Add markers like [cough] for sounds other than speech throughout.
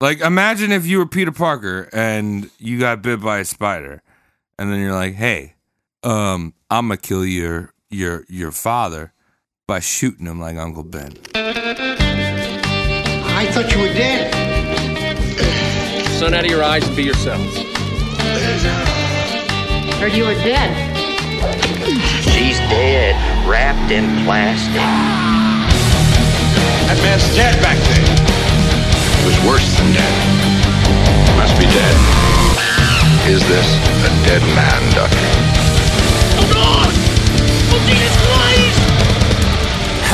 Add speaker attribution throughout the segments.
Speaker 1: Like, imagine if you were Peter Parker and you got bit by a spider, and then you're like, "Hey, um, I'm gonna kill your your your father by shooting him like Uncle Ben."
Speaker 2: I thought you were dead.
Speaker 3: Sun out of your eyes and be yourselves.
Speaker 4: Heard you were dead.
Speaker 5: She's dead, wrapped in plastic.
Speaker 6: That man's dead back there. It was worse than dead. Must be dead. Is this a dead man, Doctor?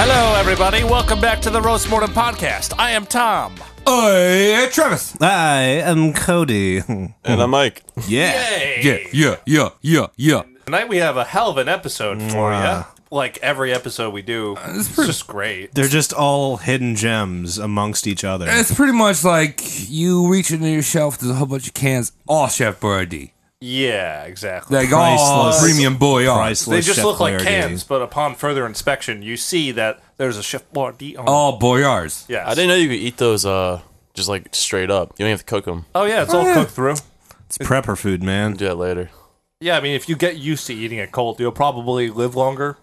Speaker 7: Hello, everybody. Welcome back to the Roast Mortem Podcast. I am Tom.
Speaker 1: Hey, Travis.
Speaker 8: I am Cody.
Speaker 9: And I'm Mike.
Speaker 8: yeah.
Speaker 7: Hey.
Speaker 1: Yeah, yeah, yeah, yeah, yeah.
Speaker 7: Tonight we have a hell of an episode for you. Like every episode we do, it's just great.
Speaker 8: They're just all hidden gems amongst each other.
Speaker 1: It's pretty much like you reach into your shelf. There's a whole bunch of cans, all Chef Boyardee,
Speaker 7: Yeah, exactly.
Speaker 1: like all
Speaker 8: Priceless.
Speaker 1: premium boy art.
Speaker 8: Priceless
Speaker 7: they just
Speaker 8: Chef
Speaker 7: look like
Speaker 8: Boyardee.
Speaker 7: cans, but upon further inspection, you see that there's a Chef Boyardee on.
Speaker 1: all boyards.
Speaker 7: yes.
Speaker 9: I didn't know you could eat those uh, just like straight up. You don't have to cook them.
Speaker 7: Oh yeah, it's all cooked through.
Speaker 8: It's prepper food, man.
Speaker 9: Do that later.
Speaker 7: Yeah, I mean, if you get used to eating it cold, you'll probably live longer.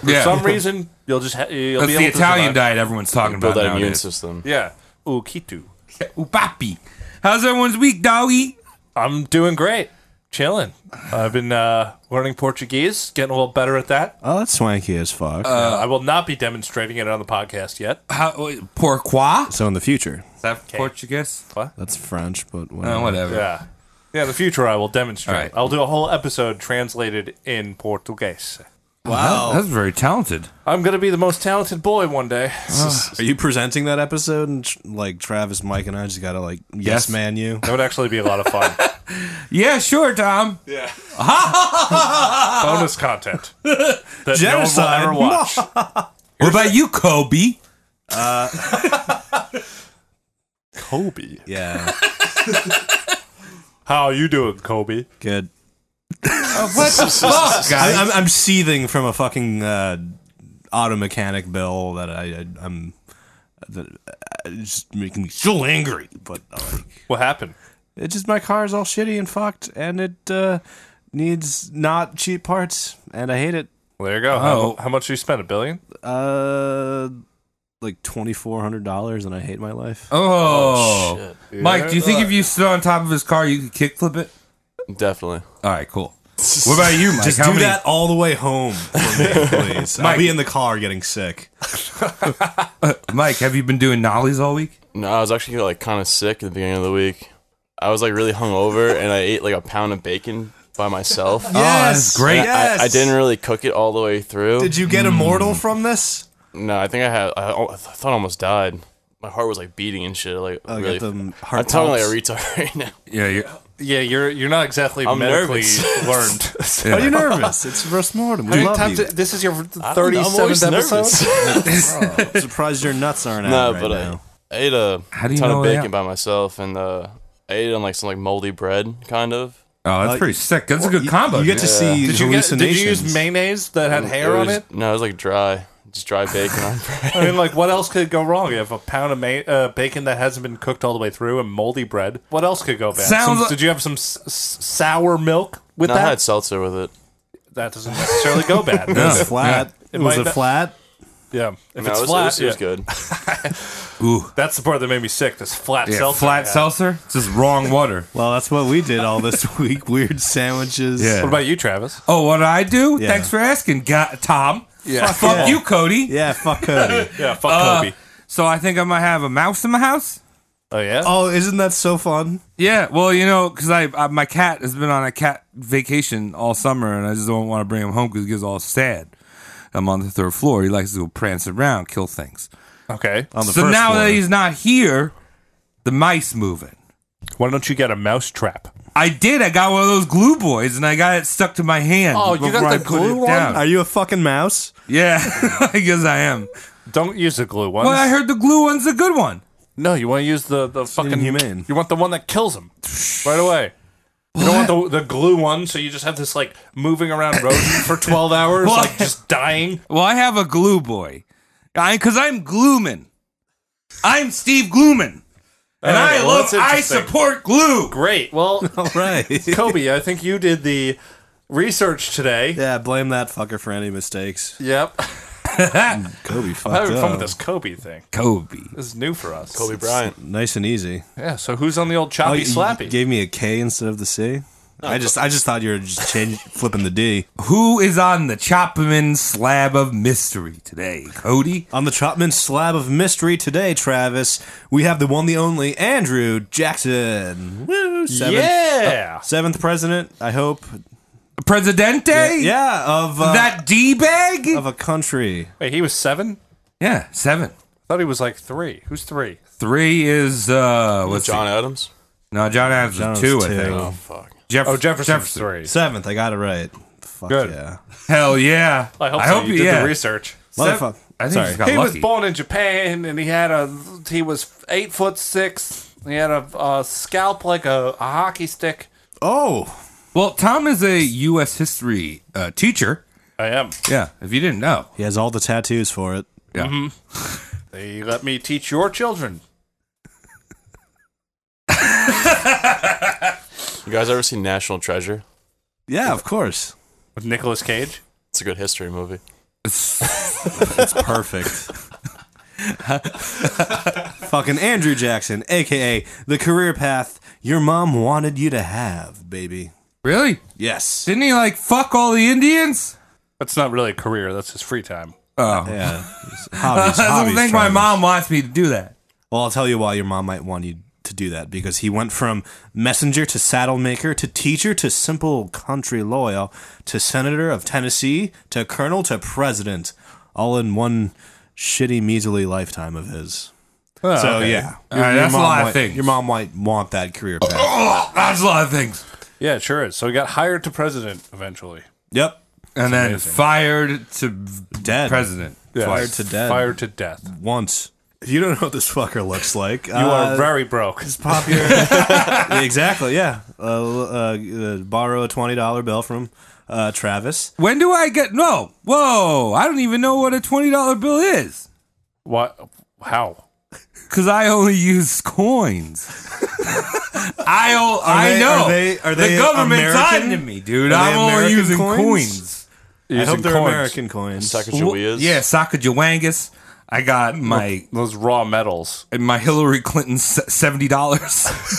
Speaker 7: For
Speaker 1: Yeah. [laughs]
Speaker 7: some reason, you'll just ha- you'll
Speaker 1: That's
Speaker 7: be
Speaker 1: the
Speaker 7: able to
Speaker 1: Italian
Speaker 7: survive.
Speaker 1: diet everyone's talking about
Speaker 9: Build that immune
Speaker 1: nowadays.
Speaker 9: system.
Speaker 7: Yeah. Ooh, Kitu.
Speaker 1: Upapi. How's everyone's week, doggy?
Speaker 7: I'm doing great. Chilling. I've been uh, learning Portuguese, getting a little better at that.
Speaker 8: Oh, that's swanky as fuck.
Speaker 7: Uh, I will not be demonstrating it on the podcast yet.
Speaker 1: How, wait, pourquoi?
Speaker 8: so in the future,
Speaker 1: Is that Portuguese?
Speaker 8: that's French, but whatever.
Speaker 1: Uh, whatever.
Speaker 7: [laughs] Yeah. Yeah, in the future I will demonstrate.
Speaker 1: All right.
Speaker 7: I'll do a whole episode translated in Portuguese.
Speaker 8: Oh.
Speaker 1: Wow. That's very talented.
Speaker 7: I'm going to be the most talented boy one day.
Speaker 8: Are you presenting that episode? And tr- like Travis, Mike, and I just gotta like yes,
Speaker 1: Yes.
Speaker 8: man you.
Speaker 7: [laughs] That would actually be a lot of [laughs] fun.
Speaker 1: Yeah, sure, Tom.
Speaker 7: Bonus content that
Speaker 8: Genocide.
Speaker 7: no one will ever watch.
Speaker 1: What about you, Kobe?
Speaker 7: Kobe.
Speaker 8: [laughs] Yeah.
Speaker 7: How you doing, Kobe?
Speaker 8: Good.
Speaker 1: What the fuck,
Speaker 8: I,
Speaker 1: guys?
Speaker 8: I'm, I'm seething from a fucking uh, auto mechanic bill that I, I I'm that uh, it's just making me so angry. But uh, like,
Speaker 7: What happened?
Speaker 8: it just my car is all shitty and fucked, and it uh, needs not cheap parts, and I hate it.
Speaker 7: Well, there you go.
Speaker 1: Oh.
Speaker 7: How, how much you spent? A billion?
Speaker 8: Uh, like twenty four hundred dollars, and I hate my life.
Speaker 1: Oh. Mike, do you think if you stood on top of his car, you could kickflip it?
Speaker 9: Definitely.
Speaker 1: All right, cool. What about you, Mike?
Speaker 8: Just
Speaker 1: Oh, How
Speaker 8: do
Speaker 1: many-
Speaker 8: that all the way home
Speaker 1: [laughs]
Speaker 8: for me, please. I'll be in the car getting sick.
Speaker 1: Mike, have you been doing nollies all week?
Speaker 9: No, I was actually like kind of sick at the beginning of the week. I was like really hungover and I ate like a pound of bacon by
Speaker 8: [laughs]
Speaker 9: myself.
Speaker 1: Oh, that's great.
Speaker 9: And I- I, I didn't really cook it all the way through.
Speaker 8: Did you get immortal from this?
Speaker 9: No, Uh, I think I had. I, al- I thought I almost died. My heart was like beating and shit. Like
Speaker 8: Oh, I
Speaker 9: really.
Speaker 8: got them
Speaker 9: I'm
Speaker 8: heart
Speaker 9: talking like a
Speaker 8: palps.
Speaker 9: retard right now.
Speaker 1: Yeah, you
Speaker 7: Yeah, you're you're not exactly
Speaker 9: I'm
Speaker 7: medically
Speaker 9: nervous.
Speaker 7: learned.
Speaker 8: Are you nervous? It's first mortem. We love you.
Speaker 7: [laughs] this is your [laughs]
Speaker 9: I don't know, I'm always
Speaker 7: 37th episode.
Speaker 9: nervous. [laughs]
Speaker 8: [laughs] Surprised your nuts aren't
Speaker 9: no,
Speaker 8: out right
Speaker 9: but
Speaker 8: now.
Speaker 9: I ate a
Speaker 1: How do you
Speaker 9: ton
Speaker 1: know
Speaker 9: of
Speaker 1: they
Speaker 9: bacon
Speaker 1: out?
Speaker 9: by myself, and uh, I ate it on like some like moldy bread, kind of.
Speaker 1: Oh, that's
Speaker 8: Uh,
Speaker 1: pretty sick. That's a good combo.
Speaker 8: You get to
Speaker 1: dude.
Speaker 8: see
Speaker 7: Did you, get,
Speaker 8: hallucinations.
Speaker 7: did you use mayonnaise that had hair on
Speaker 9: was-
Speaker 7: it?
Speaker 9: No, it was like dry, just
Speaker 7: [sighs]
Speaker 9: dry bacon on bread.
Speaker 7: I mean, like, what else could go wrong? You have a pound of ma- uh, bacon that hasn't been cooked all the way through and moldy bread. What else could go bad?
Speaker 1: Sounds
Speaker 7: Some-
Speaker 1: like-
Speaker 7: did you have some s- s- sour milk with
Speaker 9: No, I
Speaker 7: that?
Speaker 9: had seltzer with it.
Speaker 7: That doesn't necessarily go
Speaker 9: [laughs]
Speaker 7: bad.
Speaker 8: It
Speaker 7: yeah.
Speaker 8: was flat.
Speaker 7: It
Speaker 8: was
Speaker 7: might
Speaker 8: it
Speaker 7: not-
Speaker 8: flat?
Speaker 7: If
Speaker 9: No,
Speaker 7: it's
Speaker 9: it was,
Speaker 7: flat,
Speaker 9: it was, it was
Speaker 7: yeah. [laughs]
Speaker 9: good.
Speaker 7: that's the part that made me sick. This flat
Speaker 1: Yeah,
Speaker 7: seltzer.
Speaker 1: flat
Speaker 7: Yeah.
Speaker 1: seltzer. It's just wrong water.
Speaker 8: Well, that's what we did all this [laughs] week. Weird sandwiches.
Speaker 1: Yeah.
Speaker 7: What about you, Travis?
Speaker 1: Oh, what did I do?
Speaker 8: Yeah.
Speaker 1: Thanks for asking, God, Tom.
Speaker 7: Yeah.
Speaker 1: Fuck you, Cody.
Speaker 8: [laughs] Yeah, fuck Cody.
Speaker 7: Yeah, fuck Kobe.
Speaker 1: So I think I might have a mouse in my house.
Speaker 7: Oh, yeah?
Speaker 8: oh, isn't that so fun?
Speaker 1: Yeah, well, you know, because I, I my cat has been on a cat vacation all summer, and I just don't want to bring him home because he gets all sad. I'm on the third floor. He likes to go prance around, kill things.
Speaker 7: okay.
Speaker 8: On the
Speaker 1: So
Speaker 8: first
Speaker 1: now
Speaker 8: floor.
Speaker 1: that he's not here, the mice moving.
Speaker 7: Why don't you get a mouse trap?
Speaker 1: I did. I got one of those glue boys, and I got it stuck to my hand.
Speaker 7: Oh, you got
Speaker 1: before I
Speaker 7: the
Speaker 1: put
Speaker 7: glue
Speaker 1: it
Speaker 7: one?
Speaker 1: down.
Speaker 8: Are you a
Speaker 7: [laughs]
Speaker 8: fucking mouse?
Speaker 1: Yeah, [laughs] I guess I am.
Speaker 7: Don't use the glue ones.
Speaker 1: Well, I heard the glue one's a good one.
Speaker 7: No, you want to use the the fucking
Speaker 8: inhumane.
Speaker 7: You want the one that kills him right away. You don't want the the glue one, so you just have this like moving around rodent [laughs] for twelve hours,
Speaker 1: What?
Speaker 7: like just dying.
Speaker 1: Well, I have a glue boy. I, cause I'm Glooman. I'm Steve Glooman. And I
Speaker 7: well,
Speaker 1: love,
Speaker 7: that's
Speaker 1: I
Speaker 7: interesting.
Speaker 1: support glue.
Speaker 7: Great. Well, [laughs]
Speaker 8: All right.
Speaker 7: Kobe, I think you did the research today.
Speaker 8: [laughs] yeah, blame that fucker for any mistakes.
Speaker 7: Yep.
Speaker 8: Kobe fucked
Speaker 7: I'm having fun
Speaker 8: up.
Speaker 7: with this Kobe thing.
Speaker 1: Kobe.
Speaker 7: This is new for us.
Speaker 9: Kobe Bryant.
Speaker 8: Nice and easy.
Speaker 7: Yeah. So who's on the old choppy
Speaker 8: Oh, you
Speaker 7: slappy?
Speaker 8: gave me a K instead of the C. I just I just thought you were just change, flipping the D
Speaker 1: Who is on the Chopperman slab of mystery today, Cody?
Speaker 8: on the Chopman slab of mystery today. Travis, we have the one, the only Andrew Jackson. Woo! Seventh,
Speaker 7: Yeah.
Speaker 8: seventh president. I hope.
Speaker 1: Presidente?
Speaker 8: Yeah, of uh,
Speaker 1: That D bag?
Speaker 8: of a country.
Speaker 7: Wait, he was seven.
Speaker 1: Yeah, seven.
Speaker 7: I thought he was like three. Who's three?
Speaker 1: Three is uh what's
Speaker 9: John
Speaker 1: it?
Speaker 9: Adams.
Speaker 1: No, John Adams
Speaker 8: John
Speaker 1: is two, I
Speaker 8: Adams
Speaker 1: think.
Speaker 8: two.
Speaker 9: Oh fuck.
Speaker 1: Jeff-
Speaker 7: Oh, Jefferson's three.
Speaker 8: Seventh. I got it right. Fuck
Speaker 7: Good.
Speaker 8: yeah.
Speaker 1: Hell yeah.
Speaker 7: I hope, so. you did the research.
Speaker 1: Sev-
Speaker 8: Motherfuck-
Speaker 1: I think
Speaker 8: Sorry.
Speaker 1: he just got
Speaker 7: he
Speaker 1: lucky.
Speaker 7: was born in Japan, and he had a he was eight foot six. He had a, a scalp like a, a hockey stick.
Speaker 8: Oh,
Speaker 1: well, Tom is a U.S. history uh, teacher.
Speaker 7: I am.
Speaker 1: Yeah, if you didn't know.
Speaker 8: he has all the tattoos for it.
Speaker 1: Yeah.
Speaker 7: They let me teach your children.
Speaker 9: You guys ever seen National Treasure?
Speaker 8: Yeah, of course.
Speaker 7: With Nicolas Cage.
Speaker 9: It's a good history movie.
Speaker 8: It's perfect. Fucking Andrew Jackson, aka the career path your mom wanted you to have, baby.
Speaker 1: Really?
Speaker 8: Yes.
Speaker 1: Didn't he like fuck all the Indians?
Speaker 7: That's not really a career. That's his free time.
Speaker 1: [laughs] Oh,
Speaker 8: Yeah. Hobbies,
Speaker 1: I
Speaker 8: hobbies,
Speaker 1: don't think my
Speaker 8: Travis.
Speaker 1: mom wants me to do that.
Speaker 8: Well, I'll tell you why your mom might want you to do that because he went from messenger to saddle maker to teacher to simple country lawyer to senator of Tennessee to colonel to president, all in one shitty, measly lifetime of his. so yeah,
Speaker 1: Oh, All right, that's a
Speaker 8: mom
Speaker 1: lot of
Speaker 8: might-
Speaker 1: things.
Speaker 8: Your mom might want that career path.
Speaker 1: [coughs] Oh, that's a lot of things.
Speaker 7: Yeah, it sure is. So he got hired to president eventually.
Speaker 8: Yep,
Speaker 1: And then
Speaker 7: amazing.
Speaker 1: fired
Speaker 8: [laughs]
Speaker 1: to
Speaker 8: dead
Speaker 1: president.
Speaker 8: Fired to death.
Speaker 7: Fired to death. You
Speaker 8: once. If you don't know what this fucker looks like, Uh, you
Speaker 7: are very broke.
Speaker 8: popular. exactly. Yeah. Uh, uh, uh, borrow a twenty dollar bill from uh, Travis.
Speaker 1: When do I get? No. Whoa. I don't even know what a $20 bill is
Speaker 7: What? How?
Speaker 1: because I only [laughs] use coins. [laughs] I, o- I
Speaker 8: they-
Speaker 1: know.
Speaker 8: are they- are they
Speaker 1: the government's
Speaker 8: American?
Speaker 1: on to me, dude.
Speaker 8: Are they
Speaker 1: I'm only
Speaker 8: American
Speaker 1: using
Speaker 8: coins?
Speaker 1: coins.
Speaker 8: I hope
Speaker 7: Using
Speaker 8: they're
Speaker 7: coins.
Speaker 8: American coins.
Speaker 9: Sacagaweas.
Speaker 1: yeah, Sacagawangas. I got my
Speaker 7: Those raw metals.
Speaker 1: my Hillary Clinton se- $70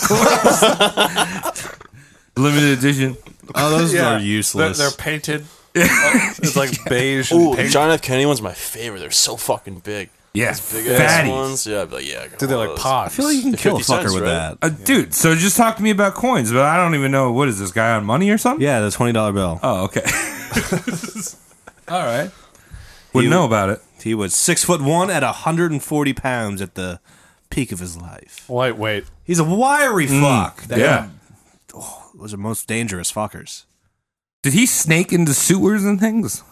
Speaker 1: coins. [laughs] Limited edition.
Speaker 8: Oh, those are
Speaker 7: They're,
Speaker 8: useless.
Speaker 7: they're painted. [laughs] it's like beige and
Speaker 9: Ooh, the
Speaker 7: pink.
Speaker 9: John F. Kennedy one's my favorite. They're so fucking big.
Speaker 1: Yeah.
Speaker 9: Big ass
Speaker 1: Fatties.
Speaker 9: ones. Yeah, I'd be like, yeah. I got
Speaker 7: Dude, they're
Speaker 9: one
Speaker 7: like
Speaker 9: of those.
Speaker 7: pods.
Speaker 8: I feel like you can kill a
Speaker 9: 50
Speaker 8: fucker
Speaker 9: cents,
Speaker 8: with
Speaker 9: right?
Speaker 8: that.
Speaker 1: Uh, Dude, so just talk to me about coins, but I don't even know what is this guy on money or something?
Speaker 8: Yeah, the twenty dollar bill.
Speaker 1: Oh, okay. [laughs] All right. Wouldn't know about it.
Speaker 8: He was six foot one at hundred and forty pounds at the peak of his life.
Speaker 7: Wait, wait.
Speaker 8: He's a wiry fuck. That-
Speaker 1: yeah.
Speaker 8: those are most dangerous fuckers.
Speaker 1: Did he snake into sewers and things?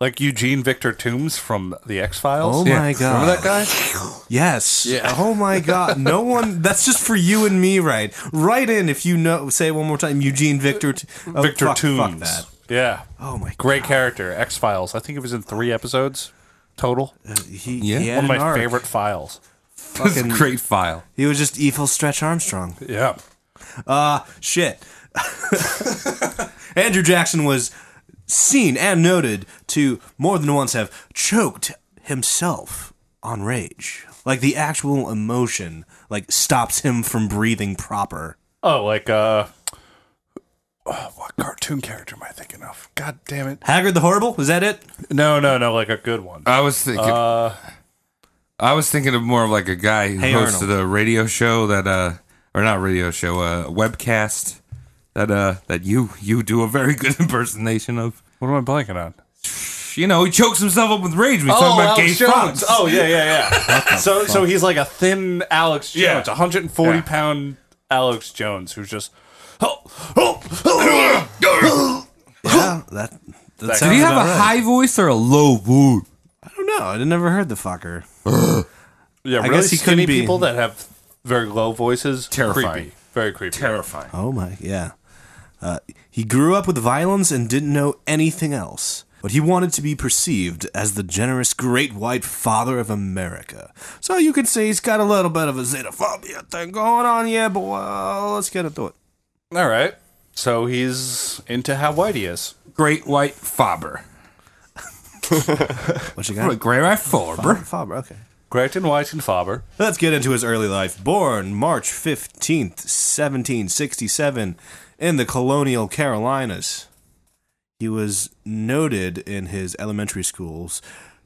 Speaker 7: Like Eugene Victor Toombs from The X Files.
Speaker 8: Oh
Speaker 1: Yeah.
Speaker 8: my god!
Speaker 7: Remember that guy?
Speaker 8: Yes. Oh my
Speaker 7: [laughs]
Speaker 8: god! No one. That's just for you and me, right? Write in if you know. Say it one more time, Eugene Victor. T- oh,
Speaker 7: Victor
Speaker 8: fuck,
Speaker 7: Toombs.
Speaker 8: Fuck that.
Speaker 7: Yeah.
Speaker 8: Oh my god!
Speaker 7: Great character. X Files. I think it was in three episodes total.
Speaker 8: He,
Speaker 1: Yeah.
Speaker 8: he had
Speaker 7: One of
Speaker 8: an
Speaker 7: my
Speaker 8: arc.
Speaker 7: favorite files.
Speaker 1: That's a
Speaker 7: [laughs]
Speaker 8: Fucking-
Speaker 1: great file.
Speaker 8: He was just evil Stretch Armstrong.
Speaker 7: Yeah.
Speaker 8: Uh, Shit. [laughs] Andrew Jackson was seen and noted to more than once have choked himself on rage. Like the actual emotion, like stops him from breathing proper.
Speaker 7: Oh, like uh, oh, what cartoon character am I thinking of? God damn it!
Speaker 8: Haggard the Horrible, is that it?
Speaker 7: No, no, no, like a good one.
Speaker 1: I was thinking. I was thinking of more of like a guy who
Speaker 8: Uh, Hey
Speaker 1: hosted
Speaker 8: Arnold.
Speaker 1: a radio show that, uh, or not radio show, uh, webcast that uh, that you you do a very [laughs] good impersonation of.
Speaker 7: What am I blanking on?
Speaker 1: You know, he chokes himself up with rage. We talking about gay frogs.
Speaker 7: Oh yeah,
Speaker 8: [laughs]
Speaker 7: yeah, yeah. so so he's like a thin Alex
Speaker 1: Yeah.
Speaker 7: Jones, 140
Speaker 1: Yeah.
Speaker 7: pound Alex Jones, who's just. Oh, oh, oh,
Speaker 8: Yeah, [gasps] that. that
Speaker 1: Did
Speaker 8: sounds
Speaker 1: he have
Speaker 8: about
Speaker 1: a
Speaker 8: right.
Speaker 1: high voice or a low voice?
Speaker 8: I don't know. I never heard the fucker.
Speaker 7: yeah,
Speaker 8: I
Speaker 7: really
Speaker 8: guess he couldn't
Speaker 7: skinny
Speaker 8: be-
Speaker 7: people that have very low voices.
Speaker 1: Terrifying.
Speaker 7: Creepy. Very creepy.
Speaker 1: Terrifying.
Speaker 8: Oh my, yeah. Uh, he grew up with violence and didn't know anything else. but he wanted to be perceived as the generous great white father of America. So you could say he's got a little bit of a xenophobia thing going on, yeah, but well, let's get into it.
Speaker 7: All right. So he's into how white he is.
Speaker 1: Great White Faber.
Speaker 8: What you got?
Speaker 1: Great White Faber.
Speaker 8: Faber, okay.
Speaker 7: Great and white and Faber.
Speaker 8: Let's get into his early life. Born March 15th, 1767, in the colonial Carolinas. He was noted in his elementary schools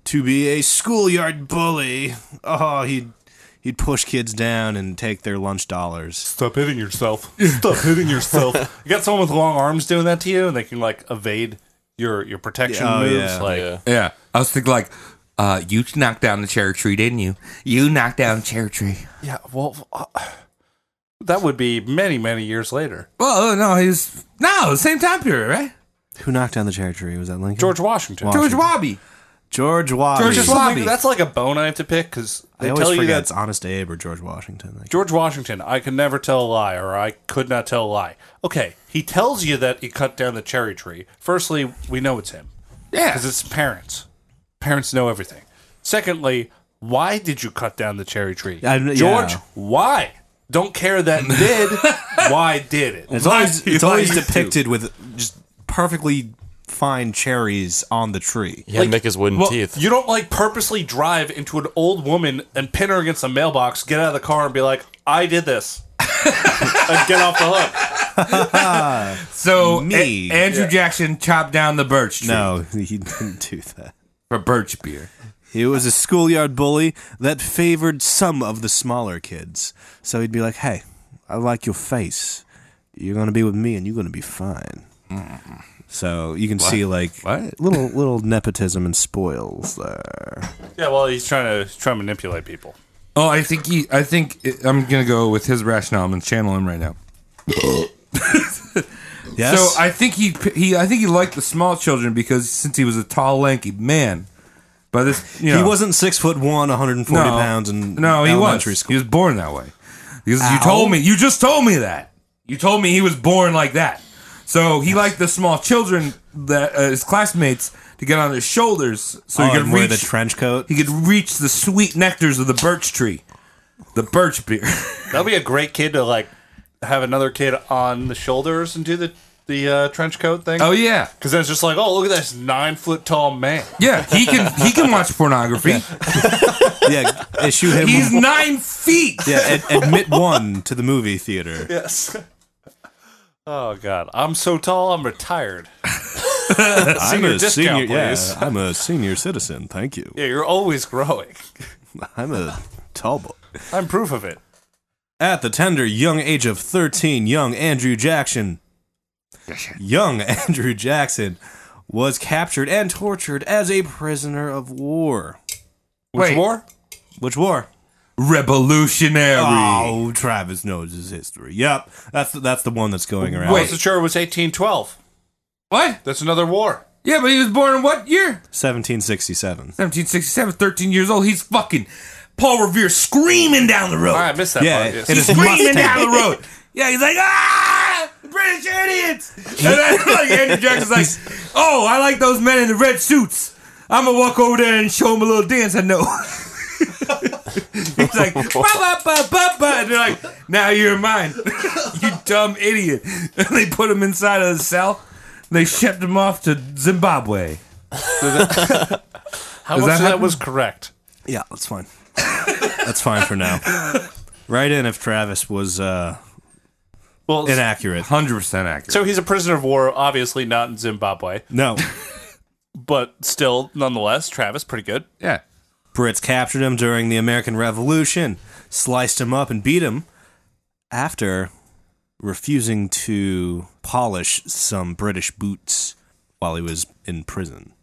Speaker 8: to be a schoolyard bully. Oh, he'd, he'd push kids down and take their lunch dollars.
Speaker 7: Stop hitting yourself. Stop hitting yourself. [laughs] You got someone with long arms doing that to you, and they can like evade your your protection
Speaker 8: Yeah, oh,
Speaker 7: moves.
Speaker 8: yeah.
Speaker 7: Like,
Speaker 9: Yeah.
Speaker 1: Yeah. I was thinking like, uh, you knocked down the cherry tree, didn't you? You knocked down the cherry tree.
Speaker 7: yeah. Well, uh, that would be many many years later.
Speaker 1: Well, no, he was no same time period, right?
Speaker 8: Who knocked down the cherry tree? Was that Lincoln?
Speaker 7: George Washington.
Speaker 8: Wa-
Speaker 1: George Wabi.
Speaker 8: George Washington.
Speaker 1: George Washington.
Speaker 7: Just something-
Speaker 1: Bobby.
Speaker 7: that's like a bone I have to pick because
Speaker 8: I
Speaker 7: they
Speaker 8: always
Speaker 7: tell you
Speaker 8: forget
Speaker 7: that
Speaker 8: it's Honest Abe or George Washington. Like,
Speaker 7: George Washington, I can never tell a lie, or I could not tell a lie. Okay, he tells you that he cut down the cherry tree. Firstly, we know it's him
Speaker 1: Yeah.
Speaker 7: because it's parents. Parents know everything. Secondly, why did you cut down the cherry tree,
Speaker 8: I- yeah.
Speaker 7: George? Why? Don't care that it
Speaker 8: [laughs]
Speaker 7: did. why did it?
Speaker 1: [laughs]
Speaker 8: It's always
Speaker 7: Why-
Speaker 8: it's always
Speaker 7: why you
Speaker 8: depicted with just perfectly fine cherries on the tree.
Speaker 9: He had to make his wooden
Speaker 7: Well,
Speaker 9: teeth.
Speaker 7: You don't like purposely drive into an old woman and pin her against a mailbox, get out of the car, and be like, "I did
Speaker 8: [laughs]
Speaker 7: this," and get off the hook.
Speaker 1: So
Speaker 8: Me.
Speaker 1: A- Andrew Jackson chopped down the birch tree
Speaker 8: No, [laughs] he didn't do that.
Speaker 1: for birch beer.
Speaker 8: He was a schoolyard bully that favored some of the smaller kids. So he'd be like, "Hey, I like your face. You're gonna be with me, and you're gonna be fine." So you can see like
Speaker 1: What?
Speaker 8: little little nepotism and spoils there.
Speaker 7: Yeah, well, he's trying to try to manipulate people.
Speaker 1: Oh, I think he. I think it, I'm gonna go with his rationale. I'm gonna channel him right now.
Speaker 8: Yes.
Speaker 1: So I think he he I think he liked the small children because since he was a tall, lanky man, by this you know,
Speaker 8: he wasn't six foot one, 140
Speaker 1: no,
Speaker 8: pounds, and
Speaker 1: no, he was.
Speaker 8: elementary school.
Speaker 1: He was born that way. Because you
Speaker 8: Ow.
Speaker 1: told me, you just told me that. You told me he was born like that. So he liked the small children that uh, his classmates to get on his shoulders, so
Speaker 8: Oh,
Speaker 1: he could
Speaker 8: and wear
Speaker 1: reach
Speaker 8: the trench coat.
Speaker 1: he could reach the sweet nectars of the birch tree, the birch beer.
Speaker 7: That'll be a great kid to like have another kid on the shoulders and do the the uh, trench coat thing.
Speaker 1: [laughs] oh yeah,
Speaker 7: because then it's just like, oh, look at this nine foot tall man.
Speaker 1: yeah. He can he can watch pornography.
Speaker 8: yeah, issue him.
Speaker 1: He's nine feet.
Speaker 8: yeah, ad- admit one to the
Speaker 7: [laughs]
Speaker 8: movie theater.
Speaker 7: Yes. Oh God, I'm so tall. I'm retired.
Speaker 8: I'm
Speaker 7: Senior discount, please.
Speaker 8: yeah, I'm a senior citizen. Thank you.
Speaker 7: Yeah, you're always growing.
Speaker 8: I'm a tall boy.
Speaker 7: I'm proof of it.
Speaker 8: At the tender young age of 13, young Andrew Jackson, young [laughs] Andrew Jackson, was captured and tortured as a prisoner of war.
Speaker 7: Which
Speaker 1: Wait.
Speaker 7: war?
Speaker 8: Which war?
Speaker 1: Revolutionary.
Speaker 8: Oh, Travis knows his history. Yep, that's the, that's the one that's going around.
Speaker 7: I
Speaker 1: Wait.
Speaker 7: wasn't sure it was 1812.
Speaker 1: What?
Speaker 7: That's another war.
Speaker 1: Yeah, but he was born in what year?
Speaker 8: 1767.
Speaker 1: 1767, 13 years old. He's fucking Paul Revere screaming down the road.
Speaker 7: All right, I missed that
Speaker 8: Yeah,
Speaker 7: part. Yes.
Speaker 8: it
Speaker 1: He's
Speaker 8: is a
Speaker 1: screaming
Speaker 8: Mustang.
Speaker 1: down the road. [laughs] Yeah, he's like, ah, the British idiots. And [laughs] then like, Andrew Jackson's like, oh, I like those men in the red suits. I'm gonna walk over there and show them a little dance I know. [laughs] he's like, ba ba ba ba ba. And they're like, now you're mine, [laughs] you dumb idiot. [laughs] And they put him inside of the cell. They shipped him off to Zimbabwe.
Speaker 7: How
Speaker 1: Does
Speaker 7: much
Speaker 1: that
Speaker 7: of that
Speaker 1: happen?
Speaker 7: was correct?
Speaker 8: Yeah, that's fine. that's fine for now. Right in if Travis was uh,
Speaker 7: Well,
Speaker 8: inaccurate.
Speaker 1: 100% accurate.
Speaker 7: so he's a prisoner of war, obviously not in Zimbabwe,
Speaker 8: No.
Speaker 7: but still, nonetheless, Travis, pretty good.
Speaker 1: yeah.
Speaker 8: Brits captured him during the American Revolution, sliced him up, and beat him after refusing to polish some British boots while he was in prison.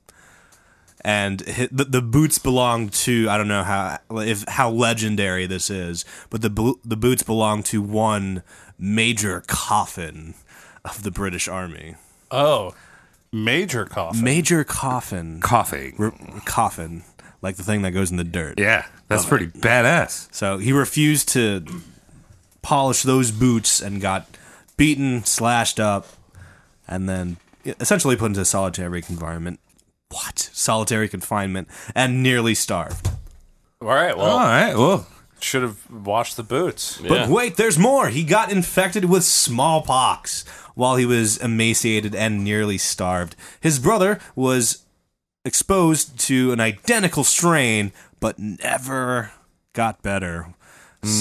Speaker 8: And hi- the, the boots belonged to I don't know how if how legendary this is, but the bo- the boots belonged to one major coffin of the British Army.
Speaker 7: Oh, major coffin.
Speaker 8: Major coffin,
Speaker 1: Coughing.
Speaker 8: R- coffin, like the thing that goes in the dirt.
Speaker 1: Yeah, that's pretty badass.
Speaker 8: So he refused to polish those boots and got beaten, slashed up, and then essentially put into solitary confinement what solitary confinement and nearly starved.
Speaker 7: All right. Well,
Speaker 1: All right. Well,
Speaker 7: should have washed the boots.
Speaker 9: Yeah.
Speaker 8: But wait, there's more. He got infected with smallpox while he was emaciated and nearly starved. His brother was exposed to an identical strain, but never got better.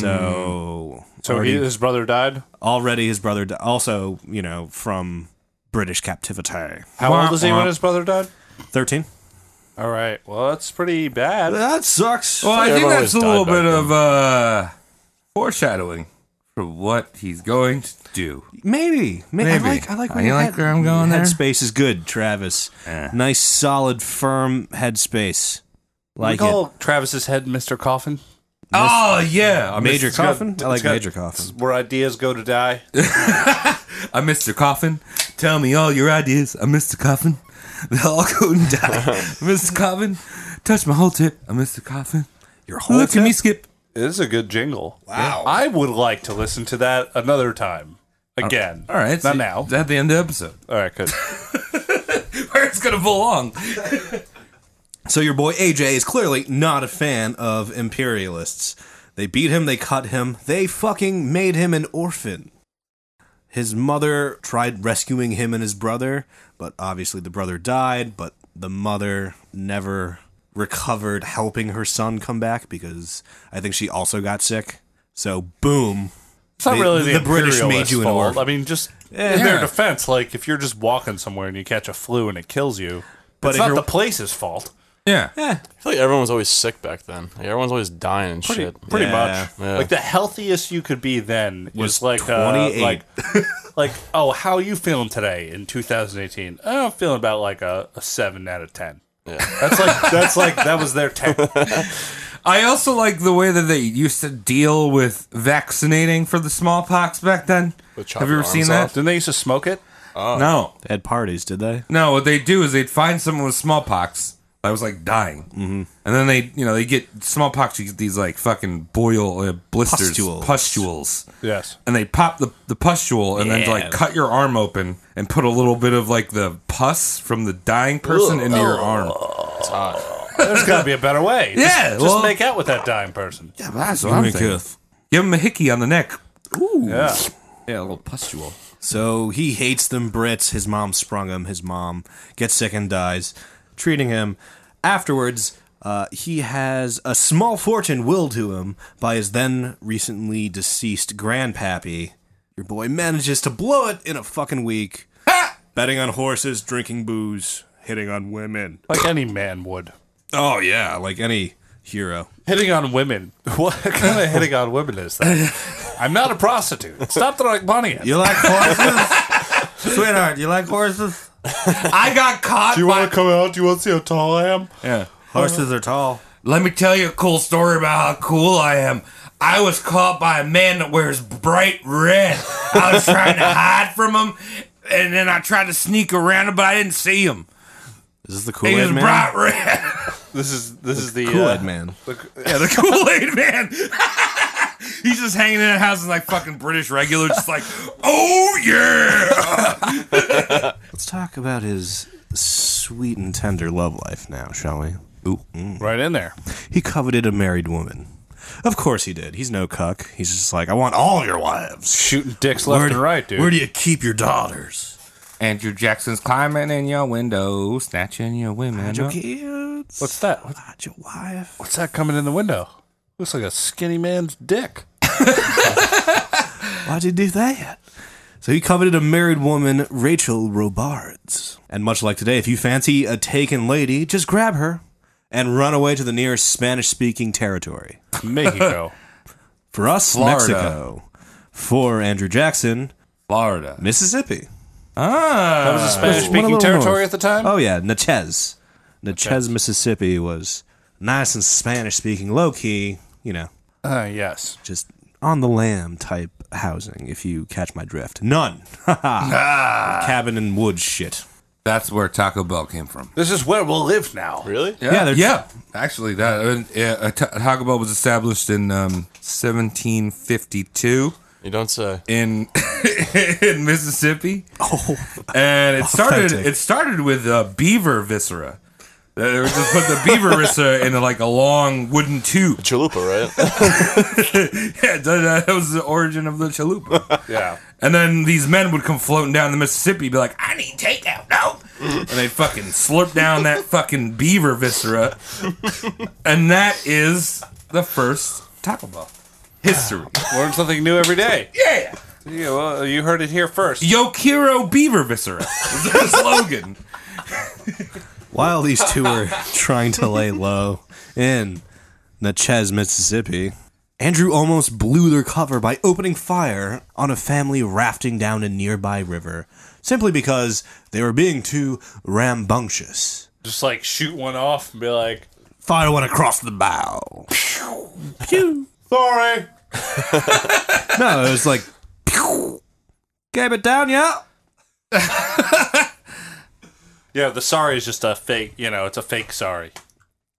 Speaker 8: So,
Speaker 7: So he,
Speaker 8: already,
Speaker 7: his brother died.
Speaker 8: already his brother di- also, you know, from British captivity. Uh-huh.
Speaker 7: How
Speaker 1: Wah,
Speaker 7: old was he
Speaker 1: wah.
Speaker 7: when his brother died?
Speaker 8: 13.
Speaker 7: All right. Well, that's pretty bad.
Speaker 8: That sucks.
Speaker 1: well, I think
Speaker 9: everyone
Speaker 1: that's a
Speaker 9: was
Speaker 1: little
Speaker 9: died
Speaker 1: bit
Speaker 9: back
Speaker 1: of uh, foreshadowing for what he's going to do.
Speaker 8: Maybe. May-
Speaker 1: Maybe.
Speaker 8: I like. I like.
Speaker 1: Uh,
Speaker 8: When
Speaker 1: you
Speaker 8: your
Speaker 1: like
Speaker 8: head-
Speaker 1: where I'm going there?
Speaker 8: Headspace is good, Travis.
Speaker 1: Yeah.
Speaker 8: Nice, solid, firm headspace. Like
Speaker 7: we call
Speaker 8: it.
Speaker 7: Travis's head Mr. Coffin.
Speaker 1: Oh yeah, I
Speaker 8: Major
Speaker 1: Major.
Speaker 7: got-
Speaker 8: coffin.
Speaker 7: it's
Speaker 8: I like
Speaker 7: got-
Speaker 8: major coffin.
Speaker 7: Where ideas go to die.
Speaker 1: I Mr. Coffin. Tell me all your ideas. I Mr. Coffin. [laughs] They'll all go and
Speaker 9: [laughs]
Speaker 1: die. Mr. Coffin. Touch my whole tip. I Mr. Coffin.
Speaker 8: Your whole
Speaker 1: Look at me, Skip.
Speaker 7: It is a good jingle. Wow. I would like to listen to that another time. Again.
Speaker 1: All right,
Speaker 7: Not
Speaker 1: so
Speaker 7: now.
Speaker 1: Is that the end of the episode? [laughs]
Speaker 7: All right, good.
Speaker 1: Where it's gonna belong?
Speaker 8: So your boy AJ is clearly not a fan of imperialists. They beat him. They cut him. They fucking made him an orphan. His mother tried rescuing him and his brother, but obviously the brother died. But the mother never recovered helping her son come back because I think she also got sick. So boom,
Speaker 7: It's not
Speaker 8: The-
Speaker 7: really the,
Speaker 8: the British made
Speaker 7: imperialist
Speaker 8: you an
Speaker 7: fault.
Speaker 8: orphan.
Speaker 7: I mean, just in their defense, like if you're just walking somewhere and you catch a flu and it kills you,
Speaker 8: But
Speaker 7: but
Speaker 8: if
Speaker 7: it's not
Speaker 8: you're-
Speaker 7: the place's fault.
Speaker 1: Yeah.
Speaker 9: I feel like everyone was always sick back then. Like everyone's always dying and
Speaker 7: Pretty,
Speaker 9: shit.
Speaker 7: pretty
Speaker 8: Yeah.
Speaker 7: much.
Speaker 9: Yeah.
Speaker 7: Like the healthiest you could be then [laughs] was
Speaker 8: Was
Speaker 7: is like uh,
Speaker 8: 28.
Speaker 7: like like oh, how are you feeling today in 2018? Oh, I'm feeling about like a, a seven out of ten.
Speaker 9: Yeah.
Speaker 7: [laughs] That's like that's like that was their [laughs] ten.
Speaker 1: I also like the way that they used to deal with vaccinating for the smallpox back then.
Speaker 9: With
Speaker 1: Have you ever
Speaker 9: chopping
Speaker 1: seen
Speaker 9: arms
Speaker 1: that?
Speaker 7: Didn't they used to smoke it?
Speaker 1: No.
Speaker 8: They had parties, did they?
Speaker 1: No, what they do is they'd find someone with smallpox that was like dying, mm-hmm. and then they, you know, they get smallpox. You get these like fucking boil uh, blisters,
Speaker 8: Pustules.
Speaker 1: pustules,
Speaker 7: Yes.
Speaker 1: and they pop the the pustule and then
Speaker 8: Yeah.
Speaker 1: like cut your arm open and put a little bit of like the pus from the dying person into your arm.
Speaker 9: It's hot.
Speaker 7: There's got to be a better way. Just-
Speaker 1: Yeah,
Speaker 7: Just,
Speaker 1: well-
Speaker 7: make out with that dying person. Yeah.
Speaker 1: That's what I'm thinking. Give him a hickey on the neck. Yeah, a little pustule.
Speaker 8: So he hates them Brits. His mom sprung him. His mom gets sick and dies, treating him. Afterwards, uh, he has a small fortune willed to him by his then recently deceased grandpappy. Your boy manages to blow it in a fucking week, betting on horses, drinking booze, hitting on women.
Speaker 7: Like any man would.
Speaker 8: Oh yeah, like any hero.
Speaker 7: Hitting on women. [laughs] What kind of hitting on women is that? [laughs] I'm not a prostitute. Stop throwing money at me.
Speaker 8: You like horses, [laughs] sweetheart? You like horses?
Speaker 1: I got caught. by-
Speaker 7: come out? Do you want to see how tall I am?
Speaker 1: yeah.
Speaker 8: Horses are tall.
Speaker 1: Let me tell you a cool story about how cool I am. I was caught by a man that wears bright red. I was trying [laughs] to hide from him, and then I tried to sneak around him, but I didn't see him.
Speaker 8: Is this the
Speaker 1: He
Speaker 8: Kool Aid
Speaker 1: was
Speaker 8: man?
Speaker 1: bright red.
Speaker 7: This is this is the
Speaker 8: Kool
Speaker 7: uh,
Speaker 8: Aid man.
Speaker 1: [laughs] yeah, [laughs] the Kool Aid man. He's just hanging in a house like fucking British regular, just like, oh yeah.
Speaker 8: Let's talk about his sweet and tender love life now, shall we? Ooh. mm.
Speaker 7: right in there.
Speaker 8: He coveted a married woman. Of course he did. He's no cuck. He's just like, I want all your wives.
Speaker 7: Shooting dicks left
Speaker 8: Where do-
Speaker 7: and right, dude.
Speaker 8: Where do you keep your daughters?
Speaker 1: [laughs] Andrew Jackson's climbing in your window, snatching your women.
Speaker 8: Your kids.
Speaker 7: What's that? What-
Speaker 8: Not your wife.
Speaker 7: What's that coming in the window? Looks like a skinny man's dick.
Speaker 8: Why'd you do that? So he coveted a married woman, Rachel Robards. And much like today, if you fancy a taken lady, just grab her and run away to the nearest Spanish speaking territory.
Speaker 7: [laughs] Mexico.
Speaker 8: For us,
Speaker 1: Florida.
Speaker 8: Mexico. For Andrew Jackson,
Speaker 1: Florida.
Speaker 8: Mississippi.
Speaker 1: Ah,
Speaker 7: That was a Spanish
Speaker 8: Went a
Speaker 7: speaking
Speaker 8: little
Speaker 7: territory
Speaker 8: north.
Speaker 7: at the time.
Speaker 8: Oh yeah, Natchez, Natchez, Mississippi was nice and Spanish speaking, low key. You know,
Speaker 7: Uh, yes.
Speaker 8: just on the lamb type housing. If you catch my drift, none. [laughs]
Speaker 7: Ah.
Speaker 8: Cabin and wood shit.
Speaker 1: that's where Taco Bell came from.
Speaker 7: This is where we'll live now.
Speaker 9: Really?
Speaker 8: Yeah,
Speaker 1: Yeah,
Speaker 8: they're-
Speaker 1: yeah. Actually, that uh, yeah, uh, Ta- Taco Bell was established in um, 1752
Speaker 9: You don't say.
Speaker 1: in [laughs] in Mississippi,
Speaker 8: Oh,
Speaker 1: and it started
Speaker 8: Authentic.
Speaker 1: it started with uh, beaver viscera. They would just put the
Speaker 8: [laughs]
Speaker 1: beaver rissa in like a long wooden tube. [laughs]
Speaker 9: Chalupa, [laughs] right?
Speaker 1: Yeah, that, that was the origin of the chalupa.
Speaker 7: Yeah.
Speaker 1: And then these men would come floating down the Mississippi, be like, "I need takeout, no," and they fucking slurp down that fucking beaver viscera, and that is the first Taco Bell history.
Speaker 7: [laughs] Learn something new every day.
Speaker 1: Yeah.
Speaker 7: Yeah, well, you heard it here first.
Speaker 1: Yokiro Beaver Viscera [laughs] is their slogan.
Speaker 8: While these two
Speaker 9: [laughs]
Speaker 8: were trying to lay low in Natchez, Mississippi, Andrew almost blew their cover by opening fire on a family rafting down a nearby river simply because they were being too rambunctious.
Speaker 7: Just like shoot one off and be like,
Speaker 8: Fire went across the bow. [laughs]
Speaker 7: sorry.
Speaker 8: No, it was like, gave it down, yeah.
Speaker 7: Yeah, the sorry is just a fake, you know, it's a fake sorry.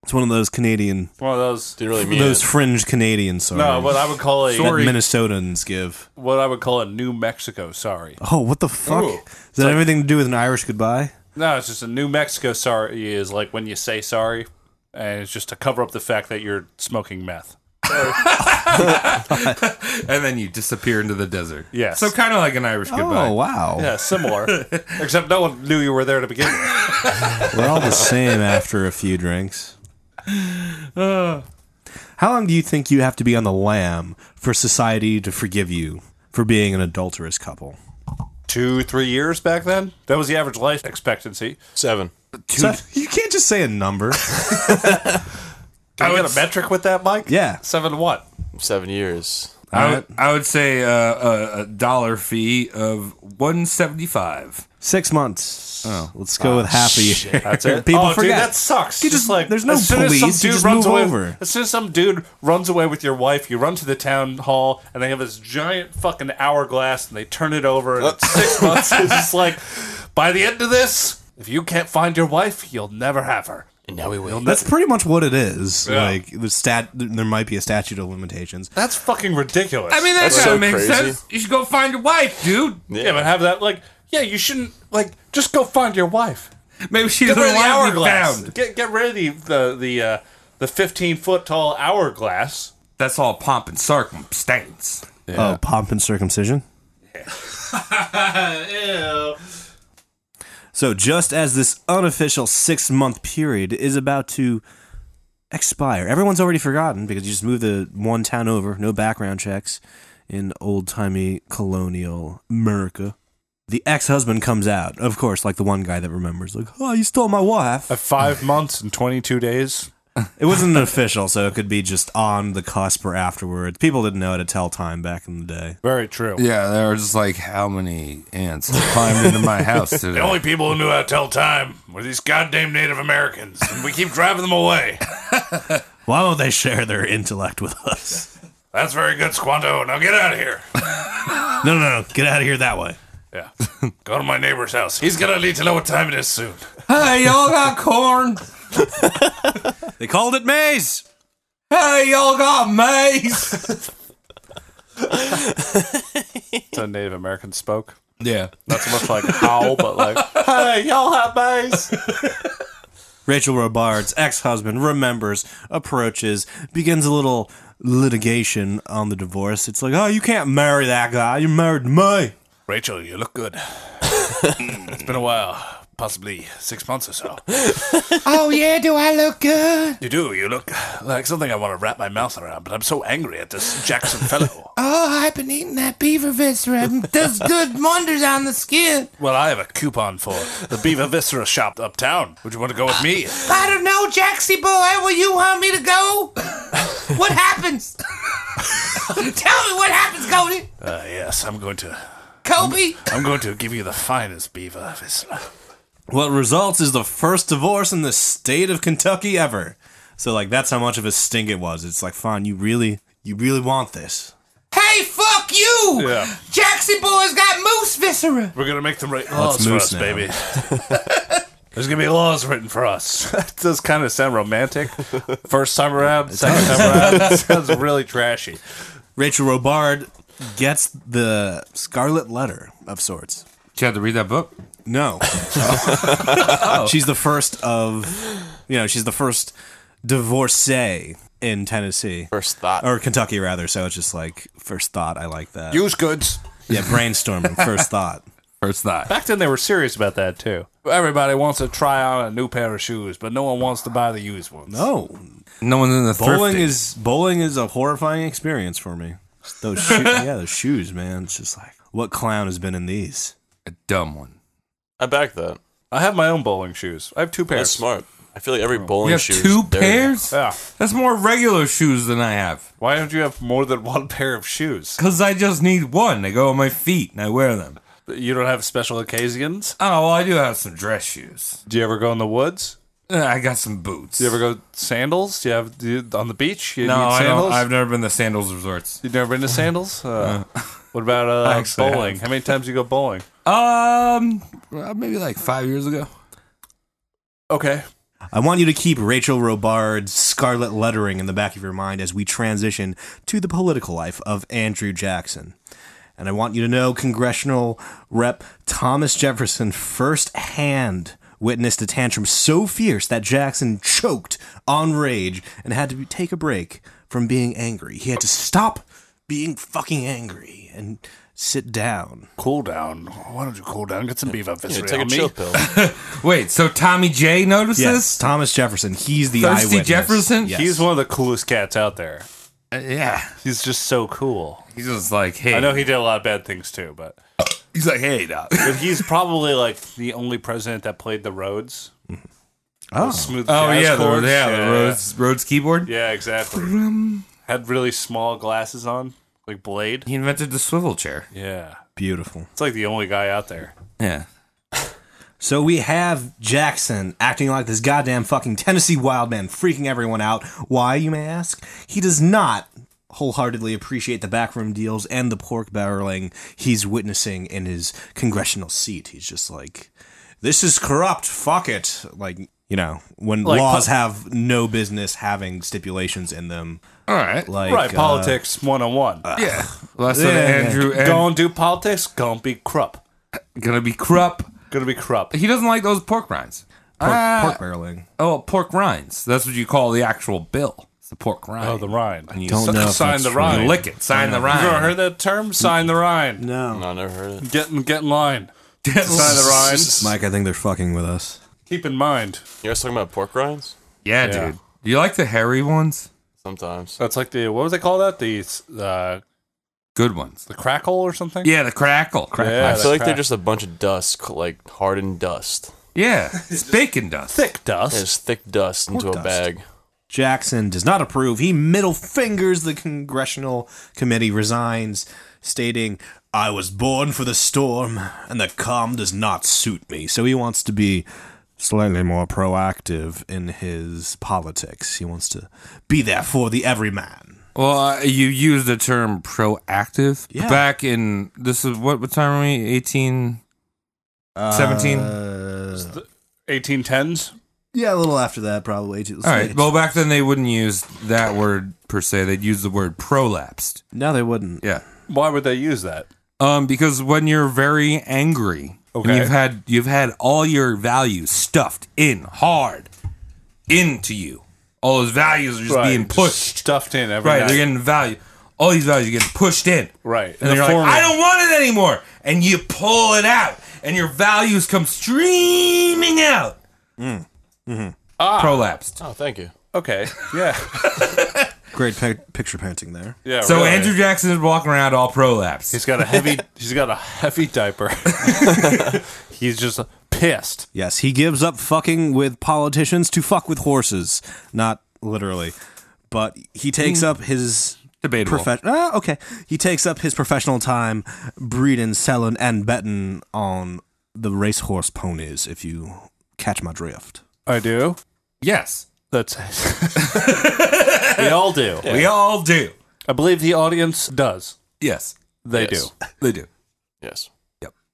Speaker 8: It's one of those Canadian,
Speaker 7: One of those.
Speaker 9: Didn't really mean
Speaker 8: those
Speaker 9: it.
Speaker 8: fringe Canadian sorry.
Speaker 7: [laughs] No, what I would call a
Speaker 8: that Minnesotans give.
Speaker 7: what I would call a New Mexico sorry.
Speaker 8: Oh, what the fuck?
Speaker 7: Ooh.
Speaker 8: Does that have anything to do with an Irish goodbye?
Speaker 7: No, it's just a New Mexico sorry is like when you say sorry, and it's just to cover up the fact that you're smoking meth.
Speaker 1: And then you disappear into the desert.
Speaker 7: Yes.
Speaker 1: So kind of like an Irish goodbye.
Speaker 8: Oh, wow.
Speaker 7: Yeah, similar. [laughs] Except no one knew you were there to begin [laughs] with.
Speaker 8: [laughs] We're all the same after a
Speaker 7: [sighs]
Speaker 8: few drinks. How long do you think you have to be on the lam for society to forgive you for being an adulterous couple?
Speaker 7: Two, three years back then? That was the average life expectancy.
Speaker 9: Seven.
Speaker 8: So- [laughs] you can't just say a
Speaker 7: [laughs]
Speaker 8: number.
Speaker 7: Did
Speaker 1: Oh,
Speaker 7: I get a metric with that, Mike?
Speaker 8: Yeah.
Speaker 7: Seven what?
Speaker 9: Seven years.
Speaker 1: I would, I would say uh, a, a dollar fee of one seventy five.
Speaker 8: Six months. Oh, let's go with half a year. That's it. [laughs] People
Speaker 7: oh,
Speaker 8: forget.
Speaker 7: dude, that sucks.
Speaker 8: You
Speaker 7: Just
Speaker 8: just-
Speaker 7: like
Speaker 8: there's no
Speaker 7: as soon as some
Speaker 8: police, you
Speaker 7: dude
Speaker 8: just
Speaker 7: runs
Speaker 8: move
Speaker 7: away,
Speaker 8: over.
Speaker 7: As soon as some dude runs away with your wife, you run to the town hall and they have this giant fucking hourglass and they turn it over and it's six months. It's just like, by the end of this, if you can't find your wife, you'll never have her.
Speaker 9: And now we will.
Speaker 8: That's pretty much what it is.
Speaker 7: Yeah.
Speaker 8: Like the stat, there might be a statute of
Speaker 7: [laughs]
Speaker 8: limitations.
Speaker 7: That's fucking ridiculous.
Speaker 1: I mean, that
Speaker 9: That's
Speaker 1: kind
Speaker 9: so
Speaker 1: of makes
Speaker 9: crazy.
Speaker 1: sense. You should go find your wife, dude.
Speaker 7: yeah, but have that like, yeah, you shouldn't like just go find your wife.
Speaker 1: Maybe she
Speaker 7: Get
Speaker 1: doesn't
Speaker 7: rid of the
Speaker 1: want to be
Speaker 7: hourglass.
Speaker 1: found.
Speaker 7: Get get rid of the the the, uh, the fifteen foot tall hourglass.
Speaker 1: That's all pomp and circumstance.
Speaker 8: Oh, pomp and circumcision.
Speaker 7: Ew.
Speaker 8: So, just as this unofficial six month period is about to expire, everyone's already forgotten because you just moved the one town over, no background checks in old timey colonial America. The ex husband comes out, of course, like the one guy that remembers, like, oh, you stole my
Speaker 7: [laughs]
Speaker 8: wife.
Speaker 7: At five months and twenty two days.
Speaker 8: It wasn't an official, so it could be just on the cusp or afterwards. People didn't know how to tell time back in the day.
Speaker 7: Very true.
Speaker 1: Yeah, they were just like, how many ants climbed into my house today?
Speaker 7: The only people who knew how to tell time were these goddamn Native Americans, and we keep driving them away.
Speaker 8: Why won't they share their intellect with us?
Speaker 7: That's very good, Squanto. Now get out of here.
Speaker 8: No, no, no. Get out of here that way.
Speaker 7: Yeah. [laughs] Go to my neighbor's house. He's gonna need to know what time it is soon.
Speaker 1: hey, y'all got corn?
Speaker 8: They called it maize.
Speaker 1: Hey, y'all got maize?
Speaker 7: So Native Americans spoke.
Speaker 1: [laughs] yeah.
Speaker 7: Not so much like howl, but like, hey, y'all have mice.
Speaker 8: Rachel Robard's ex husband remembers, approaches, begins a little litigation on the divorce. It's like, oh, you can't marry that guy. You married me.
Speaker 7: [laughs] Rachel, you look good. it's been a while. Possibly six months or so.
Speaker 1: Oh, yeah, do I look good?
Speaker 7: You do. You look like something I want to wrap my mouth around, but I'm so angry at this Jackson fellow.
Speaker 1: Oh, I've been eating that beaver viscera. It Does good wonders on the skin.
Speaker 7: Well, I have a coupon for the Beaver Viscera shop uptown. Would you want to go with me?
Speaker 1: I don't know, Jaxie boy. Where you want me to go? What happens? Tell me what happens, Cody.
Speaker 7: Uh, yes, I'm going to.
Speaker 1: Kobe.
Speaker 7: I'm going to give you the finest Beaver Viscera.
Speaker 8: What results is the first divorce in the state of Kentucky ever. So, like, that's how much of a sting it was. It's like, fine, you really, you really want this.
Speaker 1: Hey, fuck you.
Speaker 7: Yeah.
Speaker 1: Jaxie boy's got moose viscera.
Speaker 7: We're going to make them write laws for us,
Speaker 8: moose
Speaker 7: [laughs]
Speaker 8: now.
Speaker 7: baby. There's going to be laws written for us. [laughs] that does kind of sound romantic. First time around, second time [laughs] around. It sounds really trashy.
Speaker 8: Rachel Robard gets the scarlet letter of sorts.
Speaker 1: Did you have to read that book?
Speaker 8: [laughs] No. She's the first of, you know, she's the first divorcee in Tennessee
Speaker 9: First thought.
Speaker 8: or Kentucky rather. So it's just like first thought. I like that.
Speaker 2: Use goods.
Speaker 8: yeah, brainstorming. First [laughs] thought.
Speaker 1: First thought.
Speaker 7: Back then, they were serious about that too. Everybody wants to try on a new pair of shoes, but no one wants to buy the used ones.
Speaker 8: No,
Speaker 1: No one's in the
Speaker 8: Oh, bowling
Speaker 1: thrifting.
Speaker 8: is bowling is a horrifying experience for me. Those sho- yeah, those shoes, man. It's just like what clown has been in these?
Speaker 1: a dumb one.
Speaker 9: I back that.
Speaker 7: I have my own bowling shoes. I have two pairs.
Speaker 9: That's smart. I feel like
Speaker 7: Oh.
Speaker 9: every bowling
Speaker 1: You have
Speaker 9: shoe. is
Speaker 1: two
Speaker 9: dirty.
Speaker 1: pairs?
Speaker 7: Yeah.
Speaker 1: That's more regular shoes than I have.
Speaker 7: Why don't you have more than one [laughs] pair of shoes?
Speaker 1: Because I just need one. They go on my feet and I wear them.
Speaker 7: You don't have special occasions.
Speaker 1: Oh, well, I do have some dress shoes.
Speaker 7: Do you ever go in the woods?
Speaker 1: Uh, I got some boots.
Speaker 7: Do you ever go sandals? Do you have do you, on the beach? You
Speaker 1: no,
Speaker 7: need
Speaker 1: I
Speaker 7: sandals?
Speaker 1: don't, I've never been to sandals resorts.
Speaker 7: You've never been to sandals? Uh, [laughs] what about uh,
Speaker 1: actually
Speaker 7: bowling?
Speaker 1: have.
Speaker 7: How many times you go bowling?
Speaker 1: Um, well, maybe like five years ago.
Speaker 7: Okay.
Speaker 8: I want you to keep Rachel Robards' scarlet lettering in the back of your mind as we transition to the political life of Andrew Jackson. And I want you to know Congressional Rep Thomas Jefferson firsthand witnessed a tantrum so fierce that Jackson choked on rage and had to be- take a break from being angry. He had to stop being fucking angry and sit down.
Speaker 7: Cool down. Why don't you cool down? Get some beef up
Speaker 9: Yeah, take a chill pill.
Speaker 1: Wait, so Tommy J noticed
Speaker 8: Yes,
Speaker 1: this?
Speaker 8: Thomas Jefferson. He's the
Speaker 1: Thirsty
Speaker 8: eyewitness.
Speaker 1: Jefferson?
Speaker 7: [laughs]
Speaker 8: Yes.
Speaker 7: He's one of the coolest cats out there.
Speaker 1: Uh, yeah.
Speaker 7: He's just so cool.
Speaker 1: He's just like, hey.
Speaker 7: I know he did a lot of bad things too, but
Speaker 1: he's like, hey,
Speaker 7: [laughs]
Speaker 1: doc.
Speaker 7: but he's probably like the only president that played the roads.
Speaker 8: Oh.
Speaker 7: Smooth
Speaker 1: Oh
Speaker 7: jazz
Speaker 1: yeah, the,
Speaker 7: chords.
Speaker 1: yeah, the Rhodes Rhodes keyboard.
Speaker 7: Yeah, exactly. Had really small glasses on, like Blade.
Speaker 1: He invented the swivel chair.
Speaker 7: Yeah.
Speaker 8: Beautiful.
Speaker 7: It's like the only guy out there.
Speaker 1: Yeah.
Speaker 8: So we have Jackson acting like this goddamn fucking Tennessee wild man, freaking everyone out. Why, you may ask? He does not wholeheartedly appreciate the backroom deals and the pork barreling he's witnessing in his congressional seat. He's just like, this is corrupt, fuck it. Like, you know, when
Speaker 7: Like
Speaker 8: laws
Speaker 7: po-
Speaker 8: have no business having stipulations in them.
Speaker 1: All right.
Speaker 8: Like,
Speaker 7: right,
Speaker 8: uh,
Speaker 7: politics 101.
Speaker 1: yeah. Last yeah,
Speaker 8: Yeah.
Speaker 1: Andrew Uh, and
Speaker 7: Don't do politics, gonna be corrupt.
Speaker 1: gonna be Krupp.
Speaker 7: Gonna be corrupt.
Speaker 1: He doesn't like those pork rinds.
Speaker 8: pork,
Speaker 1: Ah.
Speaker 8: pork barreling.
Speaker 1: Oh, pork rinds. That's what you call the actual bill. It's the pork rind.
Speaker 7: Oh, the Rhine.
Speaker 1: You
Speaker 8: Don't
Speaker 1: s-
Speaker 8: know if
Speaker 7: sign
Speaker 8: that's
Speaker 7: the
Speaker 8: right.
Speaker 7: Rhine.
Speaker 1: Lick it. Sign the
Speaker 7: You ever
Speaker 1: rind.
Speaker 7: heard that term? Sign the Rhine.
Speaker 8: No.
Speaker 9: No, I never heard of it.
Speaker 7: Get in, get in line. [laughs] Sign the Rhine.
Speaker 8: Mike, I think they're fucking with us.
Speaker 7: Keep in mind.
Speaker 9: You guys talking about pork rinds?
Speaker 1: [laughs] Yeah,
Speaker 7: Yeah.
Speaker 1: dude. Do you like the hairy ones?
Speaker 9: Sometimes.
Speaker 7: That's like the, what was they call that? The, uh,
Speaker 1: Good ones.
Speaker 7: the crackle or something?
Speaker 1: Yeah, the crackle.
Speaker 7: Yeah,
Speaker 9: I
Speaker 7: that
Speaker 9: feel like they're
Speaker 7: crack-
Speaker 9: just a bunch of dust, c- like hardened dust.
Speaker 1: Yeah, it's bacon dust.
Speaker 7: thick dust.
Speaker 9: It's thick dust into a
Speaker 8: dust.
Speaker 9: bag.
Speaker 8: Jackson does not approve. He middle fingers the congressional committee, resigns, stating, I was born for the storm, and the calm does not suit me. So he wants to be slightly more proactive in his politics. He wants to be there for the everyman.
Speaker 1: Well, uh, you used the term proactive
Speaker 8: Yeah.
Speaker 1: back in this is what what time are we? Eighteen. Uh, 17?
Speaker 8: Uh,
Speaker 7: 1810s.
Speaker 8: yeah, a little after that, probably. All
Speaker 1: All right. Well, back then they wouldn't use that word per se. They'd use the word prolapsed.
Speaker 8: no, they wouldn't.
Speaker 1: Yeah.
Speaker 7: Why would they use that?
Speaker 1: Um, because when you're very angry,
Speaker 7: Okay.
Speaker 1: and you've had you've had all your values stuffed in hard into you. All those values are just
Speaker 7: Right,
Speaker 1: being
Speaker 7: just
Speaker 1: pushed.
Speaker 7: stuffed in every
Speaker 1: right.
Speaker 7: night.
Speaker 1: They're getting value. All these values are getting pushed in. And
Speaker 7: Right. In the
Speaker 1: then you're like,
Speaker 7: form of-
Speaker 1: I don't want it anymore. And you pull it out, and your values come streaming out.
Speaker 7: Mm-hmm. Ah.
Speaker 1: Prolapsed.
Speaker 9: Oh, thank you.
Speaker 1: [laughs]
Speaker 7: okay. Yeah.
Speaker 8: Great pic- picture painting there.
Speaker 7: Yeah.
Speaker 1: so
Speaker 7: really.
Speaker 1: Andrew Jackson is walking around all prolapsed.
Speaker 7: He's got a heavy.
Speaker 1: [laughs]
Speaker 7: he's got a heavy diaper. [laughs] he's just pissed.
Speaker 8: Yes, he gives up fucking with politicians to fuck with horses. Not literally, but he takes up his
Speaker 1: Debatable.
Speaker 8: profe- ah, okay, he takes up his professional time breeding, selling, and betting on the racehorse ponies. If you catch my drift,
Speaker 7: I do.
Speaker 1: yes,
Speaker 7: That's. [laughs] we all do.
Speaker 1: we all do.
Speaker 7: I believe the audience does.
Speaker 1: Yes,
Speaker 7: They
Speaker 9: Yes.
Speaker 7: do.
Speaker 1: they do.
Speaker 9: Yes.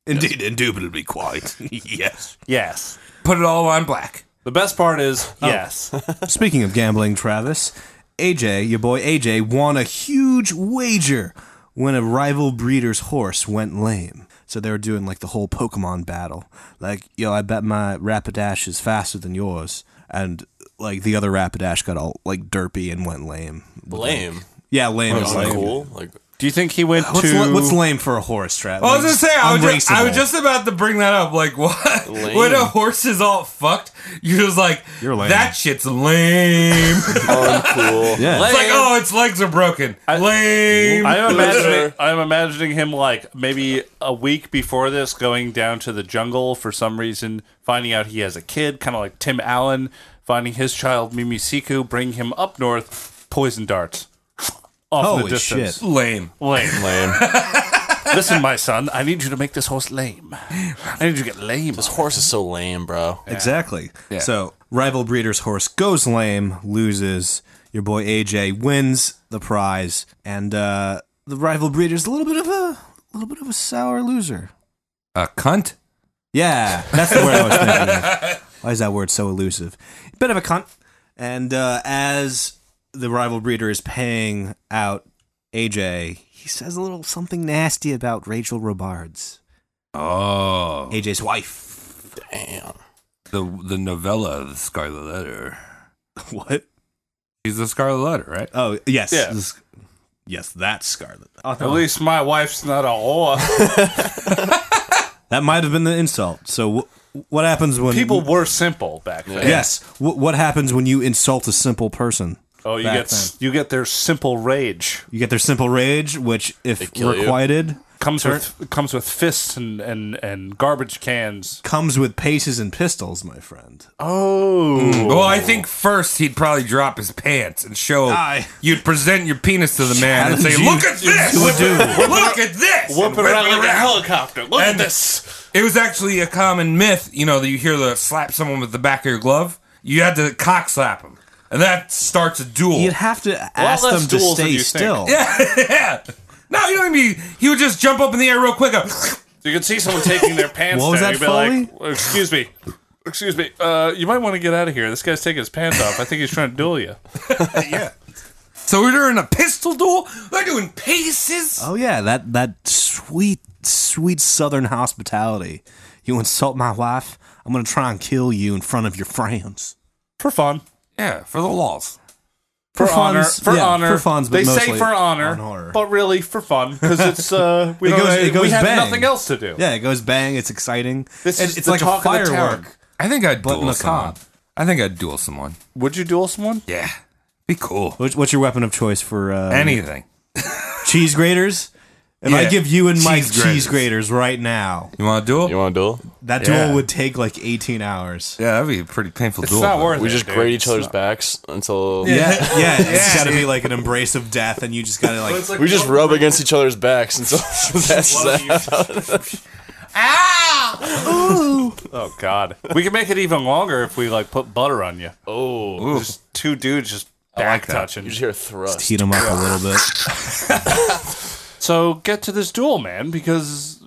Speaker 8: indeed, indubitably quite. [laughs] yes.
Speaker 7: Yes.
Speaker 1: Put it all on black.
Speaker 7: The best part is oh, yes.
Speaker 8: Speaking of gambling, Travis, AJ, your boy AJ, won a huge wager when a rival breeder's horse went lame. So they were doing like the whole Pokemon battle. Like, yo, I bet my Rapidash is faster than yours. And like the other Rapidash got all like derpy and went lame.
Speaker 9: Lame.
Speaker 8: Yeah, lame. is
Speaker 9: Like,
Speaker 8: lame.
Speaker 9: cool. Like
Speaker 7: [laughs] Do you think he went
Speaker 8: What's,
Speaker 7: to
Speaker 8: la- what's lame for a horse trap?
Speaker 1: I was gonna say I was, just, I was just about to bring that up. Like what?
Speaker 9: Lame.
Speaker 1: When a horse is all fucked, you're just like
Speaker 8: You're lame.
Speaker 1: that shit's lame. [laughs] it's
Speaker 9: uncool.
Speaker 7: [laughs]
Speaker 8: Yeah.
Speaker 1: like oh, its legs are broken. lame.
Speaker 7: I'm
Speaker 9: Loser.
Speaker 7: imagining, I'm imagining him like maybe a week before this going down to the jungle for some reason, finding out he has a kid, kind of like Tim Allen, finding his child Mimi Siku, bring him up north, poison darts. Off in
Speaker 8: Holy
Speaker 7: the distance.
Speaker 8: shit.
Speaker 1: lame.
Speaker 7: Lame.
Speaker 9: Lame.
Speaker 7: Listen, my son, I need you to make this horse lame. I need you to get lame.
Speaker 9: this horse is so lame, bro.
Speaker 8: Exactly. So rival breeder's horse goes lame, loses. Your boy AJ wins the prize, and uh, the rival breeder's a little bit of a little bit of a sour loser.
Speaker 1: A cunt.
Speaker 8: Yeah, that's the word I was thinking. Of. Why is that word so elusive? Bit of a cunt. And uh, as the rival breeder is paying out AJ, he says a little something nasty about Rachel Robards,
Speaker 1: Oh,
Speaker 8: AJ's wife. [laughs]
Speaker 9: Damn.
Speaker 1: the the novella of the Scarlet Letter.
Speaker 8: What?
Speaker 1: She's the Scarlet Letter, right?
Speaker 8: Oh yes,
Speaker 7: Yeah.
Speaker 8: This- yes, that's Scarlet.
Speaker 7: At least my wife's not a [laughs] whore.
Speaker 8: That might have been the insult. So, wh- what happens when
Speaker 7: People were simple back then.
Speaker 8: Yes. Wh- what happens when you insult a simple person?
Speaker 7: Oh, you
Speaker 8: Back
Speaker 7: get s you get their simple rage.
Speaker 8: You get their simple rage, which,
Speaker 9: They
Speaker 8: if
Speaker 9: kill you.
Speaker 8: requited,
Speaker 7: Comes with comes with fists and, and, and garbage cans.
Speaker 8: comes with paces and pistols, my friend.
Speaker 7: Oh,
Speaker 1: Well, I think first he'd probably drop his pants and show.
Speaker 8: Aye.
Speaker 1: You'd present your penis to the man and say,
Speaker 8: Challenge you
Speaker 1: "Look at this! Look at this!
Speaker 7: Whoop
Speaker 1: And
Speaker 7: it around
Speaker 1: whip
Speaker 7: like a helicopter. Look
Speaker 1: And
Speaker 7: at this.
Speaker 1: It was actually a common myth, you know, that you hear the slap someone with the back of your glove. You had to cock slap him, and that starts a duel.
Speaker 8: You'd have to ask
Speaker 7: less
Speaker 8: them to
Speaker 7: duels than
Speaker 8: stay
Speaker 7: you think.
Speaker 8: still.
Speaker 1: [laughs] yeah. No, you don't even. He would just jump up in the air real quick. Go, [laughs]
Speaker 7: You can see someone taking [laughs] their pants
Speaker 8: What was
Speaker 7: down.
Speaker 8: that,
Speaker 7: You'd be like, "Well, excuse me. Excuse me. Uh, you might want to get out of here. This guy's taking his pants off. I think he's trying to duel you.
Speaker 1: so we're doing a pistol duel. We're doing paces.
Speaker 8: Oh yeah, that that sweet sweet Southern hospitality. You insult my wife, I'm gonna try and kill you in front of your friends.
Speaker 7: For fun.
Speaker 1: Yeah, for the laws.
Speaker 7: For, honor.
Speaker 8: funds,
Speaker 7: For
Speaker 8: yeah,
Speaker 7: honor.
Speaker 8: for funds, but
Speaker 7: they say
Speaker 8: mostly
Speaker 7: for honor,
Speaker 8: on horror. [laughs]
Speaker 7: but really for fun because it's uh, we,
Speaker 8: It
Speaker 7: don't,
Speaker 8: goes- it
Speaker 7: we
Speaker 8: goes
Speaker 7: have
Speaker 8: bang.
Speaker 7: nothing else to do.
Speaker 8: Yeah, it goes bang. It's exciting.
Speaker 7: This
Speaker 8: It-
Speaker 7: is
Speaker 8: it's
Speaker 7: the
Speaker 8: like
Speaker 7: talk of
Speaker 8: a
Speaker 7: the town.
Speaker 8: firework.
Speaker 1: I think I'd
Speaker 8: But
Speaker 1: duel someone.
Speaker 8: macabre.
Speaker 1: I think I'd duel someone.
Speaker 7: Would you duel someone?
Speaker 1: Yeah, be cool.
Speaker 8: What's, what's your weapon of choice for uh,
Speaker 1: Anything.
Speaker 8: cheese graters? If
Speaker 1: Yeah,
Speaker 8: I give you and Mike
Speaker 1: cheese
Speaker 8: cheese,
Speaker 1: graters.
Speaker 8: graters right now,
Speaker 1: You want to duel?
Speaker 9: You want to duel?
Speaker 8: that
Speaker 1: Yeah.
Speaker 8: duel would take like 18 hours.
Speaker 1: yeah, that'd be a pretty painful
Speaker 7: It's
Speaker 1: duel.
Speaker 7: not
Speaker 1: though.
Speaker 7: worth
Speaker 9: We
Speaker 7: it.
Speaker 9: just
Speaker 7: dude.
Speaker 9: grate each
Speaker 7: It's
Speaker 9: other's
Speaker 7: not-
Speaker 9: backs until
Speaker 8: Yeah, yeah,
Speaker 7: [laughs]
Speaker 8: it's
Speaker 1: Yeah,
Speaker 8: got to
Speaker 1: dude.
Speaker 8: be like an embrace of death, and you just got to like,
Speaker 9: we just rub against each other's backs until [laughs] that's that.
Speaker 7: Oh God. we can make it even longer if we like put butter on you.
Speaker 9: Oh,
Speaker 1: Ooh,
Speaker 7: Just two dudes just
Speaker 1: like
Speaker 7: back
Speaker 1: that.
Speaker 7: touching.
Speaker 9: you just hear a thrust.
Speaker 8: heat them up a little bit.
Speaker 7: So get to this duel, man, because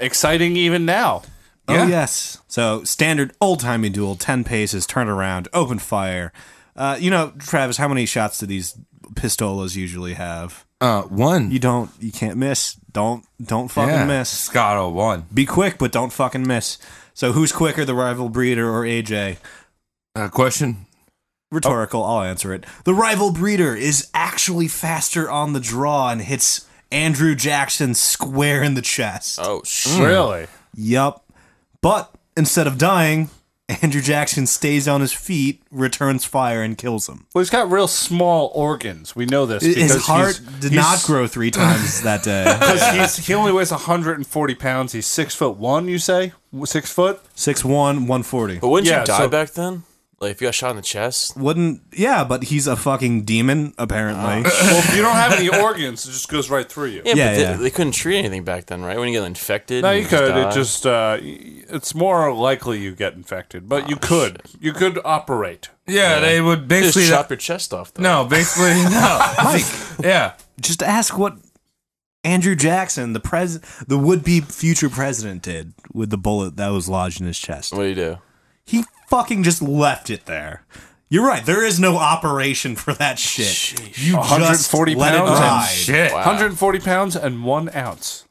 Speaker 7: exciting even now.
Speaker 1: Yeah.
Speaker 8: Oh yes. So standard old timey duel, ten paces, turn around, open fire. Uh, you know, Travis, how many shots do these pistolas usually have?
Speaker 1: uh, one.
Speaker 8: You don't, you can't miss. Don't, don't fucking
Speaker 1: yeah.
Speaker 8: miss.
Speaker 1: Scotto won.
Speaker 8: Be quick, but don't fucking miss. So who's quicker, the rival breeder or AJ?
Speaker 1: Uh, question.
Speaker 8: Rhetorical. I'll answer it. The rival breeder is actually faster on the draw and hits Andrew Jackson square in the chest.
Speaker 9: Oh shit!
Speaker 7: Really?
Speaker 8: Yup. But instead of dying, Andrew Jackson stays on his feet, returns fire, and kills him.
Speaker 7: Well, he's got real small organs. We know this. because
Speaker 8: his heart
Speaker 7: he's-
Speaker 8: did
Speaker 7: he's-
Speaker 8: not grow three times that day.
Speaker 7: [laughs] 'cause he's- he only weighs 140 pounds. He's six foot one. You say six foot?
Speaker 8: Six one, one forty.
Speaker 9: But wouldn't
Speaker 7: Yeah,
Speaker 9: you die
Speaker 7: so-
Speaker 9: back then? Like if you got shot in the chest?
Speaker 8: Wouldn't yeah, but he's a fucking demon apparently.
Speaker 7: Well, if you don't have any organs, it just goes right through you.
Speaker 9: Yeah,
Speaker 8: Yeah,
Speaker 9: but they-
Speaker 8: yeah.
Speaker 9: They, couldn't treat anything back then, right? When you get infected,
Speaker 7: No,
Speaker 9: and
Speaker 7: you could.
Speaker 9: die.
Speaker 7: It just uh, y- it's more likely you get infected, but you could you could operate.
Speaker 1: Yeah, they would
Speaker 9: You just
Speaker 1: basically.
Speaker 9: chop your chest off.
Speaker 1: [laughs]
Speaker 9: Though.
Speaker 1: no, basically
Speaker 8: [laughs]
Speaker 1: no. yeah,
Speaker 8: Just ask what Andrew Jackson, the pres, the would be future president, did with the bullet that was lodged in his chest.
Speaker 9: What do you do?
Speaker 8: He fucking just left it there. You're right. There is no operation for that shit. You just
Speaker 7: 140
Speaker 8: let it
Speaker 7: pounds?
Speaker 8: ride.
Speaker 1: Oh, Shit. [laughs] Wow.
Speaker 7: 140 pounds and one ounce.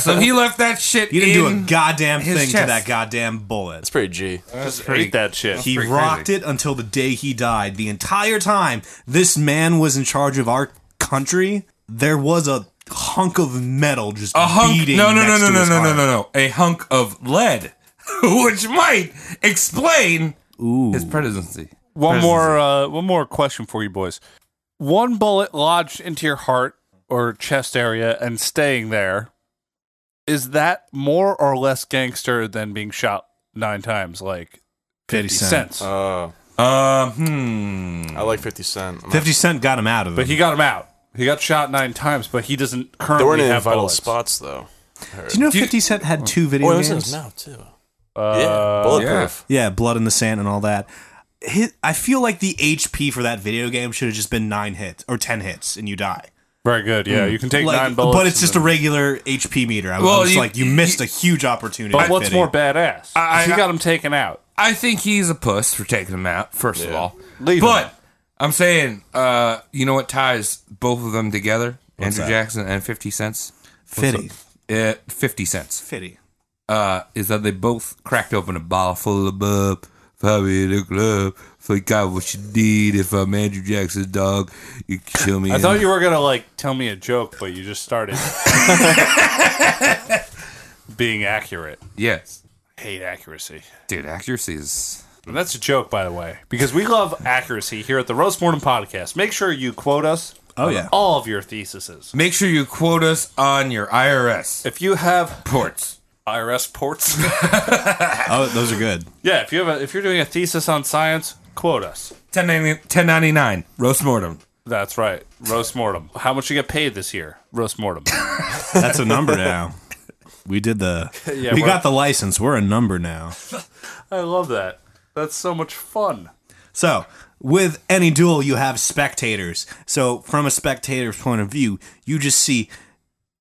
Speaker 1: So he left that shit.
Speaker 8: You didn't do
Speaker 1: in-
Speaker 8: a goddamn
Speaker 1: his
Speaker 8: thing to
Speaker 1: chest.
Speaker 8: that goddamn bullet.
Speaker 9: That's pretty G.
Speaker 7: Just
Speaker 1: pretty-
Speaker 7: ate that shit.
Speaker 8: He
Speaker 1: pretty
Speaker 8: rocked it until the day he died. The entire time this man was in charge of our country, there was a hunk of metal just
Speaker 1: a hunk.
Speaker 8: beating.
Speaker 1: No, no, no,
Speaker 8: next
Speaker 1: no,
Speaker 8: to
Speaker 1: no,
Speaker 8: his
Speaker 1: no, no,
Speaker 8: heart.
Speaker 1: no, no. A hunk of lead, [laughs] which might explain his presidency.
Speaker 7: One
Speaker 1: Presidency.
Speaker 7: more, uh, one more question for you boys. One bullet lodged into your heart or chest area and staying there. Is that more or less gangster than being shot nine times, like 50
Speaker 8: 50 Cent.
Speaker 7: cents?
Speaker 9: Uh,
Speaker 1: Uh, hmm.
Speaker 9: I like 50 Cent. I'm not-
Speaker 8: 50 Cent got him out of it.
Speaker 7: but he got him out. He got shot nine times, but he doesn't
Speaker 9: They
Speaker 7: currently
Speaker 9: weren't in
Speaker 7: have
Speaker 9: vital
Speaker 7: bullets.
Speaker 9: spots, though.
Speaker 8: Do you know
Speaker 1: Do you-
Speaker 8: 50 Cent had two video
Speaker 9: Oh, it was in his
Speaker 8: games?
Speaker 9: mouth, too. yeah,
Speaker 7: Uh,
Speaker 9: bulletproof.
Speaker 8: Yeah, Blood in the Sand and all that. Hit, I feel like the HP for that video game should have just been nine hits or 10 hits and you die.
Speaker 7: Very good. Yeah, you can take
Speaker 8: Like,
Speaker 7: nine bullets.
Speaker 8: but it's
Speaker 7: and
Speaker 8: just a
Speaker 7: then-
Speaker 8: regular HP meter. I was
Speaker 1: Well,
Speaker 8: just
Speaker 1: you-
Speaker 8: like, you
Speaker 1: you-
Speaker 8: missed a huge opportunity.
Speaker 7: But what's
Speaker 8: Fitty.
Speaker 7: more badass?
Speaker 1: I-
Speaker 7: he
Speaker 1: I-
Speaker 7: got him taken out.
Speaker 1: I think he's a puss for taking him out, first of
Speaker 9: Yeah.
Speaker 1: all.
Speaker 7: Leave
Speaker 1: but
Speaker 7: him.
Speaker 1: I'm saying, uh, you know what ties both of them together? Andrew
Speaker 8: that?
Speaker 1: Jackson and 50 Cents?
Speaker 8: Fitty.
Speaker 1: Uh, 50 Cents.
Speaker 8: Fitty.
Speaker 1: Uh, is that they both cracked open a bottle full of bub. Probably in the club. So you got what you need. If I'm Andrew Jackson's dog, you can kill me.
Speaker 7: I thought you were gonna like tell me a joke, but you just [laughs] started being accurate.
Speaker 1: Yes.
Speaker 7: Hate accuracy.
Speaker 1: Dude, accuracy is.
Speaker 7: And that's a joke, by the way, because we love accuracy here at the Roast Morning Podcast. Make sure you quote us.
Speaker 8: Oh,
Speaker 7: on
Speaker 8: yeah.
Speaker 7: all of your theses.
Speaker 1: Make sure you quote us on your IRS
Speaker 7: If you have
Speaker 1: reports.
Speaker 7: IRS ports, [laughs]
Speaker 8: Oh, those are good.
Speaker 7: yeah. If you have a, if you're doing a thesis on science, quote us.
Speaker 1: 1090 1099. Roast mortem.
Speaker 7: That's right. Roast Mortem. How much you get paid this year? Roast Mortem.
Speaker 8: That's a [laughs] number now. We did the.
Speaker 7: Yeah,
Speaker 8: we
Speaker 7: we're-
Speaker 8: got the license. We're a number now.
Speaker 7: [laughs] I love that. That's so much fun.
Speaker 8: So, with any duel, you have spectators. So, from a spectator's point of view, you just see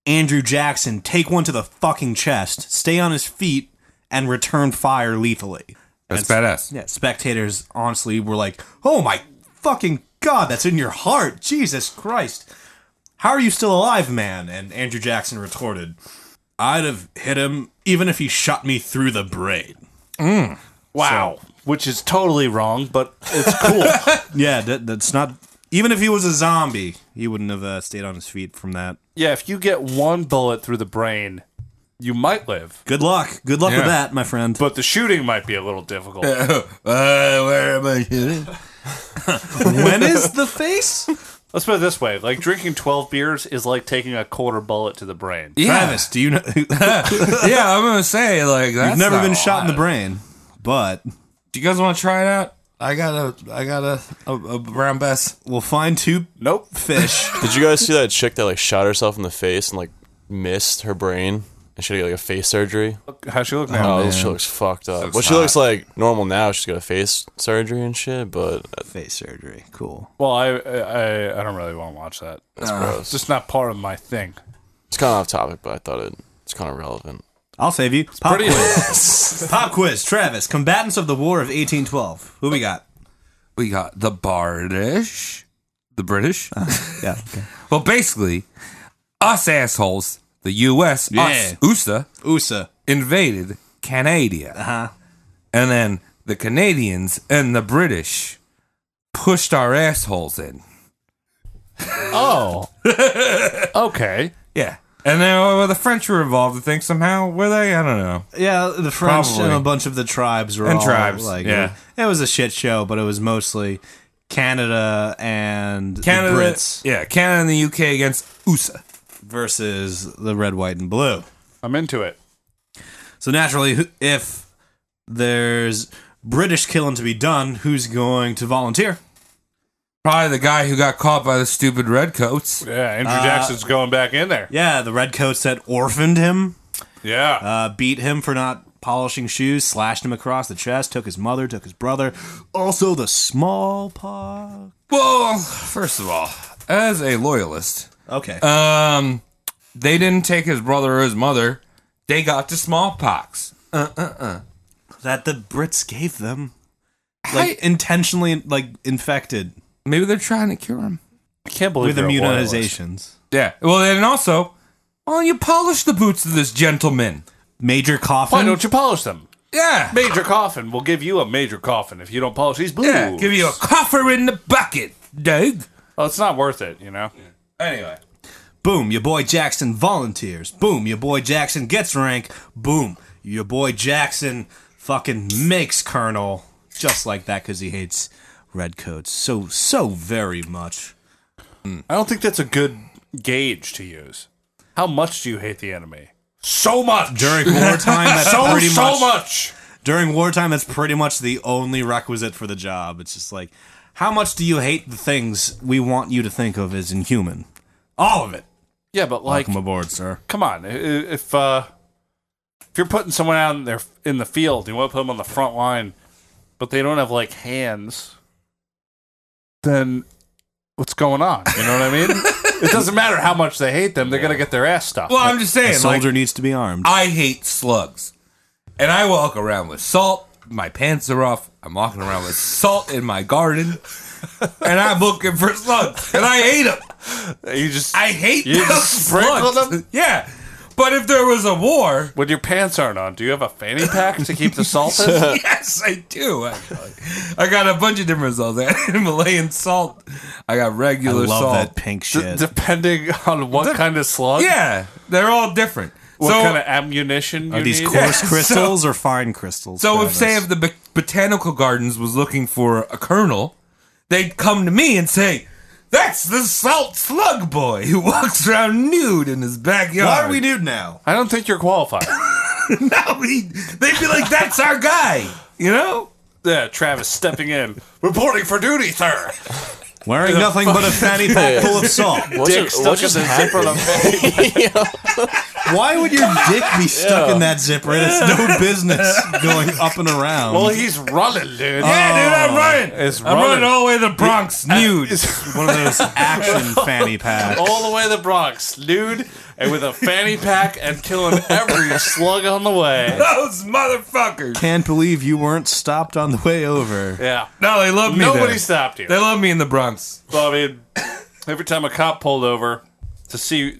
Speaker 8: Andrew Jackson take one to the fucking chest, stay on his feet, and return fire lethally.
Speaker 1: That's badass.
Speaker 8: Yeah, spectators honestly were like, "Oh my fucking god, that's in your heart, Jesus Christ! How are you still alive, man?" And Andrew Jackson retorted, "I'd have hit him even if he shot me through the brain."
Speaker 7: Mm. Wow. Which is totally wrong, but it's cool.
Speaker 8: Yeah, that, that's not. Even if he was a zombie, he wouldn't have uh, stayed on his feet from that.
Speaker 7: [laughs] yeah, if you get one bullet through the brain, you might live,
Speaker 8: Good luck. Good luck with
Speaker 1: Yeah.
Speaker 8: that, my friend.
Speaker 7: but the shooting might be a little
Speaker 1: [laughs]
Speaker 7: difficult.
Speaker 1: Uh, where am I shooting?
Speaker 8: [laughs] when is
Speaker 7: [laughs]
Speaker 8: the face?
Speaker 7: Let's put it this way like drinking 12 beers is like taking a quarter bullet to the brain.
Speaker 8: Travis, do you know? [laughs] You've
Speaker 1: yeah, I'm gonna say like that's
Speaker 8: never
Speaker 1: not
Speaker 8: been
Speaker 1: a
Speaker 8: shot
Speaker 1: lot.
Speaker 8: in the brain, but
Speaker 1: Do you guys want to try it out? I got a I got a a, a brown bass.
Speaker 8: we'll find two
Speaker 7: Nope.
Speaker 8: fish.
Speaker 9: Did you guys see that chick that like shot herself in the face and like missed her brain and she had like a face surgery?
Speaker 7: How she look now?
Speaker 9: Oh, she looks fucked up.
Speaker 1: Looks
Speaker 9: well, she
Speaker 1: hot.
Speaker 9: looks like normal now. She's got a face surgery and shit, but
Speaker 8: face surgery. Cool.
Speaker 7: Well, I, I I don't really want to watch that.
Speaker 9: that's
Speaker 7: It's
Speaker 9: gross.
Speaker 7: Uh, just not part of my thing.
Speaker 9: It's kind of off topic, but I thought it, it's kind of relevant.
Speaker 8: I'll save you. Pop quiz. [laughs] Pop quiz. Travis, combatants of the War of 1812. Who we got?
Speaker 1: We got the Bardish, the British.
Speaker 8: Yeah.
Speaker 1: well, basically, us assholes, the U.S.
Speaker 8: Yeah.
Speaker 1: us USA
Speaker 8: USA.
Speaker 1: invaded Canada,
Speaker 8: Uh-huh.
Speaker 1: and then the Canadians and the British pushed our assholes in.
Speaker 7: Oh. [laughs] okay.
Speaker 1: Yeah. And then uh, the French were involved, I think, somehow. Were they? I don't know.
Speaker 8: Yeah, the French and
Speaker 1: Probably.
Speaker 8: a bunch of the tribes were
Speaker 1: And
Speaker 8: all
Speaker 1: tribes,
Speaker 8: like
Speaker 1: yeah.
Speaker 8: it was a shit show, but it was mostly Canada and
Speaker 1: Canada,
Speaker 8: the Brits
Speaker 1: yeah, Canada and the UK against USA.
Speaker 8: versus the red, white, and blue.
Speaker 7: I'm into it.
Speaker 8: So naturally, who- if there's British killing to be done, who's going to volunteer?
Speaker 1: Probably the guy who got caught by the stupid redcoats.
Speaker 7: Yeah, Andrew Jackson's going back in there.
Speaker 8: Yeah, the redcoats that orphaned him
Speaker 7: Yeah.
Speaker 8: uh, beat him for not polishing shoes, slashed him across the chest, took his mother, took his brother, also the smallpox.
Speaker 1: Well, first of all, as a loyalist,
Speaker 8: Okay.
Speaker 7: Uh,
Speaker 1: um, they didn't take his brother or his mother. They got the smallpox.
Speaker 8: that the Brits gave them. like intentionally like infected
Speaker 1: Maybe they're trying to cure him.
Speaker 7: I can't believe
Speaker 8: with
Speaker 7: you're a loyalist.
Speaker 8: immunizations.
Speaker 1: Yeah. Well, and also, why don't you polish the boots of this gentleman?
Speaker 8: Major coffin.
Speaker 7: Why don't you polish them?
Speaker 1: Yeah.
Speaker 7: Major coffin. We'll give you a major coffin if you don't polish these boots.
Speaker 1: Yeah. Give you a coffer in the bucket, Doug.
Speaker 7: Well, it's not worth it, you know.
Speaker 1: Anyway.
Speaker 8: Boom, your boy Jackson volunteers. Boom, your boy Jackson gets rank. Boom, your boy Jackson fucking makes Colonel. Just like that because he hates redcoats so, so very much.
Speaker 7: I don't think that's a good gauge to use. How much do you hate the enemy? So much.
Speaker 8: During wartime, that's
Speaker 7: so
Speaker 8: Uh, pretty
Speaker 7: so much.
Speaker 8: much, During wartime, that's pretty much the only requisite for the job. It's just like, how much do you hate the things we want you to think of as inhuman? All of it.
Speaker 7: Yeah, but like,
Speaker 8: Welcome aboard, sir.
Speaker 7: come on. i- i- If uh, if you're putting someone out in their in the field, you want to put them on the front line, but they don't have like hands, then what's going on? You know what I mean? it doesn't matter how much they hate them; they're gonna get their ass stopped.
Speaker 1: Well, I'm just
Speaker 8: A
Speaker 1: saying, like,
Speaker 8: soldier needs to be armed.
Speaker 1: I hate slugs. And I walk around with salt. My pants are off. I'm walking around with salt in my garden. And I'm looking for slugs. And I hate them.
Speaker 7: you just
Speaker 1: I hate
Speaker 7: You
Speaker 1: them
Speaker 7: just sprinkle
Speaker 1: slugs.
Speaker 7: them?
Speaker 1: Yeah. But if there was a
Speaker 7: [laughs]
Speaker 1: war,
Speaker 7: when your pants aren't on, do you have a fanny pack to keep the salt
Speaker 8: [laughs]
Speaker 7: in?
Speaker 1: yes, I do. Actually. I got a bunch of different salts. [laughs] I got Himalayan salt. I got
Speaker 8: I
Speaker 1: regular
Speaker 8: love
Speaker 1: salt.
Speaker 8: that pink
Speaker 7: D-
Speaker 8: shit.
Speaker 7: depending on what kind of slug,
Speaker 1: Yeah, they're all different.
Speaker 7: what
Speaker 1: so,
Speaker 7: kind of ammunition
Speaker 8: Are
Speaker 7: you
Speaker 8: these
Speaker 7: need.
Speaker 1: [laughs]
Speaker 8: coarse
Speaker 1: Yeah,
Speaker 8: crystals or fine crystals?
Speaker 1: so if
Speaker 8: Travis?
Speaker 1: say if the b- botanical gardens was looking for a colonel, they'd come to me and say, "That's the salt slug boy who [laughs] walks around nude in his backyard."
Speaker 8: why are we nude now?
Speaker 7: I don't think you're qualified.
Speaker 1: [laughs] No, we- they'd be like, "That's our guy," you know.
Speaker 7: [laughs] Yeah, Travis stepping in, reporting for duty, sir.
Speaker 8: Wearing nothing but a fanny pack full of salt. [laughs]
Speaker 9: What
Speaker 7: Dick
Speaker 9: just, what
Speaker 7: stuck in
Speaker 9: just
Speaker 7: the
Speaker 9: [laughs]
Speaker 7: zipper
Speaker 9: happened?
Speaker 7: of a
Speaker 8: Why would your dick be stuck in that zipper? And
Speaker 1: [laughs]
Speaker 8: it's no business going up and around.
Speaker 7: Well, he's running,
Speaker 1: Yeah, dude,
Speaker 7: dude.
Speaker 1: I'm running.
Speaker 7: Oh, It's
Speaker 1: I'm running
Speaker 7: running.
Speaker 1: all the way to the Bronx nude.
Speaker 7: It's
Speaker 8: one of [laughs] those action fanny packs.
Speaker 7: all the way to the Bronx, nude and with a fanny pack and killing
Speaker 8: [laughs]
Speaker 7: every slug on the [laughs] way.
Speaker 1: [laughs] Those motherfuckers.
Speaker 8: Can't believe you weren't stopped on the way over.
Speaker 7: Yeah.
Speaker 1: No, they love me.
Speaker 7: Nobody
Speaker 1: there.
Speaker 7: stopped you.
Speaker 1: They love me in the Bronx.
Speaker 7: Well, I mean, every time a cop pulled over to see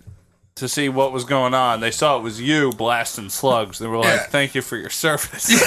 Speaker 7: to see what was going on, they saw it was you blasting slugs. They were like, "Thank you for your service."
Speaker 1: Yeah,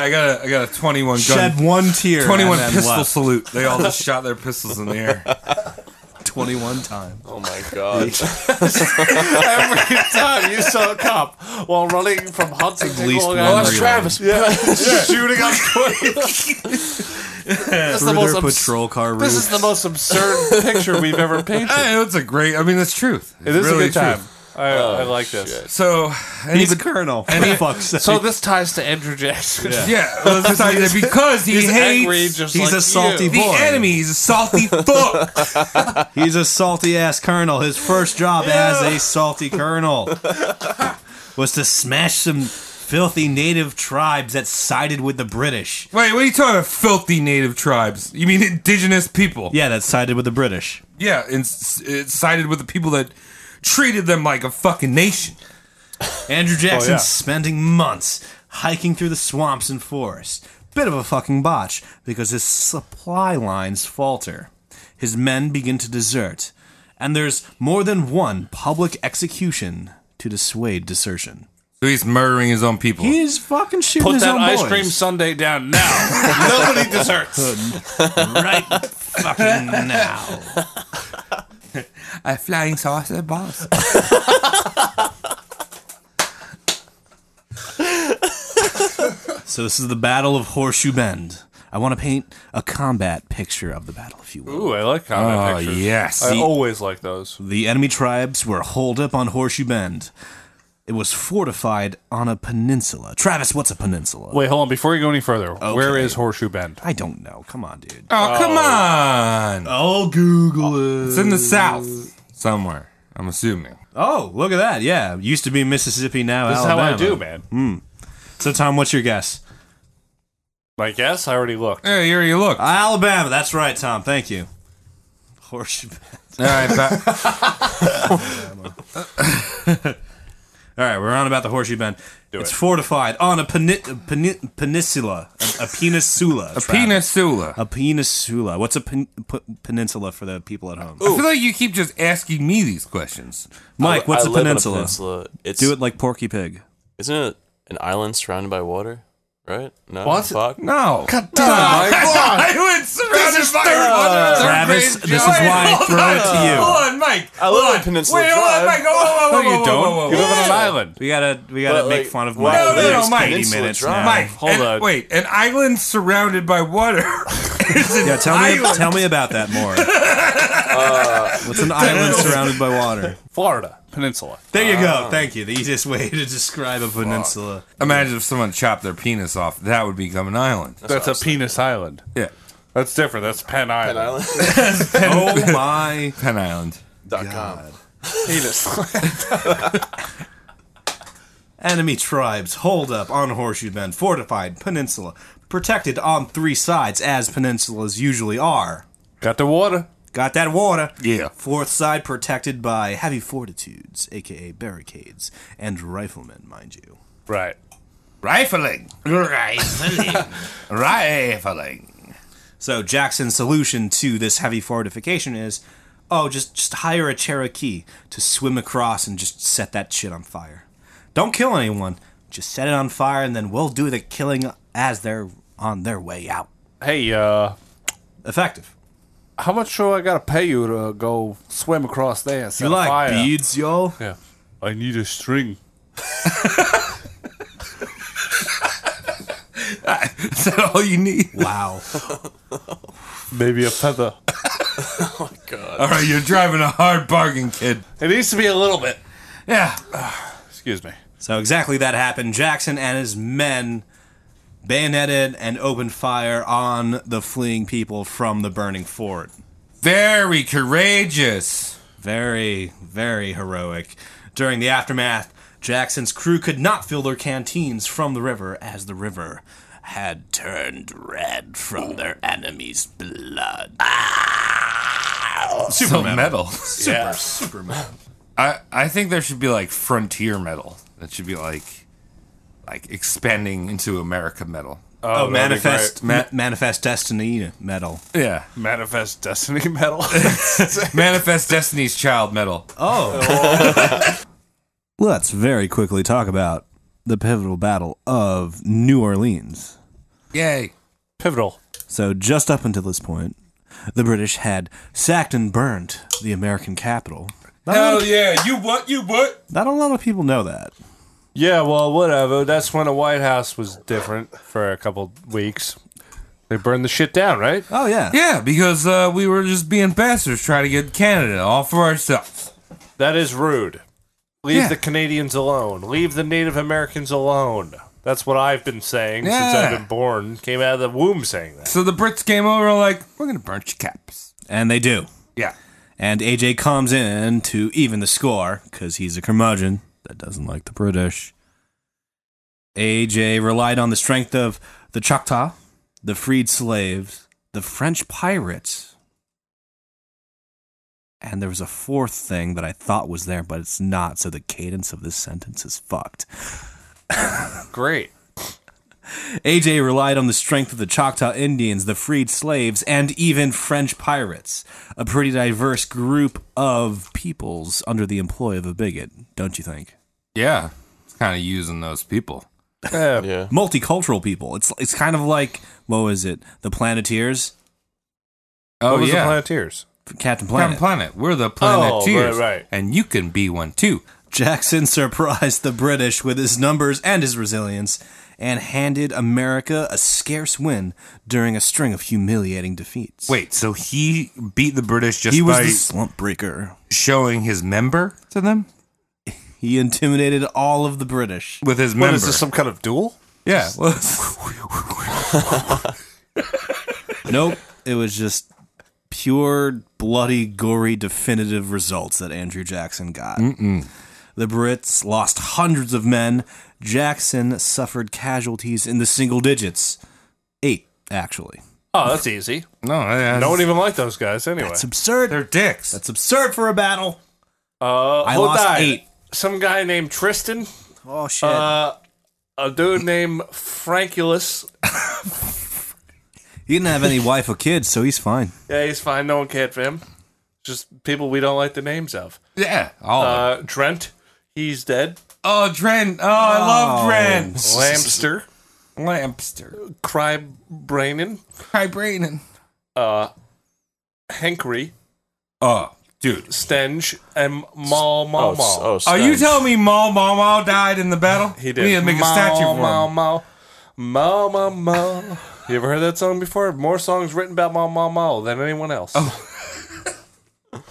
Speaker 1: I got a I got a 21 gun.
Speaker 8: Shed one tear.
Speaker 1: 21
Speaker 8: and then
Speaker 1: pistol
Speaker 8: [laughs] left
Speaker 1: salute. They all
Speaker 7: [laughs]
Speaker 1: just shot their pistols in the air.
Speaker 8: 21 times.
Speaker 9: Oh my god.
Speaker 7: [laughs] every time you saw a cop while running from Huntington,
Speaker 8: least
Speaker 7: Long
Speaker 8: one
Speaker 7: Island,
Speaker 8: reload.
Speaker 7: "Oh, Travis, yeah, [laughs] shooting up. That's the
Speaker 8: Through
Speaker 7: most
Speaker 8: their
Speaker 7: abs-
Speaker 8: patrol car
Speaker 7: This
Speaker 8: roof.
Speaker 7: is the most absurd picture we've ever painted.
Speaker 1: Hey, it's a great. I mean, it's truth. It's
Speaker 7: It is
Speaker 1: really
Speaker 7: a good time.
Speaker 1: truth.
Speaker 7: I,
Speaker 8: Oh,
Speaker 7: I like this.
Speaker 1: So, and
Speaker 8: He's
Speaker 1: even,
Speaker 8: colonel. For
Speaker 1: he-
Speaker 8: [laughs] fuck's sake.
Speaker 7: So this ties to Andrew Jackson.
Speaker 1: yeah, well, it's not- because he
Speaker 7: He's angry,
Speaker 1: hates
Speaker 7: just
Speaker 8: he's
Speaker 7: like
Speaker 8: a salty
Speaker 7: you.
Speaker 1: the
Speaker 8: boy.
Speaker 1: enemy. He's a [laughs] salty fuck.
Speaker 8: He's a salty ass colonel. His first job as a salty [laughs] colonel was to smash some filthy native tribes that sided with the British.
Speaker 1: Wait, what are you talking about? Filthy native tribes? You mean indigenous people?
Speaker 8: Yeah, that sided with the British.
Speaker 1: Yeah, and s- it sided with the people that treated them like a fucking nation.
Speaker 8: Andrew Jackson
Speaker 7: yeah.
Speaker 8: spending months hiking through the swamps and forests. Bit of a fucking botch because his supply lines falter. His men begin to desert, and there's more than one public execution to dissuade desertion.
Speaker 1: So he's murdering his own people.
Speaker 8: He's fucking shooting
Speaker 7: Put
Speaker 8: his
Speaker 7: that
Speaker 8: own
Speaker 7: ice
Speaker 8: boys.
Speaker 7: cream
Speaker 8: [laughs]
Speaker 7: sundae down [laughs] now. Nobody deserts.
Speaker 8: right fucking now.
Speaker 1: a flying saucer boss.
Speaker 8: So this is the Battle of Horseshoe Bend. I want to paint a combat picture of the battle, if you will.
Speaker 7: Ooh, I like combat
Speaker 8: Ah,
Speaker 1: Oh,
Speaker 7: pictures.
Speaker 1: yes.
Speaker 7: I
Speaker 1: The-
Speaker 7: always like those.
Speaker 8: The enemy tribes were holed up on Horseshoe Bend. It was fortified on a peninsula. Travis, what's a peninsula?
Speaker 7: Wait, hold on. Before you go any further, where is Horseshoe Bend?
Speaker 8: I don't know. Come on, dude.
Speaker 1: Oh, come on.
Speaker 8: I'll Google
Speaker 1: It's in the south somewhere. I'm assuming.
Speaker 8: Oh, look at that. Yeah. Used to be Mississippi, now
Speaker 7: This is how
Speaker 8: Alabama.
Speaker 7: I do, man.
Speaker 8: So, Tom, what's your guess?
Speaker 7: My guess, I already looked.
Speaker 1: Yeah, here you look. All
Speaker 8: Alabama. That's right, Tom. Thank you. Horseshoe Bend.
Speaker 1: right, back.
Speaker 8: All right, we're on about the Horseshoe Bend. it's fortified on a peni- peni- peninsula, a, a peninsula,
Speaker 1: A peninsula.
Speaker 8: a peninsula. What's a pen- p- peninsula for the people at home?
Speaker 1: I feel like you keep just asking me these questions.
Speaker 8: Mike,
Speaker 9: I
Speaker 8: what's a
Speaker 9: live on
Speaker 8: peninsula?
Speaker 9: peninsula? It's,
Speaker 8: Do it like Porky Pig.
Speaker 9: Isn't it an island surrounded by water? Right? No.
Speaker 7: What?
Speaker 9: Fuck.
Speaker 1: No. God
Speaker 8: damn,
Speaker 1: [laughs]
Speaker 8: Mike.
Speaker 1: I would surround this by third,
Speaker 8: Travis,
Speaker 1: grade
Speaker 8: this is
Speaker 1: giants.
Speaker 8: why I
Speaker 1: Hold
Speaker 8: throw it
Speaker 1: on,
Speaker 8: to you.
Speaker 1: Hold on, Mike.
Speaker 9: I
Speaker 1: hold
Speaker 9: live on
Speaker 1: on.
Speaker 9: Peninsula
Speaker 1: Wait, hold on,
Speaker 9: Drive.
Speaker 1: Mike. Whoa, whoa, whoa,
Speaker 7: No,
Speaker 1: whoa,
Speaker 7: you
Speaker 1: whoa,
Speaker 7: don't.
Speaker 1: whoa, whoa.
Speaker 7: You live on an island.
Speaker 8: We gotta we gotta
Speaker 9: But,
Speaker 8: make
Speaker 9: like,
Speaker 8: fun of
Speaker 9: why
Speaker 8: Mike.
Speaker 1: No, no,
Speaker 8: It's
Speaker 1: no, Mike.
Speaker 8: 80
Speaker 9: Peninsula
Speaker 8: minutes
Speaker 9: Drive.
Speaker 8: now.
Speaker 1: Mike,
Speaker 7: Hold
Speaker 1: an-
Speaker 7: on.
Speaker 1: Wait, an island surrounded by water. [laughs] is an
Speaker 8: Yeah, tell me
Speaker 1: island.
Speaker 8: tell me about that
Speaker 1: [laughs]
Speaker 8: more. What's an island surrounded by water?
Speaker 7: Florida peninsula.
Speaker 8: There you go. Thank you. The easiest way to describe a peninsula.
Speaker 1: Imagine if someone chopped their penis off. That would become an island.
Speaker 7: That's, a penis island.
Speaker 1: Yeah.
Speaker 7: That's different. That's Penn Island.
Speaker 9: Island.
Speaker 8: Oh my!
Speaker 1: Penn Island. [laughs]
Speaker 9: Dot com.
Speaker 7: Penis.
Speaker 8: [laughs] Enemy tribes hold up on Horseshoe Bend, fortified peninsula, protected on three sides as peninsulas usually are.
Speaker 7: Got the water.
Speaker 8: Got that water?
Speaker 1: Yeah.
Speaker 8: Fourth side protected by heavy fortitudes, aka barricades, and riflemen, mind you.
Speaker 7: Right.
Speaker 1: Rifling. Rifling. [laughs] Rifling.
Speaker 8: So Jackson's solution to this heavy fortification is, oh, just just hire a Cherokee to swim across and just set that shit on fire. Don't kill anyone. Just set it on fire, and then we'll do the killing as they're on their way out.
Speaker 7: Hey, uh,
Speaker 8: Effective.
Speaker 7: how much do I gotta pay you to go swim across there? and
Speaker 8: You
Speaker 7: set a
Speaker 8: like
Speaker 7: fire?
Speaker 1: [laughs]
Speaker 8: beads, yo?
Speaker 7: Yeah. I need a string.
Speaker 1: Is that all you need?
Speaker 8: Wow.
Speaker 7: Maybe a feather.
Speaker 1: All right, you're driving a hard bargain, kid.
Speaker 7: It needs to be a little bit.
Speaker 1: Yeah.
Speaker 7: Excuse me.
Speaker 8: so exactly that happened. Jackson and his men bayoneted and opened fire on the fleeing people from the burning fort.
Speaker 1: Very courageous.
Speaker 8: very, very heroic. During the aftermath, Jackson's crew could not fill their canteens from the river as the river had turned red from their enemy's blood.
Speaker 1: Oh,
Speaker 8: Super
Speaker 1: So
Speaker 8: metal.
Speaker 1: metal. [laughs]
Speaker 8: Super, super metal.
Speaker 1: I, I think there should be like frontier metal. That should be like like expanding into America metal.
Speaker 8: Oh, manifest,
Speaker 1: great.
Speaker 8: ma- manifest destiny metal.
Speaker 1: Yeah. [laughs]
Speaker 7: Manifest Destiny [laughs] metal.
Speaker 1: Manifest Destiny's Child metal.
Speaker 8: [laughs] Let's very quickly talk about the pivotal battle of New Orleans.
Speaker 1: Yay.
Speaker 7: Pivotal.
Speaker 8: So, just up until this point, the British had sacked and burned the American capital. Not, a, lot
Speaker 1: Hell
Speaker 8: of,
Speaker 1: yeah. You what? You what?
Speaker 8: not a lot of people know that.
Speaker 7: Yeah, well, whatever. That's when the White House was different for a couple weeks. They burned the shit down, right?
Speaker 8: Oh, yeah.
Speaker 1: Yeah, because uh, we were just being bastards trying to get Canada all for ourselves.
Speaker 7: That is rude. Leave
Speaker 1: Yeah.
Speaker 7: the Canadians alone. Leave the Native Americans alone. That's what I've been saying since
Speaker 1: Yeah.
Speaker 7: I've been born. Came out of the womb saying that.
Speaker 1: So the Brits came over and like, we're going to burn your caps.
Speaker 8: And they do.
Speaker 1: Yeah.
Speaker 8: And AJ comes in to even the score because he's a curmudgeon that doesn't like the British. AJ relied on the strength of the Choctaw, the freed slaves, the French pirates. And there was a fourth thing that I thought was there, but it's not. So the cadence of this sentence is fucked. [laughs]
Speaker 7: Great.
Speaker 8: AJ relied on the strength of the Choctaw Indians, the freed slaves, and even French pirates, a pretty diverse group of peoples under the employ of a bigot, don't you think?
Speaker 1: Yeah. It's kind of using those people.
Speaker 8: [laughs]
Speaker 9: Yeah.
Speaker 8: Multicultural people. It's it's kind of like what was it? The Planeteers,
Speaker 1: Oh,
Speaker 7: what was
Speaker 1: yeah.
Speaker 7: the Planeteers?
Speaker 8: Captain Planet.
Speaker 1: Planet. planet. We're the Planeteers.
Speaker 7: right, right.
Speaker 1: And you can be one too.
Speaker 8: Jackson [laughs] surprised the British with his numbers and his resilience, and handed America a scarce win during a string of humiliating defeats.
Speaker 1: Wait, so he beat the British just
Speaker 8: he was
Speaker 1: by
Speaker 8: the slump breaker.
Speaker 1: showing his member to them
Speaker 8: He intimidated all of the British.
Speaker 1: with his
Speaker 7: What
Speaker 1: member?
Speaker 7: is this, some kind of duel?
Speaker 1: yeah. Well,
Speaker 8: Nope. It was just pure, bloody, gory, definitive results that Andrew Jackson got. The Brits lost hundreds of men. Jackson suffered casualties in the single digits. Eight, actually.
Speaker 7: Oh, that's easy.
Speaker 1: no, yeah,
Speaker 7: No one even liked those guys anyway.
Speaker 8: That's absurd.
Speaker 1: they're dicks.
Speaker 8: That's absurd for a battle.
Speaker 7: Uh,
Speaker 8: I
Speaker 7: hold
Speaker 8: lost
Speaker 7: on.
Speaker 8: eight.
Speaker 7: some guy named Tristan, Uh,
Speaker 8: Oh shit!
Speaker 7: a dude named Frankulus.
Speaker 8: he didn't
Speaker 1: [laughs]
Speaker 8: have any wife or kids, so he's fine.
Speaker 7: Yeah, he's fine. No one cared for him. Just people we don't like the names of.
Speaker 1: Yeah. Oh,
Speaker 7: Uh, Trent, he's dead.
Speaker 1: oh Trent. Oh, I love Trent.
Speaker 7: Lamster,
Speaker 1: Lampster.
Speaker 7: Crybrainen,
Speaker 1: Hi, Brayden.
Speaker 7: Uh, Henkery,
Speaker 1: Oh, dude.
Speaker 7: Stenge, and Mal
Speaker 9: Oh,
Speaker 7: Mal
Speaker 9: s- oh,
Speaker 7: Mal.
Speaker 1: Are you
Speaker 9: Stench.
Speaker 1: telling me Maul Maul Maul died in the battle?
Speaker 7: He did.
Speaker 1: We need to make a
Speaker 7: Mal,
Speaker 1: statue for
Speaker 7: Mal,
Speaker 1: him.
Speaker 7: Mal, Mal, Mal, Mal. You ever heard that song before? More songs written about Mal Mal Mal than anyone else.
Speaker 1: Oh.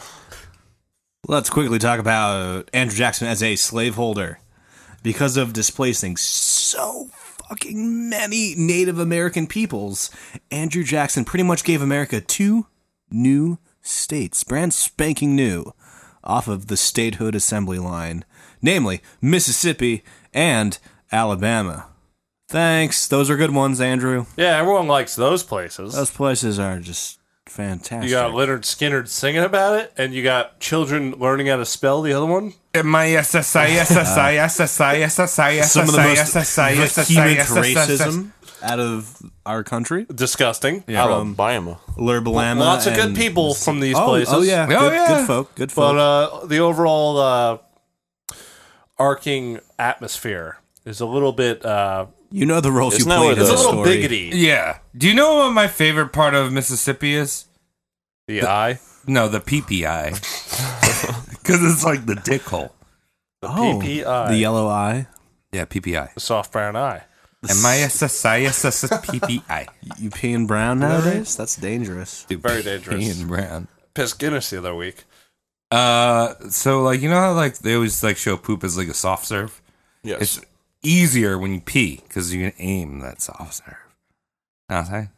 Speaker 8: Let's quickly talk about Andrew Jackson as a slaveholder because of displacing so fucking many Native American peoples. Andrew Jackson pretty much gave America two new states, brand spanking new, off of the statehood assembly line, namely Mississippi and Alabama. Thanks. Those are good ones, Andrew.
Speaker 7: Yeah, everyone likes those places.
Speaker 8: Those places are just fantastic.
Speaker 7: you got Leonard Skinner singing about it, and you got children learning how to spell the other one.
Speaker 1: Am I yes, yes, yes, yes, yes, yes, yes, yes, yes,
Speaker 8: some of the
Speaker 1: yes,
Speaker 8: most
Speaker 1: yes, yes, yes, yes,
Speaker 8: vehement
Speaker 1: yes, yes, yes,
Speaker 8: racism out of our country.
Speaker 7: Disgusting.
Speaker 9: Alabama.
Speaker 8: Lurbalama.
Speaker 7: Lots of good
Speaker 8: and-
Speaker 7: people from these
Speaker 8: Oh,
Speaker 7: places.
Speaker 8: oh yeah.
Speaker 1: Uh, Oh,
Speaker 8: good,
Speaker 1: yeah.
Speaker 8: good folk. Good folk.
Speaker 7: But uh, the overall uh, arcing atmosphere is a little bit uh,
Speaker 8: you know the roles you
Speaker 9: Isn't that
Speaker 8: played
Speaker 9: what
Speaker 8: in
Speaker 9: it
Speaker 7: it's a
Speaker 8: the
Speaker 9: is?
Speaker 7: little
Speaker 8: story.
Speaker 7: biggity.
Speaker 1: Yeah. Do you know what my favorite part of Mississippi is?
Speaker 7: The eye,
Speaker 1: No, the
Speaker 7: [laughs]
Speaker 1: PPI. Because it's like the dick hole.
Speaker 7: the
Speaker 8: Oh,
Speaker 7: PPI,
Speaker 8: The yellow eye.
Speaker 1: Yeah, PPI.
Speaker 7: the soft brown eye.
Speaker 1: Am I yes, yes, yes, yes, yes,
Speaker 7: [laughs]
Speaker 1: PPI?
Speaker 8: You peeing brown nowadays? That's dangerous.
Speaker 7: Very dangerous.
Speaker 1: Ian Brown.
Speaker 7: Pissed Guinness the other week.
Speaker 1: Uh, so like you know how like they always like show poop as like a soft serve.
Speaker 9: Yes.
Speaker 1: It's easier when you pee because you can aim that soft serve. Know what I'm saying?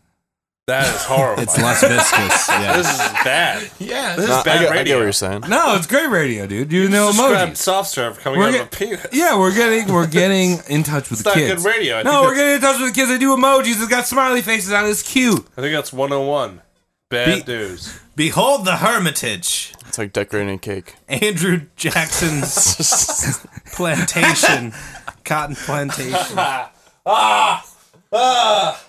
Speaker 7: That is horrible.
Speaker 8: [laughs] It's less viscous. Yeah.
Speaker 7: this is
Speaker 8: [laughs]
Speaker 7: bad.
Speaker 1: Yeah,
Speaker 7: This
Speaker 9: Nah,
Speaker 7: is bad
Speaker 9: I, get, I get what
Speaker 7: radio.
Speaker 9: you're saying.
Speaker 1: No, it's great radio, dude. You know
Speaker 7: Describe
Speaker 1: emojis.
Speaker 7: soft serve coming
Speaker 1: We're
Speaker 7: out
Speaker 1: get-
Speaker 7: of a penis.
Speaker 1: Yeah, we're getting we're getting in touch with
Speaker 7: It's
Speaker 1: the
Speaker 7: not
Speaker 1: kids.
Speaker 7: good radio. I
Speaker 1: no,
Speaker 7: think
Speaker 1: we're
Speaker 7: that's-
Speaker 1: getting in touch with the kids. They do emojis. It's got smiley faces on. it. It's cute.
Speaker 7: I think that's 101. Bad
Speaker 8: Be- [laughs]
Speaker 7: news.
Speaker 8: Behold the Hermitage,
Speaker 9: It's like decorating a cake.
Speaker 8: Andrew [laughs] Jackson's plantation, cotton plantation. Ah!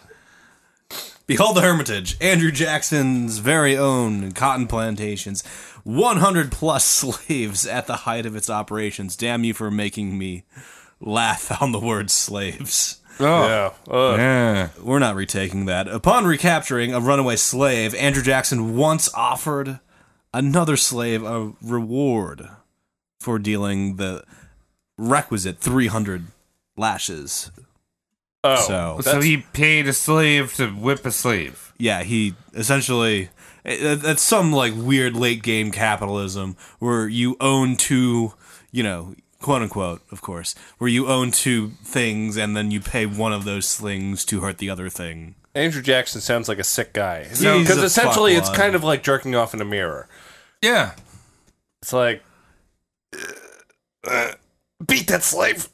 Speaker 8: Behold the Hermitage, Andrew Jackson's very own cotton plantations. 100 plus [laughs] slaves at the height of its operations. Damn you for making me laugh on the word slaves.
Speaker 1: Oh,
Speaker 7: Yeah. Ugh.
Speaker 1: yeah.
Speaker 8: We're not retaking that. Upon recapturing a runaway slave, Andrew Jackson once offered another slave a reward for dealing the requisite 300 lashes.
Speaker 7: Oh.
Speaker 8: So
Speaker 1: So he paid a slave to whip a slave.
Speaker 8: yeah, he essentially it- that's some like weird late game capitalism where you own two, you know, quote unquote, of course, where you own two things and then you pay one of those things to hurt the other thing.
Speaker 7: Andrew Jackson sounds like a sick guy.
Speaker 8: He's
Speaker 7: Because
Speaker 8: a
Speaker 7: essentially, it's
Speaker 8: fuckwad.
Speaker 7: kind of like jerking off in a mirror.
Speaker 1: Yeah.
Speaker 7: It's like, uh, beat that slave.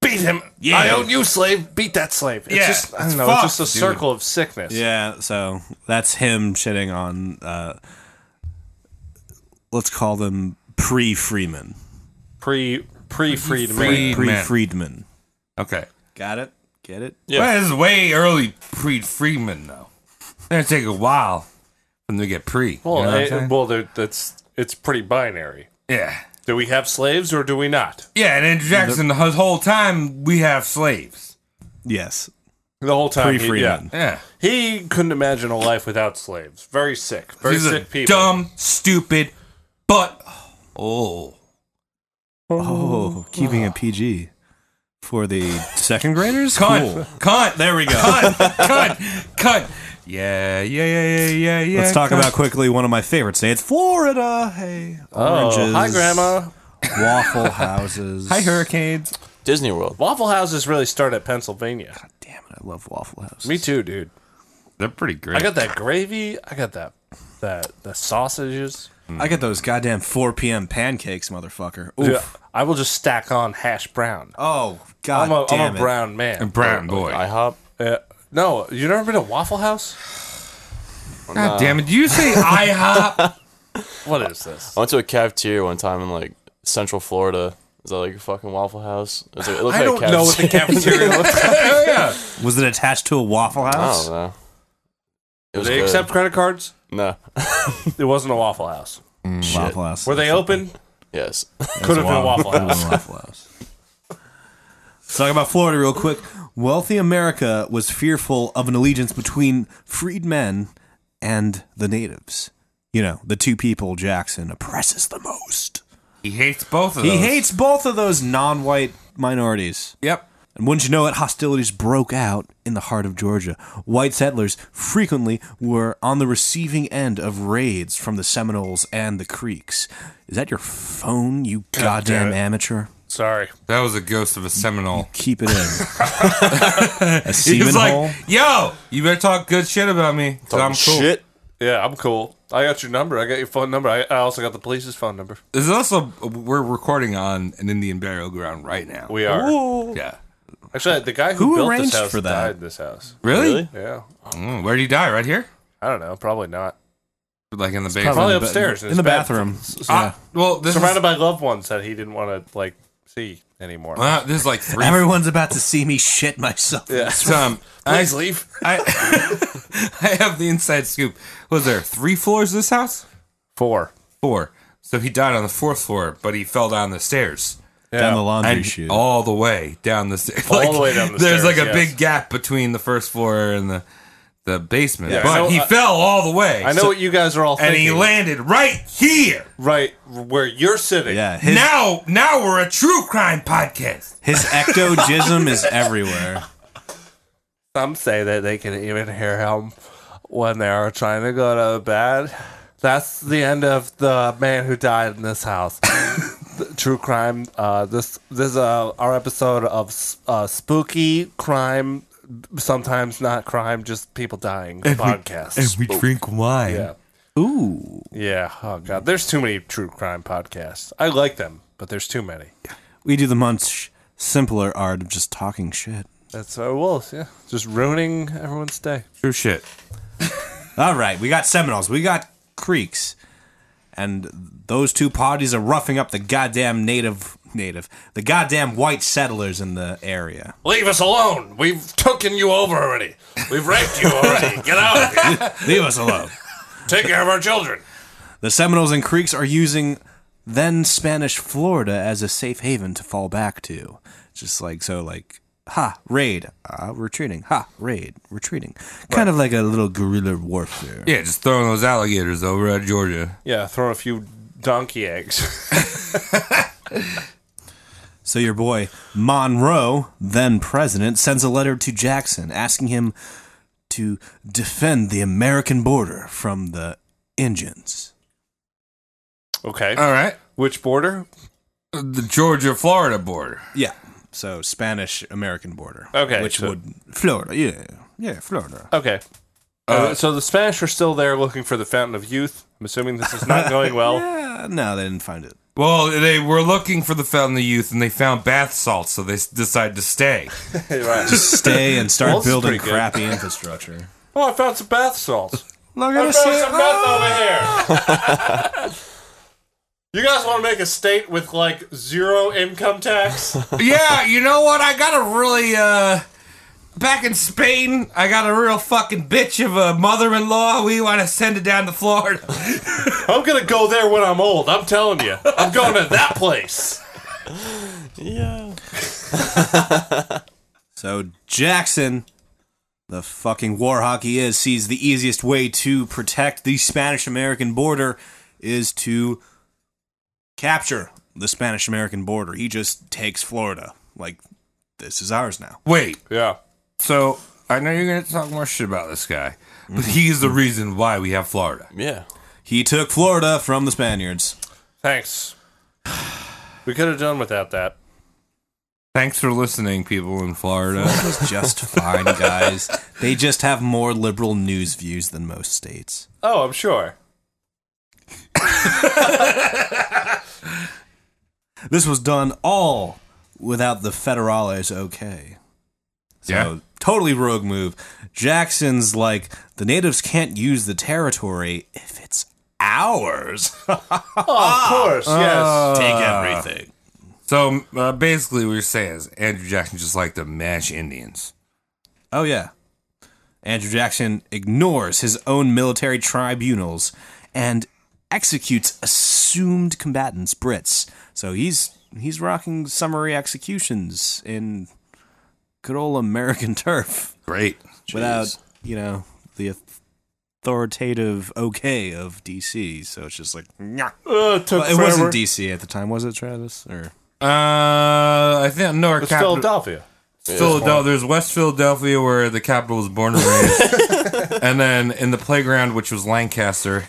Speaker 7: Beat him.
Speaker 1: Yeah.
Speaker 7: I own you, slave. Beat that slave. It's
Speaker 1: Yeah.
Speaker 7: just, I
Speaker 1: It's
Speaker 7: don't know,
Speaker 1: fucked,
Speaker 7: it's just a
Speaker 1: dude.
Speaker 7: circle of sickness.
Speaker 8: Yeah, so that's him shitting on uh let's call them pre-freeman.
Speaker 7: Pre, pre-freed
Speaker 1: Free-
Speaker 7: man.
Speaker 1: Freedman.
Speaker 8: Pre-freedman.
Speaker 1: Okay.
Speaker 8: Got it? Get it?
Speaker 9: Yeah.
Speaker 1: Well, this is way early pre Freeman though. It's gonna take a while for them to get pre.
Speaker 7: Well,
Speaker 1: you know what I'm
Speaker 7: I-
Speaker 1: saying?
Speaker 7: well there- that's, it's pretty binary.
Speaker 1: yeah,
Speaker 7: Do we have slaves or do we not?
Speaker 1: yeah. And Andrew Jackson, the whole time we have slaves.
Speaker 8: Yes.
Speaker 7: The whole time. he- yeah.
Speaker 8: Pre-freeman.
Speaker 1: Yeah,
Speaker 7: He couldn't imagine a life without slaves. Very sick. Very
Speaker 1: He's
Speaker 7: sick
Speaker 1: a
Speaker 7: people.
Speaker 1: dumb, stupid, but oh,
Speaker 8: Oh, keeping it PG for the second graders?
Speaker 1: cunt,
Speaker 8: Cool.
Speaker 1: cunt,
Speaker 8: There we go.
Speaker 1: cunt, cunt, cunt. Yeah, yeah, yeah, yeah, yeah, yeah.
Speaker 8: Let's talk
Speaker 1: cunt.
Speaker 8: about quickly one of my favorite states, Florida. Hey, oranges.
Speaker 7: Oh, hi, Grandma.
Speaker 8: Waffle [laughs] houses.
Speaker 1: Hi, hurricanes.
Speaker 9: Disney World.
Speaker 7: Waffle houses really start at Pennsylvania.
Speaker 8: Damn it, I love waffle houses.
Speaker 7: Me too, dude.
Speaker 1: They're pretty great.
Speaker 7: I got that gravy. I got that that the sausages.
Speaker 8: I get those goddamn 4 p.m. pancakes, motherfucker. Oof.
Speaker 7: Dude, I will just stack on hash brown.
Speaker 8: Oh God,
Speaker 7: I'm a,
Speaker 8: damn
Speaker 7: I'm a
Speaker 8: it.
Speaker 7: brown man.
Speaker 1: brown boy.
Speaker 9: IHOP.
Speaker 7: Uh, no, you never been to Waffle House?
Speaker 1: God damn it! Did you say IHOP?
Speaker 7: [laughs] What is this?
Speaker 9: I went to a cafeteria one time in like Central Florida. Is that like a fucking Waffle House? It's like, it looked
Speaker 7: I
Speaker 9: like
Speaker 7: don't know
Speaker 1: [laughs]
Speaker 7: what the cafeteria looks like.
Speaker 8: Was it attached to a
Speaker 9: [laughs]
Speaker 8: Waffle
Speaker 9: I
Speaker 8: House?
Speaker 7: Oh,
Speaker 9: don't know. It
Speaker 7: Do
Speaker 9: was
Speaker 7: they
Speaker 9: good.
Speaker 7: accept credit cards?
Speaker 9: no. [laughs]
Speaker 7: It wasn't a Waffle House.
Speaker 8: Mm. Waffle House.
Speaker 7: Were they open?
Speaker 9: yes.
Speaker 7: Could have been a Waffle
Speaker 8: Could've been
Speaker 7: House.
Speaker 8: a Waffle House. Let's talk about Florida real quick. Wealthy America was fearful of an allegiance between freedmen and the natives. You know, the two people Jackson oppresses the most.
Speaker 1: He hates both of
Speaker 8: He
Speaker 1: those.
Speaker 8: hates both of those non white minorities.
Speaker 1: Yep.
Speaker 8: And wouldn't you know it, hostilities broke out in the heart of Georgia. White settlers frequently were on the receiving end of raids from the Seminoles and the Creeks. Is that your phone, you goddamn amateur?
Speaker 7: Sorry.
Speaker 1: That was a ghost of a Seminole.
Speaker 8: Keep [laughs] it in. A
Speaker 1: He
Speaker 8: semen
Speaker 1: was like,
Speaker 8: hole?
Speaker 1: "Yo, you better talk good shit about me, i I'm cool."
Speaker 9: Talking Shit.
Speaker 7: Yeah, I'm cool. I got your number. I got your phone number. I, I also got the police's phone number.
Speaker 1: There's also we're recording on an Indian burial ground right now.
Speaker 7: We are.
Speaker 1: yeah.
Speaker 7: Actually, the guy who,
Speaker 8: Who
Speaker 7: built
Speaker 8: arranged
Speaker 7: this house
Speaker 8: for that?
Speaker 7: died in this house.
Speaker 1: Really?
Speaker 9: Really?
Speaker 7: Yeah.
Speaker 1: Mm, where did he die? Right here?
Speaker 7: I don't know. Probably not.
Speaker 1: Like in the basement?
Speaker 7: Probably
Speaker 8: ba-
Speaker 7: upstairs.
Speaker 8: in
Speaker 7: his
Speaker 8: the
Speaker 7: bed.
Speaker 8: bathroom.
Speaker 1: Ah, well, this is,
Speaker 7: Surrounded by loved ones that he didn't want to, like, see anymore.
Speaker 1: uh, this is like three. [laughs]
Speaker 8: Everyone's about to see me shit myself.
Speaker 7: yeah.
Speaker 1: um, I,
Speaker 7: Please leave.
Speaker 1: I, [laughs] I have the inside scoop. Was there three floors of this house?
Speaker 7: Four.
Speaker 1: Four. So he died on the fourth floor, but he fell down the stairs.
Speaker 8: Down the laundry
Speaker 1: and
Speaker 8: chute.
Speaker 1: all the way down the stairs.
Speaker 7: All the way down the
Speaker 1: There's
Speaker 7: stairs,
Speaker 1: like a
Speaker 7: yes.
Speaker 1: big gap between the first floor and the the basement,
Speaker 7: Yeah, I
Speaker 1: but
Speaker 7: know-
Speaker 1: he
Speaker 7: I-
Speaker 1: fell all the way.
Speaker 7: I know
Speaker 1: So-
Speaker 7: what you guys are all
Speaker 1: and
Speaker 7: thinking.
Speaker 1: he landed right here.
Speaker 7: right where you're sitting.
Speaker 8: Yeah, his,
Speaker 1: now, now we're a true crime podcast.
Speaker 8: his ectogism
Speaker 7: [laughs]
Speaker 8: is everywhere.
Speaker 7: Some say that they can even hear him when they are trying to go to bed. That's the end of the man who died in this house. The True crime. Uh, this this is uh, our episode of s- uh, spooky crime. Sometimes not crime, just people dying. podcast.
Speaker 1: we drink wine.
Speaker 7: yeah,
Speaker 8: Ooh.
Speaker 7: yeah. Oh god, there's too many true crime podcasts. I like them, but there's too many.
Speaker 8: We do the much simpler art of just talking shit.
Speaker 7: That's our wolves. Yeah, just ruining everyone's day.
Speaker 1: True shit.
Speaker 8: All right, we got Seminoles, we got Creeks, and those two parties are roughing up the goddamn native, native, the goddamn white settlers in the area.
Speaker 7: Leave us alone. We've taken you over already. We've raped you already. Get out of here.
Speaker 8: Leave us alone.
Speaker 7: Take care of our children.
Speaker 8: The Seminoles and Creeks are using then Spanish Florida as a safe haven to fall back to. Just like so, like ha raid, uh, retreating, ha raid, retreating, kind of like a little guerrilla warfare.
Speaker 1: Yeah, just throwing those alligators over at Georgia.
Speaker 7: Yeah, throw a few donkey eggs.
Speaker 8: So your boy Monroe, then president, sends a letter to Jackson asking him to defend the American border from the Indians.
Speaker 7: [laughs] Okay.
Speaker 1: All right,
Speaker 7: Uh, Which border?
Speaker 1: the Georgia-Florida border.
Speaker 8: Yeah. So Spanish American border.
Speaker 7: Okay,
Speaker 8: Which
Speaker 7: so-
Speaker 8: would Florida, yeah. Yeah, Florida.
Speaker 7: Okay. Uh, so the Spanish are still there looking for the Fountain of Youth. I'm assuming this is not going well.
Speaker 8: [laughs] Yeah, no, they didn't find it.
Speaker 1: Well, they were looking for the Fountain of Youth, and they found bath salts, so they s- decided to stay.
Speaker 7: Right.
Speaker 8: Stay and start
Speaker 7: Well, this is
Speaker 8: building
Speaker 7: pretty good.
Speaker 8: crappy infrastructure.
Speaker 7: [laughs] Oh, I found some bath [laughs] salts.
Speaker 8: Look
Speaker 7: I found some meth over here. Ah! [laughs] You guys want to make a state with like zero income tax?
Speaker 1: yeah, you know what? I got a really uh back in Spain, I got a real fucking bitch of a mother-in-law. We want to send it down to Florida.
Speaker 7: I'm gonna go there when I'm old. I'm telling you. I'm going to that place.
Speaker 9: Yeah.
Speaker 8: So Jackson, the fucking war hawk he is, sees the easiest way to protect the Spanish American border is to capture the Spanish American border. He just takes Florida. Like, this is ours now.
Speaker 1: Wait.
Speaker 7: Yeah.
Speaker 1: So, I know you're going to talk more shit about this guy, but he's the reason why we have Florida.
Speaker 9: Yeah.
Speaker 8: He took Florida from the Spaniards.
Speaker 7: Thanks. We could have done without that.
Speaker 1: Thanks for listening, people in Florida.
Speaker 8: It's just fine, guys. They just have more liberal news views than most states.
Speaker 7: Oh, I'm sure.
Speaker 8: This was done all without the Federales okay. So
Speaker 1: Yeah.
Speaker 8: totally rogue move. Jackson's like the natives can't use the territory if it's ours. [laughs]
Speaker 7: Oh,
Speaker 8: Uh,
Speaker 7: Of course, yes.
Speaker 8: Take everything.
Speaker 1: So uh, basically, what you're saying is Andrew Jackson just like to mash Indians.
Speaker 8: Oh, yeah. Andrew Jackson ignores his own military tribunals and executes assumed combatants, Brits. So he's he's rocking summary executions in good old American [laughs] turf
Speaker 1: Great.
Speaker 8: without, you know, the authoritative okay of DC. So it's just like, nyah.
Speaker 7: Uh, it took
Speaker 8: Well, it
Speaker 7: forever.
Speaker 8: wasn't DC at the time, was it, Travis? Or
Speaker 1: Uh, I think North
Speaker 7: It's Philadelphia.
Speaker 1: Philadelphia. There's West Philadelphia, where the capital was born and raised,
Speaker 8: [laughs]
Speaker 1: and then in the playground, which was Lancaster.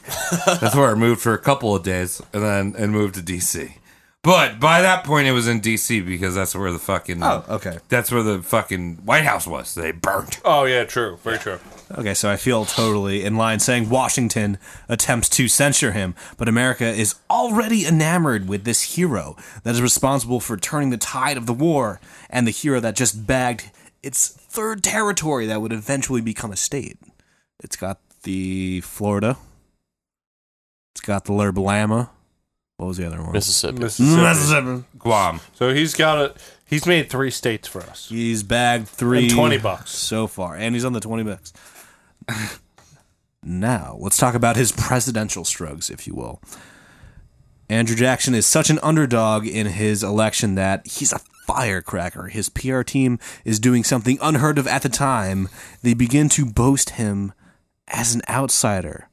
Speaker 1: That's where I moved for a couple of days, and then and moved to DC. But by that point, it was in DC because that's where the fucking
Speaker 8: Oh, okay,
Speaker 1: that's where the fucking White House was. They burnt.
Speaker 7: Oh yeah, true, very true.
Speaker 8: okay. So I feel totally in line saying Washington attempts to censure him, but America is already enamored with this hero that is responsible for turning the tide of the war, and the hero that just bagged its third territory that would eventually become a state. It's got the Florida. It's got the Lerbalama. What was the other one?
Speaker 9: Mississippi.
Speaker 7: Mississippi.
Speaker 1: Guam.
Speaker 7: So he's got a he's made three states for us.
Speaker 8: He's bagged three
Speaker 7: And 20 bucks.
Speaker 8: so far, and he's on the twenty bucks. now let's talk about his presidential struggles, if you will. Andrew Jackson is such an underdog in his election that he's a firecracker. His PR team is doing something unheard of at the time. They begin to boast him as an outsider.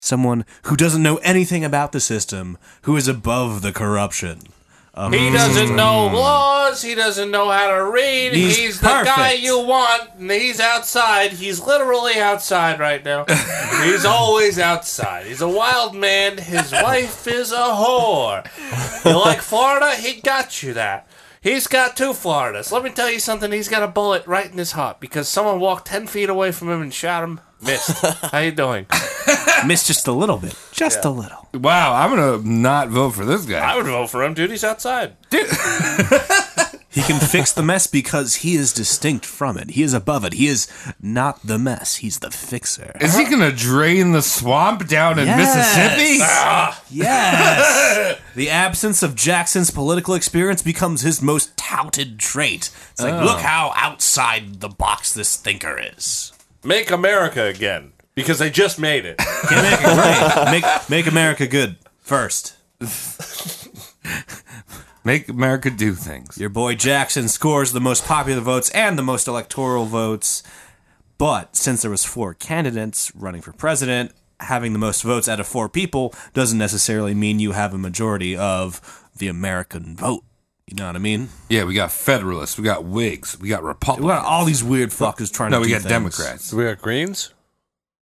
Speaker 8: Someone who doesn't know anything about the system, who is above the corruption. of
Speaker 7: He doesn't know laws. He doesn't know how to read.
Speaker 8: He's
Speaker 7: He's, the guy
Speaker 8: perfect.
Speaker 7: you want. and He's outside. He's literally outside right now. He's always outside. He's a wild man. [laughs] His wife is a whore. You like Florida? He got you that. He's got two Floridas. Let me tell you something. He's got a bullet right in his heart because someone walked ten feet away from him and shot him. Missed. [laughs] How you doing?
Speaker 8: Miss just a little bit. Just a little.
Speaker 1: Wow, I'm gonna not vote for this guy.
Speaker 7: I would vote for him. Dude, he's outside.
Speaker 8: He can fix the mess because he is distinct from it. He is above it. He is not the mess. He's the fixer.
Speaker 1: Is he gonna drain the swamp down in
Speaker 8: Yes.
Speaker 1: Mississippi?
Speaker 8: [laughs] Yes. the absence of Jackson's political experience becomes his most touted trait. It's like, look how outside the box this thinker is.
Speaker 7: Make America again because they just made it.
Speaker 8: Can't make it great. Make, make America good first.
Speaker 1: Make America do things.
Speaker 8: Your boy Jackson scores the most popular votes and the most electoral votes. But since there was four candidates running for president, having the most votes out of four people doesn't necessarily mean you have a majority of the American vote. You know what I mean?
Speaker 1: Yeah, we got Federalists, we got Whigs, we got
Speaker 8: We
Speaker 1: Republicans.
Speaker 8: got all these weird fuckers trying
Speaker 1: no,
Speaker 8: to
Speaker 1: we
Speaker 8: do
Speaker 1: got
Speaker 8: things.
Speaker 1: Democrats.
Speaker 7: we got Greens.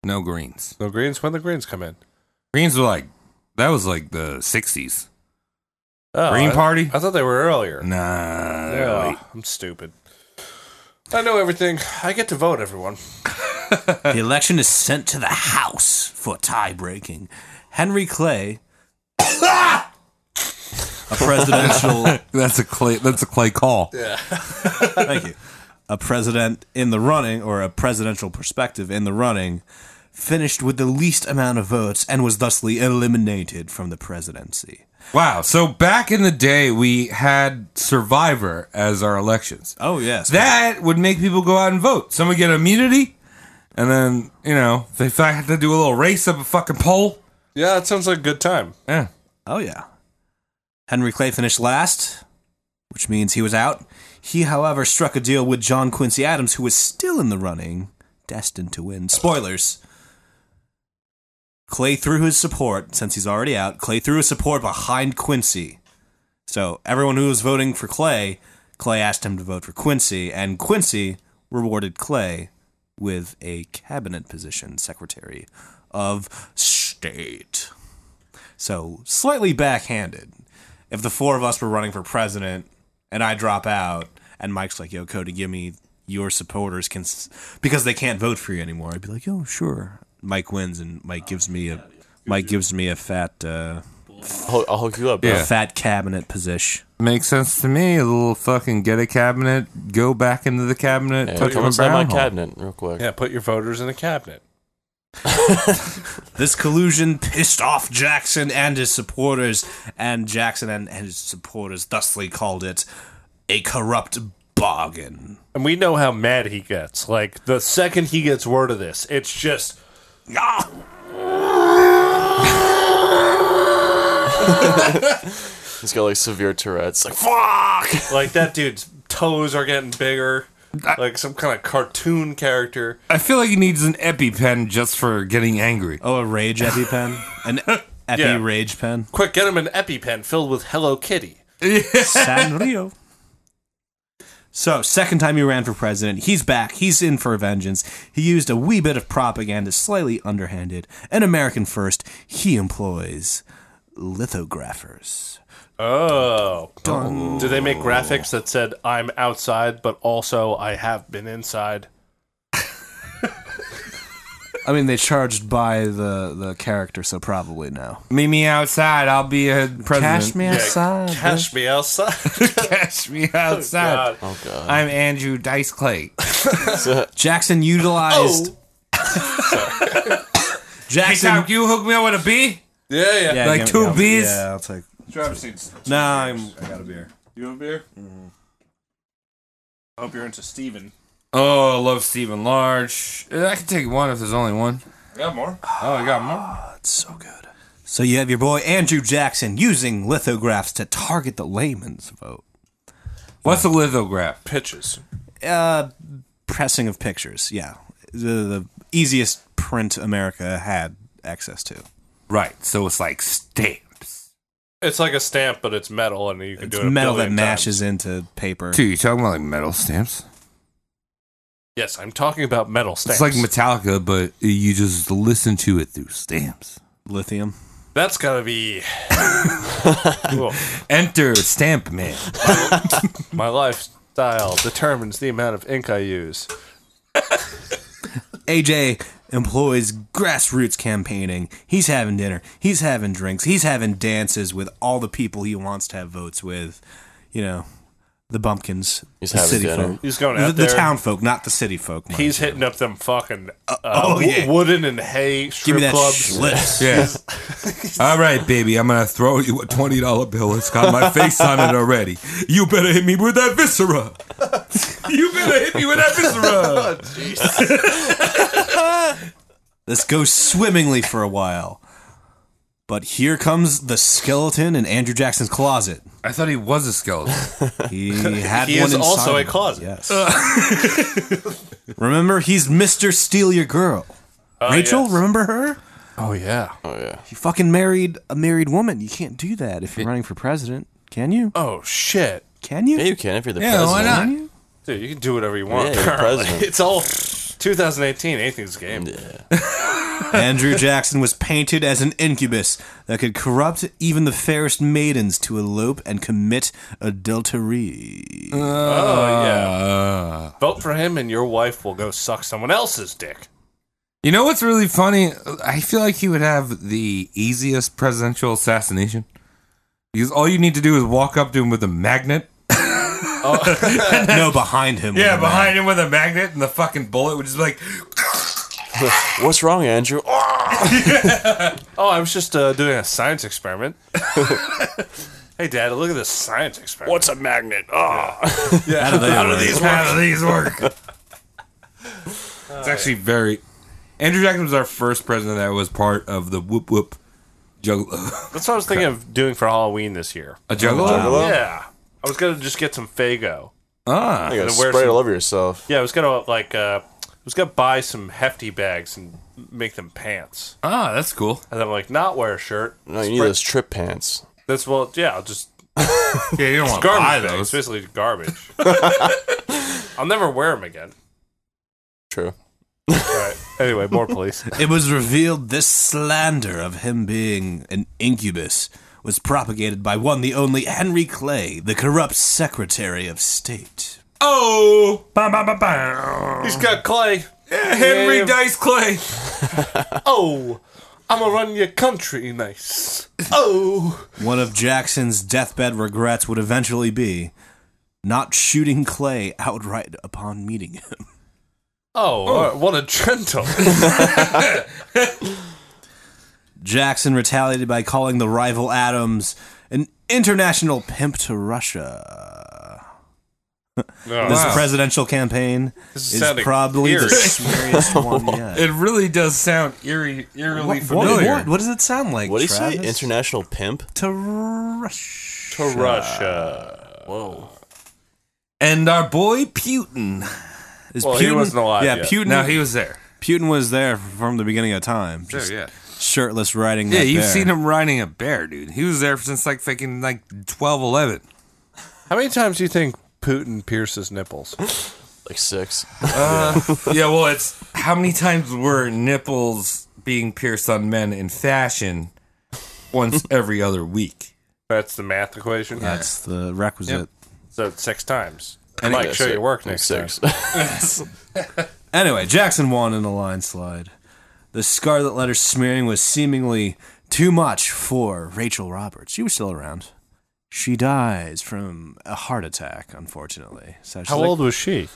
Speaker 1: No Greens.
Speaker 7: No greens. When the greens come in?
Speaker 1: Greens were like that was like the '60s.
Speaker 7: Oh,
Speaker 1: Green
Speaker 7: I-
Speaker 1: Party?
Speaker 7: I thought they were earlier.
Speaker 1: Nah, they're
Speaker 7: Oh,
Speaker 1: late.
Speaker 7: I'm stupid. I know everything. I get to vote, everyone.
Speaker 8: The election is sent to the House for tie breaking. Henry Clay,
Speaker 1: [laughs]
Speaker 8: a presidential
Speaker 1: [laughs] that's a clay. That's a clay call.
Speaker 8: Thank you. A president in the running, or a presidential perspective in the running, finished with the least amount of votes and was thusly eliminated from the presidency.
Speaker 1: Wow. So back in the day, we had Survivor as our elections.
Speaker 8: Oh yes,
Speaker 1: That would make people go out and vote. Some would get immunity, and then you know they had to do a little race up a fucking poll.
Speaker 7: Yeah, that sounds like a good time.
Speaker 1: Yeah.
Speaker 8: Oh yeah. Henry Clay finished last, which means he was out. He, however, struck a deal with John Quincy Adams, who was still in the running, destined to win. Spoilers. Clay threw his support, since he's already out, Clay threw his support behind Quincy. So everyone who was voting for Clay, Clay asked him to vote for Quincy, and Quincy rewarded Clay with a cabinet position, Secretary of State. So slightly backhanded. If the four of us were running for president and I drop out and Mike's like, yo, Cody, give me your supporters can s- because they can't vote for you anymore. I'd be like, yo, sure. Mike wins and Mike gives me a Mike gives me a fat uh,
Speaker 9: I'll, I'll hook you up, bro.
Speaker 1: Yeah.
Speaker 8: a fat cabinet position.
Speaker 1: Makes sense to me. A little fucking get a cabinet, go back into the cabinet,
Speaker 9: Hey,
Speaker 1: touch
Speaker 9: come
Speaker 1: on the
Speaker 9: inside my
Speaker 1: brown hole.
Speaker 9: cabinet real quick.
Speaker 7: Yeah, put your voters in the cabinet.
Speaker 8: This collusion pissed off Jackson and his supporters, and Jackson and, and his supporters thusly called it a corrupt bargain.
Speaker 7: And we know how mad he gets. Like the second he gets word of this, it's just
Speaker 8: Ah!
Speaker 9: He's got like severe Tourette's. Like [laughs] fuck.
Speaker 7: like that dude's toes are getting bigger. Like some kind of cartoon character.
Speaker 1: I feel like he needs an EpiPen just for getting angry.
Speaker 8: Oh, a [laughs] rage EpiPen? An epi
Speaker 7: Yeah.
Speaker 8: rage pen?
Speaker 7: Quick, get him an EpiPen filled with Hello Kitty.
Speaker 8: Sanrio. So, second time he ran for president, he's back. He's in for a vengeance. He used a wee bit of propaganda, slightly underhanded. An American first, he employs lithographers.
Speaker 7: Oh. Do they make graphics that said I'm outside, but also I have been inside?
Speaker 8: I mean, they charged by the, the character, so probably no.
Speaker 1: [laughs] Meet me outside. I'll be a president.
Speaker 8: Cash me outside.
Speaker 7: Cash me outside.
Speaker 1: Cash [laughs] me outside.
Speaker 7: Oh, God.
Speaker 1: I'm Andrew Dice
Speaker 7: [laughs]
Speaker 1: Clay.
Speaker 8: Jackson utilized. Oh. [laughs]
Speaker 1: Hey,
Speaker 8: Jackson.
Speaker 1: Tom, can you hook me up with a B?
Speaker 7: [laughs] Yeah, yeah.
Speaker 8: Yeah,
Speaker 1: like
Speaker 8: give me-
Speaker 1: two
Speaker 8: I'll-
Speaker 1: beers?
Speaker 8: Yeah, I'll take. No, I'm. I got a beer.
Speaker 7: You want a beer? I hope you're into Steven.
Speaker 1: Oh, I love Stephen Large. Uh, I can take one if there's only one.
Speaker 7: Got more?
Speaker 1: Oh, I got more.
Speaker 8: That's so good. So you have your boy Andrew Jackson using lithographs to target the layman's vote.
Speaker 1: What's a lithograph?
Speaker 7: Pitches.
Speaker 8: Uh, pressing of pictures. Yeah, the the easiest print America had access to.
Speaker 1: Right, so it's like stamps.
Speaker 7: It's like a stamp, but it's metal, and you can
Speaker 8: It's
Speaker 7: do it. a
Speaker 8: metal that
Speaker 7: billion times.
Speaker 8: mashes into paper.
Speaker 1: Dude, you talking about like metal stamps?
Speaker 7: Yes, I'm talking about metal
Speaker 1: It's
Speaker 7: stamps.
Speaker 1: like Metallica, but you just listen to it through stamps.
Speaker 8: Lithium.
Speaker 7: That's gotta
Speaker 8: [laughs]
Speaker 7: be. Cool.
Speaker 1: Enter Stamp Man.
Speaker 7: My lifestyle determines the amount of ink I use.
Speaker 8: AJ employs grassroots campaigning. He's having dinner. He's having drinks. He's having dances with all the people he wants to have votes with. You know, the bumpkins,
Speaker 9: He's
Speaker 8: the
Speaker 9: having
Speaker 8: city
Speaker 9: dinner.
Speaker 8: folk,
Speaker 7: He's going
Speaker 8: the,
Speaker 7: out
Speaker 8: the
Speaker 7: there.
Speaker 8: town folk, not the city folk. mind
Speaker 7: He's
Speaker 8: you.
Speaker 7: hitting up them fucking uh,
Speaker 8: oh,
Speaker 7: wo-
Speaker 8: yeah.
Speaker 7: wooden and hay
Speaker 8: Give
Speaker 7: strip
Speaker 8: me that
Speaker 7: clubs.
Speaker 8: Schlitz.
Speaker 7: [laughs]
Speaker 1: Yeah. All right, baby, I'm gonna throw you a twenty dollar bill. It's got my face on it already. You better hit me with that viscera. You better hit me with that
Speaker 7: [laughs]
Speaker 1: viscera.
Speaker 7: Oh,
Speaker 8: Let's go swimmingly for a while. But here comes the skeleton in Andrew Jackson's closet.
Speaker 1: I thought he was a skeleton.
Speaker 8: He had
Speaker 7: He
Speaker 8: one
Speaker 7: is also
Speaker 8: inside
Speaker 7: a
Speaker 8: him.
Speaker 7: closet.
Speaker 8: Yes. [laughs] remember, he's Mister Steal Your Girl. Rachel,
Speaker 7: yes.
Speaker 8: remember her?
Speaker 7: Oh yeah.
Speaker 9: Oh yeah.
Speaker 8: You fucking married a married woman. You can't do that if you're running for president. Can you?
Speaker 7: Oh shit,
Speaker 8: Can you?
Speaker 9: Yeah, you can if you're the
Speaker 1: Yeah, why
Speaker 9: president.
Speaker 1: not?
Speaker 8: Can you?
Speaker 7: dude, you can do whatever you want.
Speaker 9: Yeah,
Speaker 7: [laughs]
Speaker 9: you're
Speaker 7: apparently.
Speaker 9: president.
Speaker 7: it's all 2018. Anything's game.
Speaker 8: Andrew Jackson was painted as an incubus that could corrupt even the fairest maidens to elope and commit adultery.
Speaker 7: Oh yeah.
Speaker 1: Uh,
Speaker 7: Vote for him, and your wife will go suck someone else's dick.
Speaker 1: you know what's really funny? I feel like he would have the easiest presidential assassination because all you need to do is walk up to him with a magnet.
Speaker 8: no, behind him.
Speaker 1: Yeah,
Speaker 8: with a man.
Speaker 1: behind him with a magnet, and the fucking bullet would just be like.
Speaker 9: What's wrong, Andrew? Ah,
Speaker 7: Oh, I was just uh, doing a science experiment. hey, Dad, look at this science experiment.
Speaker 9: a magnet? Oh.
Speaker 8: How do they work?
Speaker 1: How do these
Speaker 8: [laughs]
Speaker 1: work? it's actually very. Andrew Jackson was our first president that was part of the whoop whoop juggalo.
Speaker 7: That's what I was thinking of doing for Halloween this year.
Speaker 1: [laughs] A juggalo?
Speaker 7: Yeah. I was gonna just get some Fago.
Speaker 1: Ah.
Speaker 9: You gotta
Speaker 7: And wear
Speaker 9: spray it all over yourself.
Speaker 7: Yeah, I was gonna like uh I was gonna buy some hefty bags and make them pants.
Speaker 1: Ah, that's cool.
Speaker 7: And then I'm like, not wear a shirt.
Speaker 9: No, you need those trip pants.
Speaker 7: That's well yeah, I'll just
Speaker 1: Yeah, you don't want to buy
Speaker 7: garbage
Speaker 1: those.
Speaker 7: bags. Basically garbage. I'll never wear them again.
Speaker 9: True.
Speaker 7: All right. Anyway, more police.
Speaker 8: It was revealed this slander of him being an incubus was propagated by one, the only Henry Clay, the corrupt Secretary of State.
Speaker 1: Oh! Bam, bam, bam, bam.
Speaker 7: [laughs] He's got clay.
Speaker 1: Henry
Speaker 7: Yeah.
Speaker 1: Dice Clay.
Speaker 7: Oh, I'm gonna run your country nice. Oh,
Speaker 8: One of Jackson's deathbed regrets would eventually be not shooting Clay outright upon meeting him.
Speaker 7: Oh, uh, what a [laughs] gentle.
Speaker 8: Jackson retaliated by calling the rival Adams an international pimp to Russia.
Speaker 7: [laughs]
Speaker 8: This
Speaker 1: Wow.
Speaker 8: presidential campaign
Speaker 7: is
Speaker 8: is
Speaker 7: sounding
Speaker 8: probably the
Speaker 7: eerie.
Speaker 8: scariest
Speaker 1: [laughs]
Speaker 8: one yet.
Speaker 1: It really does sound eerie, eerily
Speaker 8: What, what,
Speaker 1: familiar.
Speaker 8: what, what does it sound like?
Speaker 9: What do you say?
Speaker 8: Travis?
Speaker 9: International pimp?
Speaker 8: to Russia.
Speaker 7: to Russia.
Speaker 9: Whoa.
Speaker 1: And our boy Putin.
Speaker 8: Is
Speaker 7: Well, he wasn't alive
Speaker 8: Yeah,
Speaker 7: yet.
Speaker 8: Putin.
Speaker 1: Now he was there.
Speaker 8: Putin was there from the beginning of time. Just
Speaker 1: yeah.
Speaker 8: shirtless riding.
Speaker 1: Yeah,
Speaker 8: that
Speaker 1: you've
Speaker 8: bear.
Speaker 1: seen him riding a bear, dude. He was there since like fucking like twelve, eleven.
Speaker 7: How many times do you think Putin pierces nipples?
Speaker 9: Like six.
Speaker 1: yeah, well, it's how many times were nipples being pierced on men in fashion once [laughs] every other week?
Speaker 7: That's the math equation.
Speaker 8: That's the requisite.
Speaker 7: So six times.
Speaker 1: And
Speaker 9: [laughs]
Speaker 7: Mike,
Speaker 9: Yeah,
Speaker 7: show
Speaker 9: six-
Speaker 7: your work
Speaker 9: like
Speaker 7: next time.
Speaker 9: six. [laughs]
Speaker 8: Anyway, Jackson won in a line slide. The scarlet letter smearing was seemingly too much for Rachel Roberts. She was still around. She dies from a heart attack, unfortunately. So she's
Speaker 7: How
Speaker 8: like,
Speaker 7: old was she?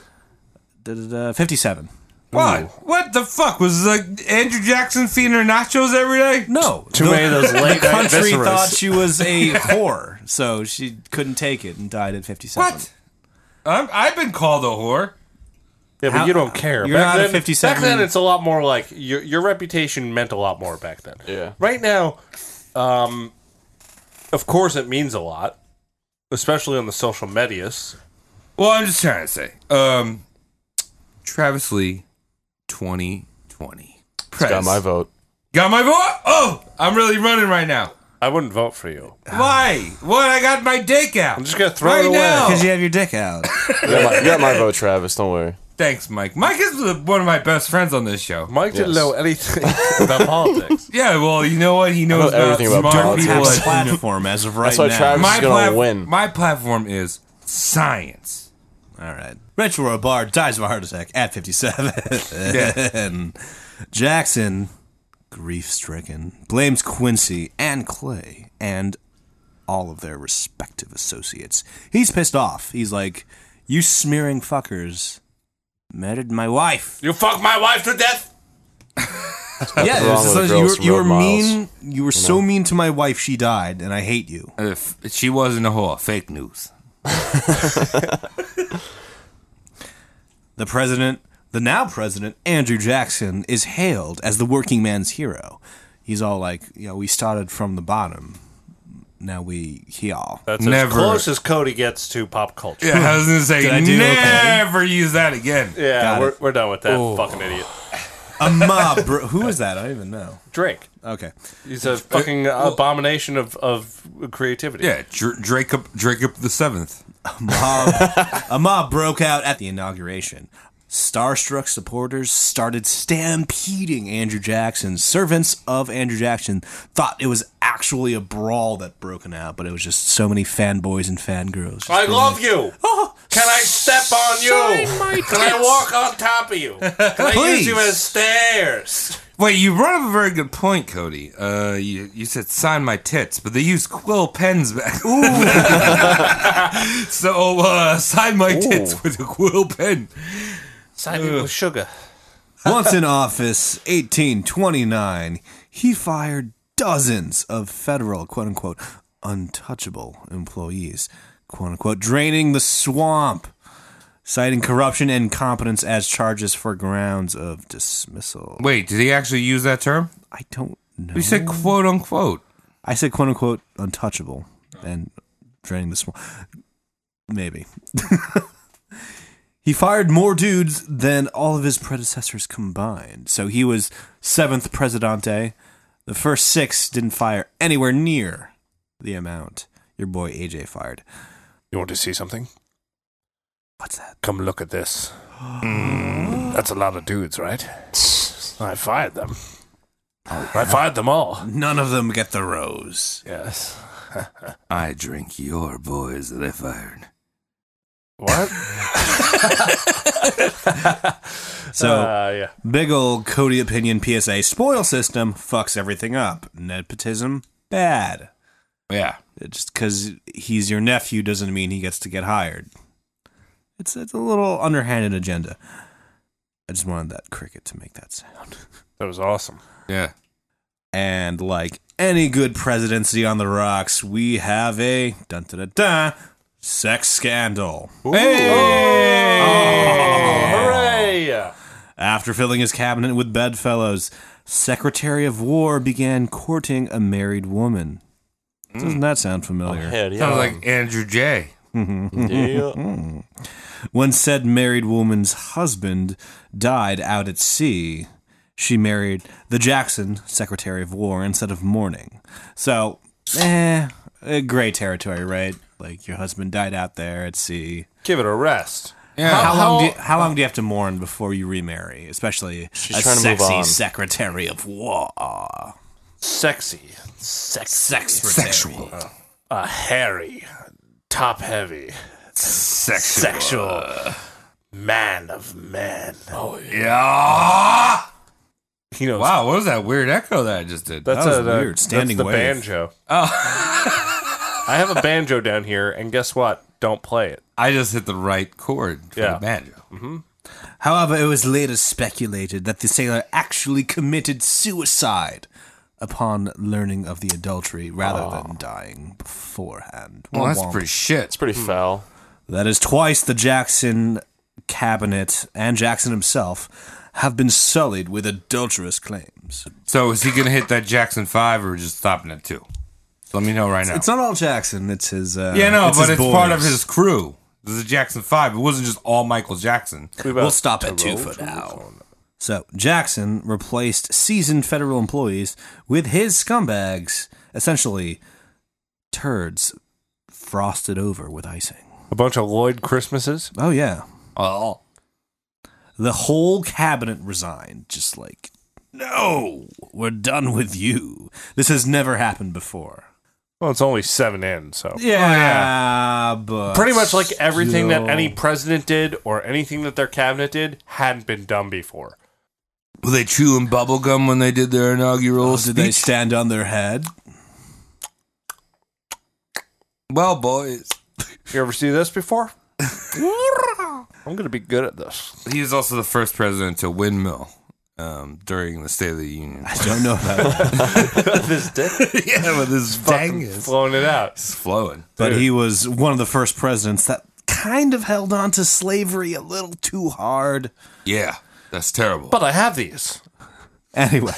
Speaker 8: da, da, da, 57.
Speaker 1: What? What the fuck was like Andrew Jackson feeding her nachos every day?
Speaker 8: No.
Speaker 7: Too many of those late
Speaker 8: the
Speaker 7: night
Speaker 8: country
Speaker 7: visceras.
Speaker 8: thought she was a whore, so she couldn't take it and died at 57.
Speaker 1: What? I'm, I've been called a whore.
Speaker 7: Yeah, but
Speaker 8: How-
Speaker 7: you don't care.
Speaker 8: You're not a 57
Speaker 7: Back then, it's a lot more like your your reputation meant a lot more back then.
Speaker 9: Yeah.
Speaker 7: Right now, um, of course, it means a lot, especially on the social medias.
Speaker 1: Well, I'm just trying to say, um, Travis Lee, 2020. Press.
Speaker 9: Got my vote.
Speaker 1: Got my vote. Oh, I'm really running right now.
Speaker 7: I wouldn't vote for you.
Speaker 1: Why? What? I got my dick out. I'm
Speaker 7: just gonna throw it away.
Speaker 8: Because you have your dick out.
Speaker 9: You got, my, you got my vote, Travis. Don't worry.
Speaker 1: Thanks, Mike. Mike is the- one of my best friends on this show.
Speaker 7: Mike didn't
Speaker 9: Yes.
Speaker 7: know [laughs] anything about politics.
Speaker 1: Yeah, well, you know what? He knows
Speaker 9: know
Speaker 1: about
Speaker 9: everything about
Speaker 1: smart
Speaker 9: politics.
Speaker 1: people.
Speaker 8: Taps
Speaker 1: that-
Speaker 8: platform as of right
Speaker 9: why
Speaker 8: now.
Speaker 1: [laughs]
Speaker 9: Travis-
Speaker 1: my,
Speaker 9: He's gonna
Speaker 1: plat-
Speaker 9: win.
Speaker 1: my platform is science.
Speaker 8: All right. Rachel Robar dies of a heart attack at 57. [laughs] Jackson, grief stricken, blames Quincy and Clay and all of their respective associates. He's pissed off. He's like, You smearing fuckers murdered my wife.
Speaker 7: You fucked my wife to death.
Speaker 8: yeah,
Speaker 9: wrong
Speaker 8: it's
Speaker 9: with
Speaker 8: like,
Speaker 9: the
Speaker 8: you
Speaker 9: girls
Speaker 8: were,
Speaker 9: from
Speaker 8: you were
Speaker 9: Road Miles,
Speaker 8: mean. You were so mean to my wife, she died, and I hate you.
Speaker 1: If Uh, she wasn't a whore, fake news.
Speaker 8: The president, the now president, Andrew Jackson, is hailed as the working man's hero. He's all like, you know, we started from the bottom. Now we here.
Speaker 7: That's
Speaker 1: Never.
Speaker 7: as close as Cody gets to pop culture.
Speaker 1: Yeah, I was gonna [laughs] say
Speaker 8: Did I do okay?
Speaker 1: never use that again.
Speaker 7: Yeah,
Speaker 8: Got
Speaker 7: we're,
Speaker 8: it.
Speaker 7: we're done with that fucking idiot.
Speaker 8: A mob. Bro- who is that? I don't even know.
Speaker 7: Drake.
Speaker 9: [laughs]
Speaker 8: Okay.
Speaker 7: He's a fucking abomination of, of creativity.
Speaker 1: Yeah, Dr- Drake up, Drake up the seventh.
Speaker 8: Mob, a mob broke out at the inauguration. Starstruck supporters started stampeding Andrew Jackson. Servants of Andrew Jackson thought it was actually a brawl that broken out, but it was just so many fanboys and fangirls. Oh, just
Speaker 7: I
Speaker 8: being
Speaker 7: love
Speaker 8: like,
Speaker 7: you. Can I step on you? [laughs] Can I walk on top of [laughs] you? Can I use
Speaker 8: Please.
Speaker 7: you as stairs?
Speaker 1: Wait, you brought up a very good point, Cody. Uh, you you said sign my tits, but they used quill pens back. [laughs] so uh, sign my tits with a quill pen.
Speaker 7: Sign me with sugar.
Speaker 8: Once in office, 1829, he fired dozens of federal, quote unquote, untouchable employees, quote unquote, draining the swamp, citing corruption and incompetence as charges for grounds of dismissal.
Speaker 1: Wait, did he actually use that term?
Speaker 8: I don't know.
Speaker 1: You said quote unquote.
Speaker 8: I said, quote unquote, untouchable and draining the swamp. Maybe. [laughs] he fired more dudes than all of his predecessors combined. So he was seventh presidente. The first six didn't fire anywhere near the amount your boy AJ fired.
Speaker 7: You want to see something?
Speaker 8: What's that?
Speaker 7: Come look at this. That's a lot of dudes, right? I fired them. I fired them all.
Speaker 8: None of them get the rose.
Speaker 7: Yes.
Speaker 1: I drink your boys that I fired.
Speaker 7: What?
Speaker 8: So.
Speaker 7: Uh, yeah.
Speaker 8: Big old Cody opinion PSA spoil system fucks everything up. Nepotism, bad.
Speaker 1: Yeah.
Speaker 8: just because he's your nephew doesn't mean he gets to get hired. It's it's a little underhanded agenda. I just wanted that cricket to make that sound.
Speaker 7: That was awesome.
Speaker 1: Yeah.
Speaker 8: And like any good presidency on the rocks, we have a dun da da da sex scandal.
Speaker 7: Hooray!
Speaker 8: After filling his cabinet with bedfellows, Secretary of War began courting a married woman. Doesn't that sound familiar? [laughs]
Speaker 9: Head, yeah.
Speaker 1: Sounds like Andrew J.
Speaker 9: Oh, yeah.
Speaker 8: When said married woman's husband died out at sea, she married the Jackson Secretary of War instead of mourning. So, eh, eh, gray territory, right? Like your husband died out there at sea.
Speaker 7: Give it a rest.
Speaker 8: How,
Speaker 1: Yeah.
Speaker 8: long do you, how long do you have to mourn before you remarry, especially
Speaker 9: She's
Speaker 8: a
Speaker 9: trying to move
Speaker 8: sexy
Speaker 9: on.
Speaker 8: Secretary of War?
Speaker 7: Sexy,
Speaker 8: Sex, sexual.
Speaker 7: uh, hairy, top heavy,
Speaker 1: Sexual.
Speaker 7: sexual man of men. Oh yeah.
Speaker 1: Yeah.
Speaker 7: You know,
Speaker 1: Wow, what was that weird echo that I just did?
Speaker 7: That's
Speaker 8: That was
Speaker 7: a,
Speaker 8: weird.
Speaker 7: That's
Speaker 8: Standing
Speaker 7: the
Speaker 8: wave.
Speaker 7: banjo. Oh. [laughs] I have a banjo down here, and guess what? Don't play it.
Speaker 1: I just hit the right chord for
Speaker 7: Yeah.
Speaker 1: the banjo.
Speaker 8: However, it was later speculated that the sailor actually committed suicide upon learning of the adultery rather than dying beforehand.
Speaker 1: Ah. Well, that's
Speaker 8: Womp womp.
Speaker 1: pretty shit.
Speaker 9: It's pretty foul.
Speaker 8: That is twice the Jackson cabinet and Jackson himself have been sullied with adulterous claims.
Speaker 1: So is he gonna hit that Jackson Five or just stopping at two? Let me know right now.
Speaker 8: It's not all Jackson, it's his uh
Speaker 1: yeah, no, but
Speaker 8: his
Speaker 1: it's part of
Speaker 8: boys.
Speaker 1: his crew. This is Jackson Five. It wasn't just all Michael Jackson.
Speaker 8: We'll stop at two for now. So Jackson replaced seasoned federal employees with his scumbags, essentially turds frosted over with icing.
Speaker 7: A bunch of Lloyd Christmases.
Speaker 8: Oh yeah,
Speaker 1: Oh,
Speaker 8: the whole cabinet resigned, just like no, we're done with you. This has never happened before.
Speaker 7: Well, it's only seven in, so
Speaker 8: Yeah, but
Speaker 7: pretty much like everything that
Speaker 8: still-
Speaker 7: any president did or anything that their cabinet did hadn't been done before.
Speaker 1: were they chewing bubble gum when they did their inaugural
Speaker 8: Oh, did they
Speaker 1: speech?
Speaker 8: stand on their head?
Speaker 1: well, boys,
Speaker 7: You ever see this before? I'm gonna be good at this.
Speaker 1: he was also the first president to windmill um, during the State of the
Speaker 8: [laughs]
Speaker 1: Union.
Speaker 8: I don't know about
Speaker 7: [laughs]
Speaker 8: that.
Speaker 7: this dick,
Speaker 1: yeah, with his
Speaker 7: fucking flowing it out.
Speaker 1: is flowing.
Speaker 8: But he was one of the first presidents that kind of held on to slavery a little too hard.
Speaker 1: Yeah, that's terrible.
Speaker 7: But I have these.
Speaker 8: Anyway,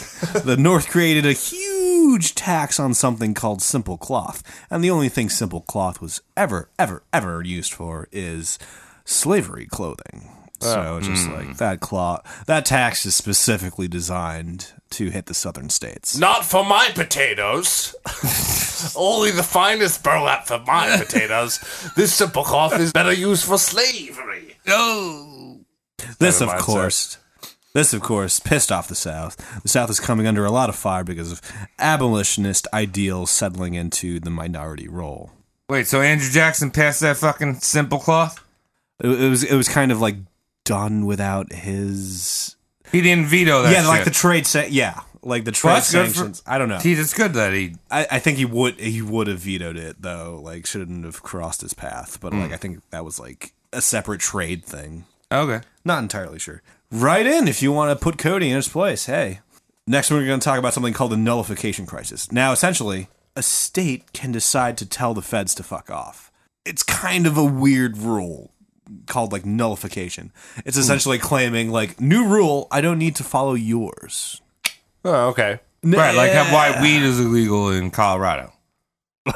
Speaker 8: the North created a huge tax on something called simple cloth. And the only thing simple cloth was ever, ever, ever used for is slavery clothing. So just like that cloth, that tax is specifically designed to hit the southern states.
Speaker 7: Not for my potatoes. Only the finest burlap for my potatoes. This simple cloth is better used for slavery.
Speaker 1: no.
Speaker 8: This, of
Speaker 7: mindset.
Speaker 8: course, this, of course, pissed off the South. The South is coming under a lot of fire because of abolitionist ideals settling into the minority role.
Speaker 1: Wait, so Andrew Jackson passed that fucking simple cloth?
Speaker 8: It, it was it was kind of like done without his.
Speaker 1: He didn't veto that.
Speaker 8: yeah, like the
Speaker 1: shit.
Speaker 8: trade sa- Yeah, like the trade
Speaker 1: Oh, Well, that's good for-
Speaker 8: sanctions. I don't know.
Speaker 1: He just good that he.
Speaker 8: I, I think he would he would have vetoed it though. Like shouldn't have crossed his path. But
Speaker 1: Hmm.
Speaker 8: like I think that was like a separate trade thing.
Speaker 1: Okay.
Speaker 8: Not entirely sure. Write in if you want to put Cody in his place. Hey. Next, we're going to talk about something called the nullification crisis. Now, essentially, a state can decide to tell the feds to fuck off. It's kind of a weird rule called like nullification. It's
Speaker 1: Hmm.
Speaker 8: essentially claiming, like, new rule, I don't need to follow yours.
Speaker 7: Oh, okay.
Speaker 1: Right, like how, why weed is illegal in
Speaker 8: [laughs]
Speaker 1: Colorado,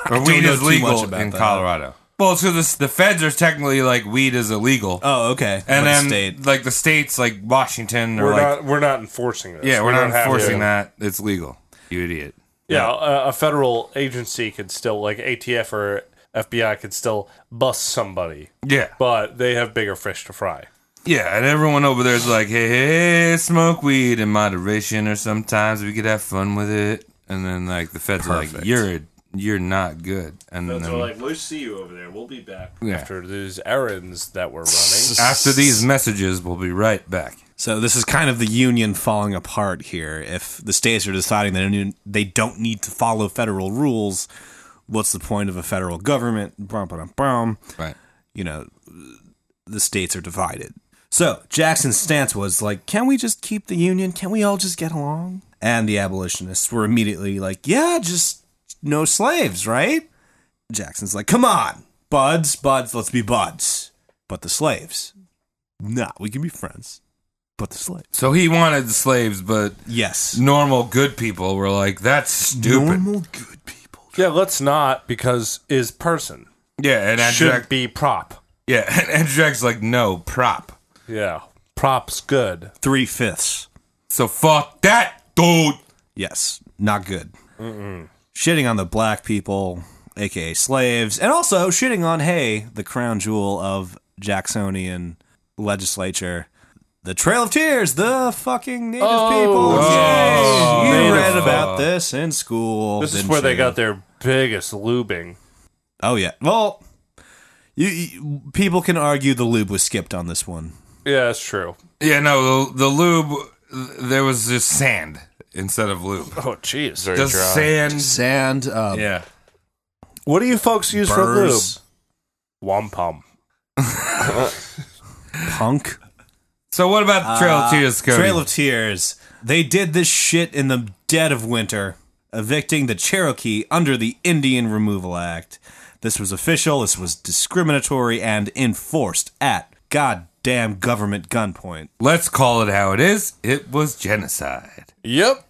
Speaker 1: or weed
Speaker 8: know
Speaker 1: is
Speaker 8: too much
Speaker 1: legal
Speaker 8: about
Speaker 1: in
Speaker 8: that.
Speaker 1: Colorado. Well, so the the feds are technically like weed is illegal,
Speaker 8: Oh, okay.
Speaker 1: and
Speaker 8: But a
Speaker 1: then
Speaker 8: state.
Speaker 1: like the states like Washington or
Speaker 7: We're
Speaker 1: like
Speaker 7: not we're not enforcing this.
Speaker 1: yeah, we're
Speaker 7: We
Speaker 1: not
Speaker 7: don't have
Speaker 1: enforcing
Speaker 7: to.
Speaker 1: that. It's legal. You idiot.
Speaker 7: Yeah, a, a federal agency could still like ATF or FBI could still bust somebody,
Speaker 1: Yeah,
Speaker 7: but they have bigger fish to fry.
Speaker 1: yeah, and everyone over there's like, hey, hey, hey, smoke weed in moderation, or sometimes we could have fun with it, and then like the feds are like,
Speaker 8: Perfect.
Speaker 1: you're you're not good, and then
Speaker 7: we'll see you over there. We'll be back
Speaker 1: Yeah.
Speaker 7: after these errands that we're running.
Speaker 1: after these messages, we'll be right back.
Speaker 8: So this is kind of the union falling apart here. If the states are deciding that they don't need to follow federal rules, what's the point of a federal government? Brum, brum, brum.
Speaker 1: Right.
Speaker 8: You know, the states are divided. So Jackson's stance was like, can we just keep the union? Can we all just get along? And the abolitionists were immediately like, yeah, just no slaves, right? Jackson's like, come on, buds, buds, let's be buds. But the slaves, nah, we can be friends. But the slaves,
Speaker 1: So he wanted the slaves, but
Speaker 8: yes,
Speaker 1: normal good people were like, that's stupid.
Speaker 8: normal good people.
Speaker 7: Yeah, let's not because is person
Speaker 1: Yeah, and
Speaker 7: should
Speaker 1: Andrak,
Speaker 7: be prop.
Speaker 1: yeah, [laughs] and Andrak's like, no, prop.
Speaker 7: Yeah, props good.
Speaker 8: Three fifths,
Speaker 1: So fuck that, dude.
Speaker 8: yes, not good. Shitting on the black people, aka slaves, and also shitting on hey, the crown jewel of Jacksonian legislature. The Trail of Tears, the fucking Native people.
Speaker 1: oh,
Speaker 8: Yay. You
Speaker 1: Native
Speaker 8: read about
Speaker 1: folk.
Speaker 8: this in school.
Speaker 7: This is
Speaker 8: didn't
Speaker 7: where they
Speaker 8: you?
Speaker 7: got their biggest lubing.
Speaker 8: Oh yeah. Well, you, you people can argue the lube was skipped on this one.
Speaker 7: Yeah, that's true.
Speaker 1: Yeah, no, the, the lube, there was just sand instead of lube.
Speaker 7: Oh, jeez.
Speaker 9: Very
Speaker 1: Just
Speaker 9: dry.
Speaker 1: sand.
Speaker 8: Sand. Uh,
Speaker 1: Yeah.
Speaker 7: What do you folks use
Speaker 8: burrs,
Speaker 7: for lube? Wampum.
Speaker 8: punk.
Speaker 1: So what about the Trail of Tears, Cody?
Speaker 8: Uh, Trail of Tears. They did this shit in the dead of winter, evicting the Cherokee under the Indian Removal Act. This was official, this was discriminatory, and enforced at goddamn government gunpoint.
Speaker 1: Let's call it how it is. It was genocide.
Speaker 9: Yep.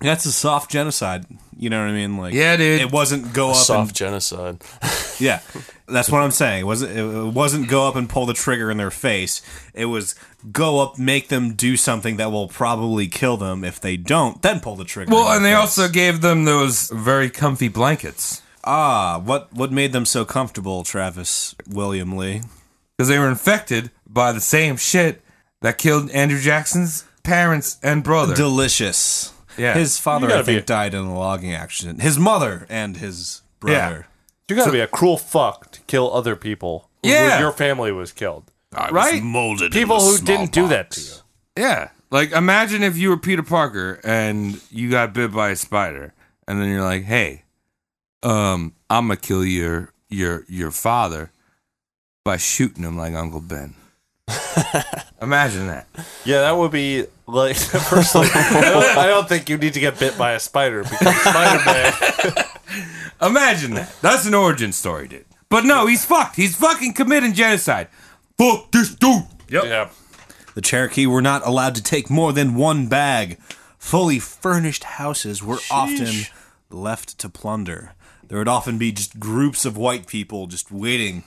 Speaker 8: That's a soft genocide. You know what I mean? Like,
Speaker 1: Yeah, dude.
Speaker 8: It wasn't go
Speaker 9: [laughs]
Speaker 8: up
Speaker 9: Soft
Speaker 8: and
Speaker 9: genocide.
Speaker 8: yeah. That's what I'm saying. It wasn't it wasn't go up and pull the trigger in their face. It was go up, make them do something that will probably kill them. If they don't, then pull the trigger. in
Speaker 1: Well,
Speaker 8: their
Speaker 1: and they
Speaker 8: face.
Speaker 1: also gave them those very comfy blankets
Speaker 8: Ah, what what made them so comfortable, Travis William Lee?
Speaker 1: because they were infected by the same shit that killed Andrew Jackson's parents and brother.
Speaker 8: Delicious.
Speaker 1: Yeah.
Speaker 8: His
Speaker 7: You
Speaker 8: father,
Speaker 7: gotta
Speaker 8: I think,
Speaker 7: be-
Speaker 8: died in a logging accident. His mother and his brother.
Speaker 7: You gotta be a cruel fuck to kill other people. who-
Speaker 1: Yeah.
Speaker 7: Your family was killed.
Speaker 1: right?
Speaker 8: molded.
Speaker 7: People who didn't do that to you.
Speaker 1: Yeah. Like imagine if you were Peter Parker and you got bit by a spider and then you're like, "Hey, um, I'm gonna kill your your your father by shooting him like Uncle
Speaker 8: [laughs]
Speaker 1: Ben." imagine that.
Speaker 7: Yeah, that would be like [laughs] personally. I, don't, I don't think you need to get bit by a spider because [laughs] Spider Man.
Speaker 1: Imagine that. That's an origin story, dude. But no, he's fucked. He's fucking committing genocide. Fuck this dude. Yep.
Speaker 7: Yeah,
Speaker 8: The Cherokee were not allowed to take more than one bag. Fully furnished houses were often left to plunder. There would often be just groups of white people just waiting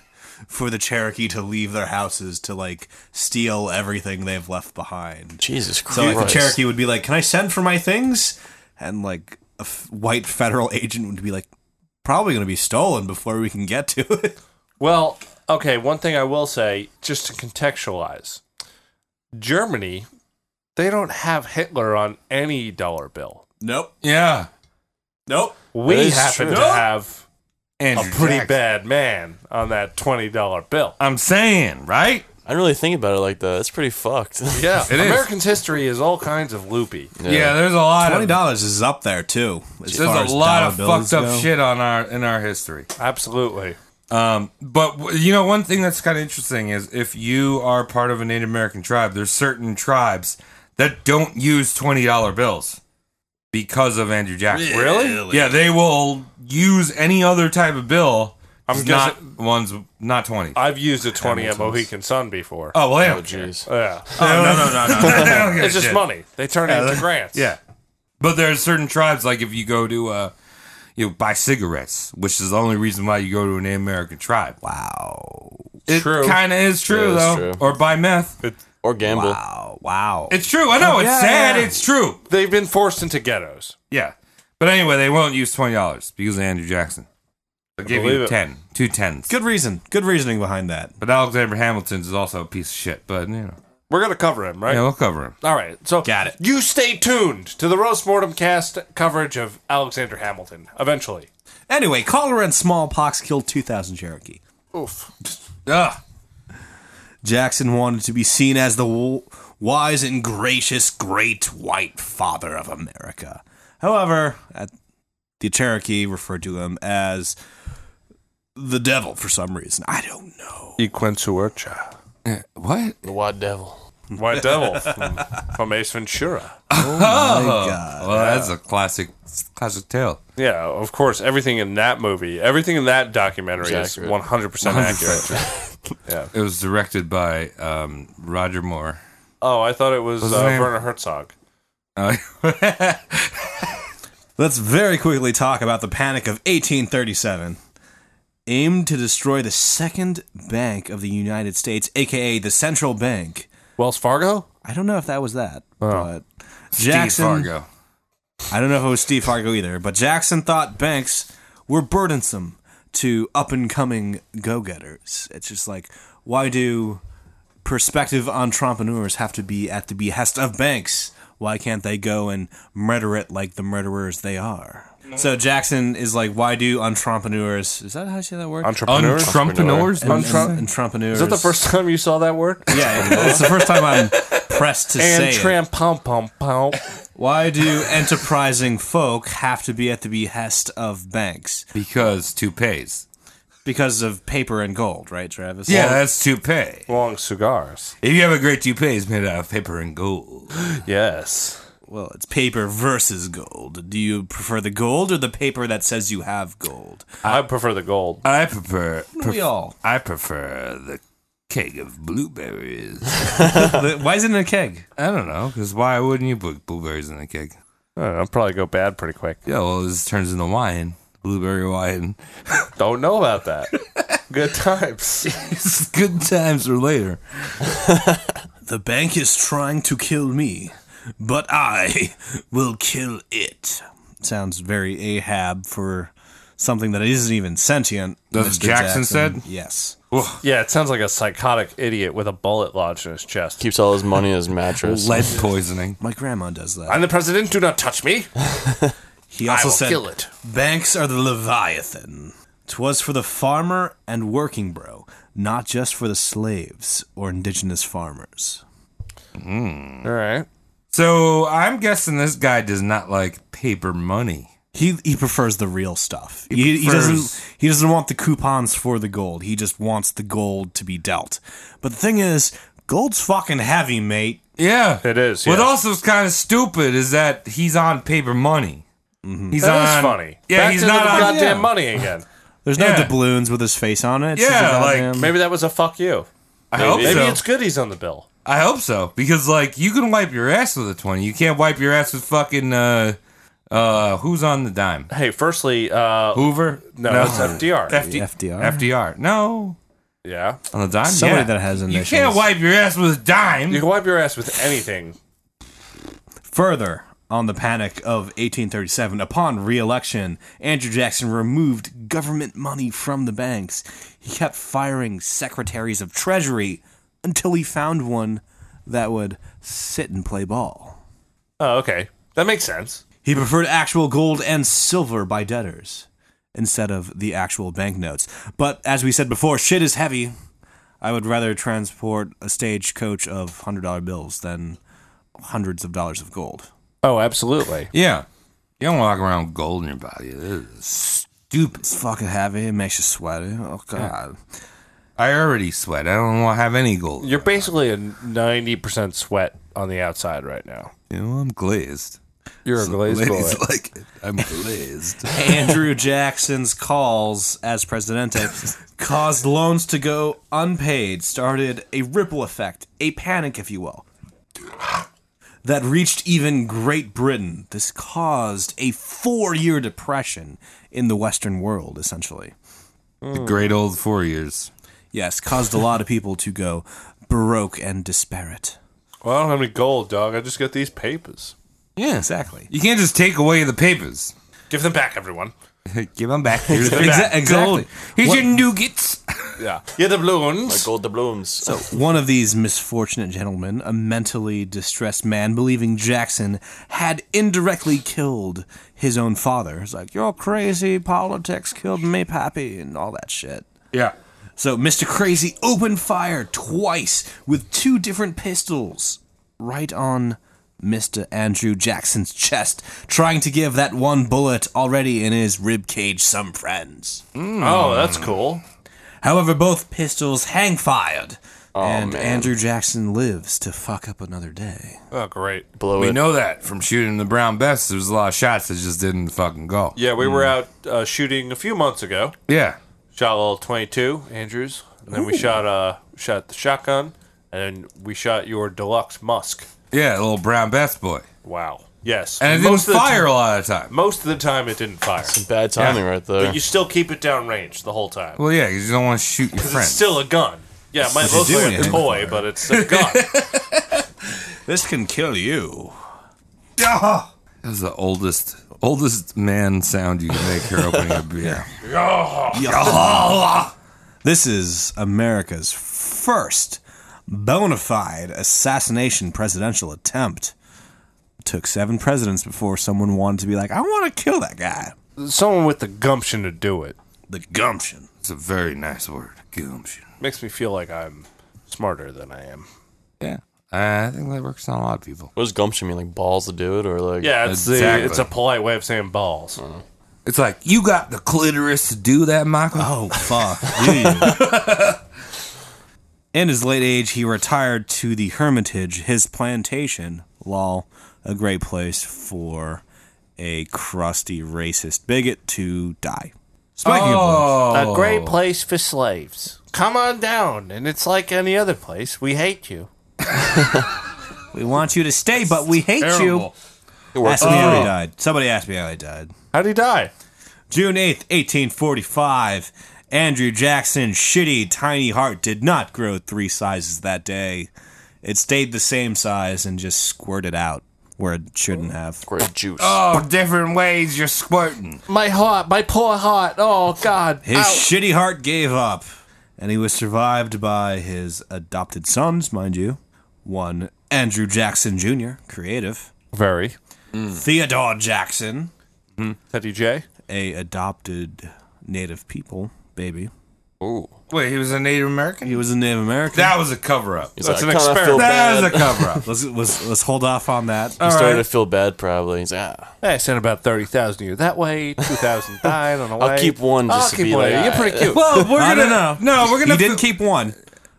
Speaker 8: for the Cherokee to leave their houses to like steal everything they've left behind.
Speaker 9: Jesus Christ.
Speaker 8: So like, the Cherokee would be like, "Can I send for my things?" And like a f- white federal [laughs] agent would be like, "Probably going to be stolen before we can get to it." [laughs]
Speaker 7: Well, okay, one thing I will say, just to contextualize Germany, they don't have Hitler on any dollar bill.
Speaker 8: Nope.
Speaker 1: Yeah.
Speaker 8: Nope.
Speaker 9: That
Speaker 7: We
Speaker 9: is
Speaker 7: happen
Speaker 9: true.
Speaker 7: to have a
Speaker 1: Andrew
Speaker 7: pretty
Speaker 1: Jackson.
Speaker 7: bad man on that $20 bill.
Speaker 1: I'm saying, right?
Speaker 9: I didn't really think about it like that. That's pretty fucked.
Speaker 7: Yeah,
Speaker 1: It is.
Speaker 7: American's history is all kinds of loopy.
Speaker 1: Yeah, there's a lot
Speaker 8: Twenty
Speaker 1: of
Speaker 8: dollars is up there too. As far
Speaker 1: there's
Speaker 8: as
Speaker 1: a lot
Speaker 8: dollar
Speaker 1: of
Speaker 8: bills
Speaker 1: fucked up
Speaker 8: go.
Speaker 1: shit on our in our history.
Speaker 7: Absolutely.
Speaker 1: Um, but w- you know, one thing that's kind of interesting is if you are part of a Native American tribe, there's certain tribes that don't use twenty dollar bills because of Andrew Jackson.
Speaker 7: Really?
Speaker 1: Yeah, they will use any other type of bill.
Speaker 7: I'm
Speaker 1: just not ones not twenty.
Speaker 7: I've used a 20 at Mohican Sun before.
Speaker 1: oh well, they
Speaker 9: Oh,
Speaker 1: don't care. [laughs]
Speaker 9: jeez.
Speaker 7: Yeah.
Speaker 1: no, no, no, no, no, no.
Speaker 7: It's just money. They turn it into grants.
Speaker 1: Yeah, but there are certain tribes like if you go to uh, you know, buy cigarettes, which is the only reason why you go to an Native American tribe.
Speaker 8: [laughs] Wow.
Speaker 9: [laughs]
Speaker 1: It
Speaker 7: True.
Speaker 1: kind of is true
Speaker 9: It is
Speaker 1: though,
Speaker 9: true.
Speaker 1: or buy meth.
Speaker 9: Or gamble.
Speaker 8: Wow. Wow.
Speaker 1: It's true. I know. It's
Speaker 8: Yeah,
Speaker 1: sad.
Speaker 8: yeah.
Speaker 1: It's true.
Speaker 7: They've been forced into ghettos.
Speaker 1: Yeah. But anyway, they won't use twenty dollars because of Andrew Jackson. They'll give
Speaker 7: believe
Speaker 1: you
Speaker 7: it.
Speaker 1: ten, two tens.
Speaker 8: Good reason. Good reasoning behind that.
Speaker 1: But Alexander Hamilton's is also a piece of shit. But you know,
Speaker 7: We're going to cover him, right?
Speaker 1: yeah, we'll cover him.
Speaker 7: All right, so
Speaker 8: Got it.
Speaker 7: You stay tuned to the roast mortem cast coverage of Alexander Hamilton. Eventually,
Speaker 8: Anyway, cholera and smallpox killed two thousand Cherokee.
Speaker 7: oof.
Speaker 1: Ugh.
Speaker 8: Jackson wanted to be seen as the w- wise and gracious great white father of America. However, at the Cherokee referred to him as the devil for some reason. I don't know.
Speaker 7: Equensuercha.
Speaker 1: What?
Speaker 9: The Wad Devil.
Speaker 7: White Devil from, from Ace Ventura.
Speaker 1: Uh-huh.
Speaker 8: uh,
Speaker 1: Well, that's a classic, classic tale.
Speaker 7: Yeah, of course. Everything in that movie, everything in that documentary is
Speaker 9: accurate.
Speaker 7: one hundred percent accurate.
Speaker 1: It was directed by um, Roger Moore.
Speaker 7: Oh, I thought it was uh,
Speaker 1: his name?
Speaker 7: Werner Herzog.
Speaker 1: Uh, [laughs]
Speaker 8: Let's very quickly talk about the Panic of 1837. Aimed to destroy the second bank of the United States, aka the Central Bank.
Speaker 7: Wells Fargo.
Speaker 8: I don't know if that was that, but Jackson.
Speaker 1: Steve Fargo.
Speaker 8: I don't know if it was Steve Fargo either, but Jackson thought banks were burdensome to up and coming go getters. It's just like, why do prospective entrepreneurs have to be at the behest of banks? Why can't they go and murder it like the murderers they are? So Jackson is like, why do entrepreneurs? Is that how you say that word?
Speaker 7: Entrepreneur.
Speaker 1: Untrumpreneurs?
Speaker 8: Entrepreneur. Entrepreneurs.
Speaker 7: is that the first time you saw that word? [laughs]
Speaker 8: Yeah, it's the first time I'm pressed to say
Speaker 7: and
Speaker 8: it.
Speaker 7: tram pom pom pom.
Speaker 8: Why do enterprising folk have to be at the behest of banks?
Speaker 1: Because toupees.
Speaker 8: Because of paper and gold, right, Travis?
Speaker 1: Yeah, that's toupee.
Speaker 7: Long cigars.
Speaker 1: If you have a great toupee, it's made out of paper and gold.
Speaker 7: Yes.
Speaker 8: Well, it's paper versus gold. Do you prefer the gold or the paper that says you have gold?
Speaker 7: I prefer the gold.
Speaker 1: I prefer.
Speaker 8: we all.
Speaker 1: I prefer the keg of blueberries.
Speaker 8: The- Why is it in a keg?
Speaker 1: I don't know, because why wouldn't you put blueberries in a keg?
Speaker 7: I don't know, I'll probably go bad pretty quick.
Speaker 1: Yeah, well, this turns into wine. Blueberry wine. [laughs]
Speaker 7: Don't know about that. [laughs] Good times.
Speaker 1: It's good times or later.
Speaker 8: The bank is trying to kill me, but I will kill it. Sounds very Ahab for something that isn't even sentient.
Speaker 1: That's what Jackson said?
Speaker 8: Yes.
Speaker 7: [laughs] Yeah, it sounds like a psychotic idiot with a bullet lodged in his chest.
Speaker 9: Keeps all his money in his mattress.
Speaker 1: Lead poisoning.
Speaker 8: My grandma does that.
Speaker 7: I'm the president. Do not touch me.
Speaker 8: He
Speaker 7: I
Speaker 8: also
Speaker 7: will
Speaker 8: said,
Speaker 7: kill it.
Speaker 8: "Banks are the leviathan. 'Twas for the farmer and working bro, not just for the slaves or indigenous farmers."
Speaker 7: All right.
Speaker 1: So I'm guessing this guy does not like paper money.
Speaker 8: He he prefers the real stuff. He, he doesn't
Speaker 1: prefers-
Speaker 8: he doesn't want the coupons for the gold. He just wants the gold to be dealt. But the thing is, gold's fucking heavy, mate.
Speaker 1: Yeah,
Speaker 7: It is,
Speaker 1: What
Speaker 7: yeah.
Speaker 1: also is kind of stupid is that he's on paper money. He's
Speaker 7: Mm-hmm. That is
Speaker 1: on
Speaker 7: funny.
Speaker 1: Yeah,
Speaker 7: Back
Speaker 1: he's
Speaker 7: to
Speaker 1: not
Speaker 7: the
Speaker 1: on.
Speaker 7: goddamn
Speaker 8: yeah.
Speaker 7: money again.
Speaker 8: There's
Speaker 1: Yeah.
Speaker 8: no doubloons with his face on it. It's
Speaker 1: Yeah,
Speaker 8: just a
Speaker 1: like,
Speaker 8: goddamn-
Speaker 7: Maybe that was a fuck you.
Speaker 1: I hope
Speaker 7: Maybe
Speaker 1: so.
Speaker 7: it's good he's on the bill.
Speaker 1: I hope so because like you can wipe your ass with a twenty. You can't wipe your ass with fucking uh uh who's on the dime?
Speaker 7: Hey, firstly, uh,
Speaker 1: Hoover?
Speaker 7: no, it's FDR.
Speaker 1: FD-
Speaker 8: FDR?
Speaker 1: FDR. No,
Speaker 7: yeah,
Speaker 1: on the dime.
Speaker 8: Somebody
Speaker 1: yeah.
Speaker 8: that has
Speaker 1: You
Speaker 8: initials.
Speaker 1: can't wipe your ass with a dime.
Speaker 7: you can wipe your ass with anything.
Speaker 8: Further on the panic of 1837, upon re election, Andrew Jackson removed government money from the banks. He kept firing secretaries of treasury until he found one that would sit and play ball.
Speaker 7: Oh, okay, that makes sense.
Speaker 8: He preferred actual gold and silver by debtors instead of the actual banknotes. But as we said before, shit is heavy. I would rather transport a stagecoach of $100 bills than hundreds of dollars of gold.
Speaker 7: Oh, absolutely.
Speaker 1: yeah, you don't walk around with gold in your body. It is stupid.
Speaker 8: It's fucking heavy. It makes you sweaty. Oh god.
Speaker 1: I already sweat. I don't want to have any gold.
Speaker 7: You're basically a ninety percent sweat on the outside right now.
Speaker 1: You know, I'm [laughs] glazed.
Speaker 7: You're a glazed boy.
Speaker 1: Ladies like it. I'm [laughs] glazed.
Speaker 8: Andrew Jackson's calls as presidente caused loans to go unpaid, started a ripple effect, a panic, if you will, that reached even Great Britain. This caused a four-year depression in the Western world, essentially.
Speaker 1: the great old four years.
Speaker 8: Yes, caused a lot of people to go baroque and disparate.
Speaker 7: Well, I don't have any gold, dog. I just got these papers.
Speaker 1: Yeah,
Speaker 8: Exactly.
Speaker 1: You can't just take away the papers.
Speaker 7: Give them back, everyone.
Speaker 1: [laughs] Give them back. [laughs] Here's
Speaker 8: Exa- exactly.
Speaker 1: Here's
Speaker 8: What-
Speaker 1: your nougets.
Speaker 7: Yeah, yeah, the
Speaker 9: Like
Speaker 7: balloons.
Speaker 9: gold doubloons. So
Speaker 8: One of these misfortunate gentlemen, a mentally distressed man, believing Jackson had indirectly killed his own father. He's like, You're crazy, politics killed me, Pappy, and all that shit.
Speaker 1: [laughs] Yeah.
Speaker 8: So Mr. Crazy opened fire twice with two different pistols right on Mr. Andrew Jackson's chest, trying to give that one bullet already in his rib cage some friends.
Speaker 7: Oh, that's cool.
Speaker 8: However, both pistols hang fired,
Speaker 9: man.
Speaker 8: and Andrew Jackson lives to fuck up another day.
Speaker 7: Oh, great.
Speaker 9: Blow
Speaker 1: We
Speaker 9: it.
Speaker 1: know that from shooting the Brown Bess. There was a lot of shots that just didn't fucking go.
Speaker 7: Yeah, we were out uh, shooting a few months ago.
Speaker 1: Yeah.
Speaker 7: Shot a little 22, Andrews. And then we shot uh, shot the shotgun. And we shot your deluxe musk.
Speaker 1: Yeah, a little Brown Bess boy.
Speaker 7: Wow. Yes.
Speaker 1: And it
Speaker 7: Most
Speaker 1: didn't
Speaker 7: of the
Speaker 1: fire
Speaker 7: ti-
Speaker 1: a lot of the time.
Speaker 7: most of the time, it didn't fire.
Speaker 9: Bad timing right there.
Speaker 7: But you still keep it downrange the whole time.
Speaker 1: Well, yeah, because you don't want to shoot your
Speaker 7: Because it's
Speaker 1: friends.
Speaker 7: still a gun. Yeah, it might look
Speaker 8: What you
Speaker 7: like a
Speaker 8: doing,
Speaker 7: toy, but it's a gun.
Speaker 8: This can kill you.
Speaker 1: that was the oldest, oldest man sound you can make her opening a beer.
Speaker 8: [laughs] This is America's first bona fide assassination presidential attempt. took seven presidents before someone wanted to be like, I want to kill that guy.
Speaker 7: [laughs] Someone with the gumption to do it
Speaker 8: The gumption.
Speaker 1: It's a very nice word, gumption.
Speaker 7: makes me feel like I'm smarter than I am.
Speaker 1: Yeah, Uh, I think that works on a lot of people.
Speaker 9: what does gumption mean? Like balls to do it, or like
Speaker 7: Yeah, it's
Speaker 1: Exactly.
Speaker 7: the, it's a polite way of saying balls.
Speaker 1: It's like you got the clitoris to do that, Michael.
Speaker 8: Oh, fuck. Do you? In his late age, he retired to the Hermitage, his plantation, lol, a great place for a crusty racist bigot to die. Speaking of
Speaker 7: A
Speaker 9: Oh.
Speaker 7: great place for slaves. Come on down, and it's like any other place. We hate you.
Speaker 8: which, we want you to stay, but we hate you. Ask me how he died. Somebody asked me how he died.
Speaker 7: How'd he die?
Speaker 8: June 8th, 1845. Andrew Jackson's shitty, tiny heart did not grow three sizes that day. It stayed the same size and just squirted out where it shouldn't have.
Speaker 9: Great juice.
Speaker 1: Oh, different ways you're squirting.
Speaker 7: My heart, my poor heart. Oh God.
Speaker 8: His shitty heart gave up, and he was survived by his adopted sons, mind you. One, Andrew Jackson Jr., creative.
Speaker 7: Very.
Speaker 8: Theodore Jackson,
Speaker 9: E
Speaker 7: Teddy J.
Speaker 8: a adopted native people baby.
Speaker 1: Wait, he was a Native American.
Speaker 8: He was a Native American.
Speaker 1: That was a cover up.
Speaker 9: He's
Speaker 7: that's
Speaker 9: like,
Speaker 7: an
Speaker 9: "I kinda feel
Speaker 7: experiment."
Speaker 1: That
Speaker 9: bad."
Speaker 1: was a cover up.
Speaker 8: let's, let's, let's hold off on that.
Speaker 9: He started to feel bad, probably. He's like, ah,
Speaker 7: I sent about thirty thousand of you that way,
Speaker 9: [laughs]
Speaker 7: two thousand died on the way.
Speaker 9: I'll keep one just to
Speaker 7: keep
Speaker 9: be
Speaker 7: one.
Speaker 9: like,
Speaker 7: You're
Speaker 9: ah,
Speaker 7: pretty cute.
Speaker 1: Well, we're
Speaker 8: I
Speaker 1: gonna
Speaker 8: don't know.
Speaker 1: no, we're gonna.
Speaker 8: He didn't
Speaker 1: fi-
Speaker 8: keep one.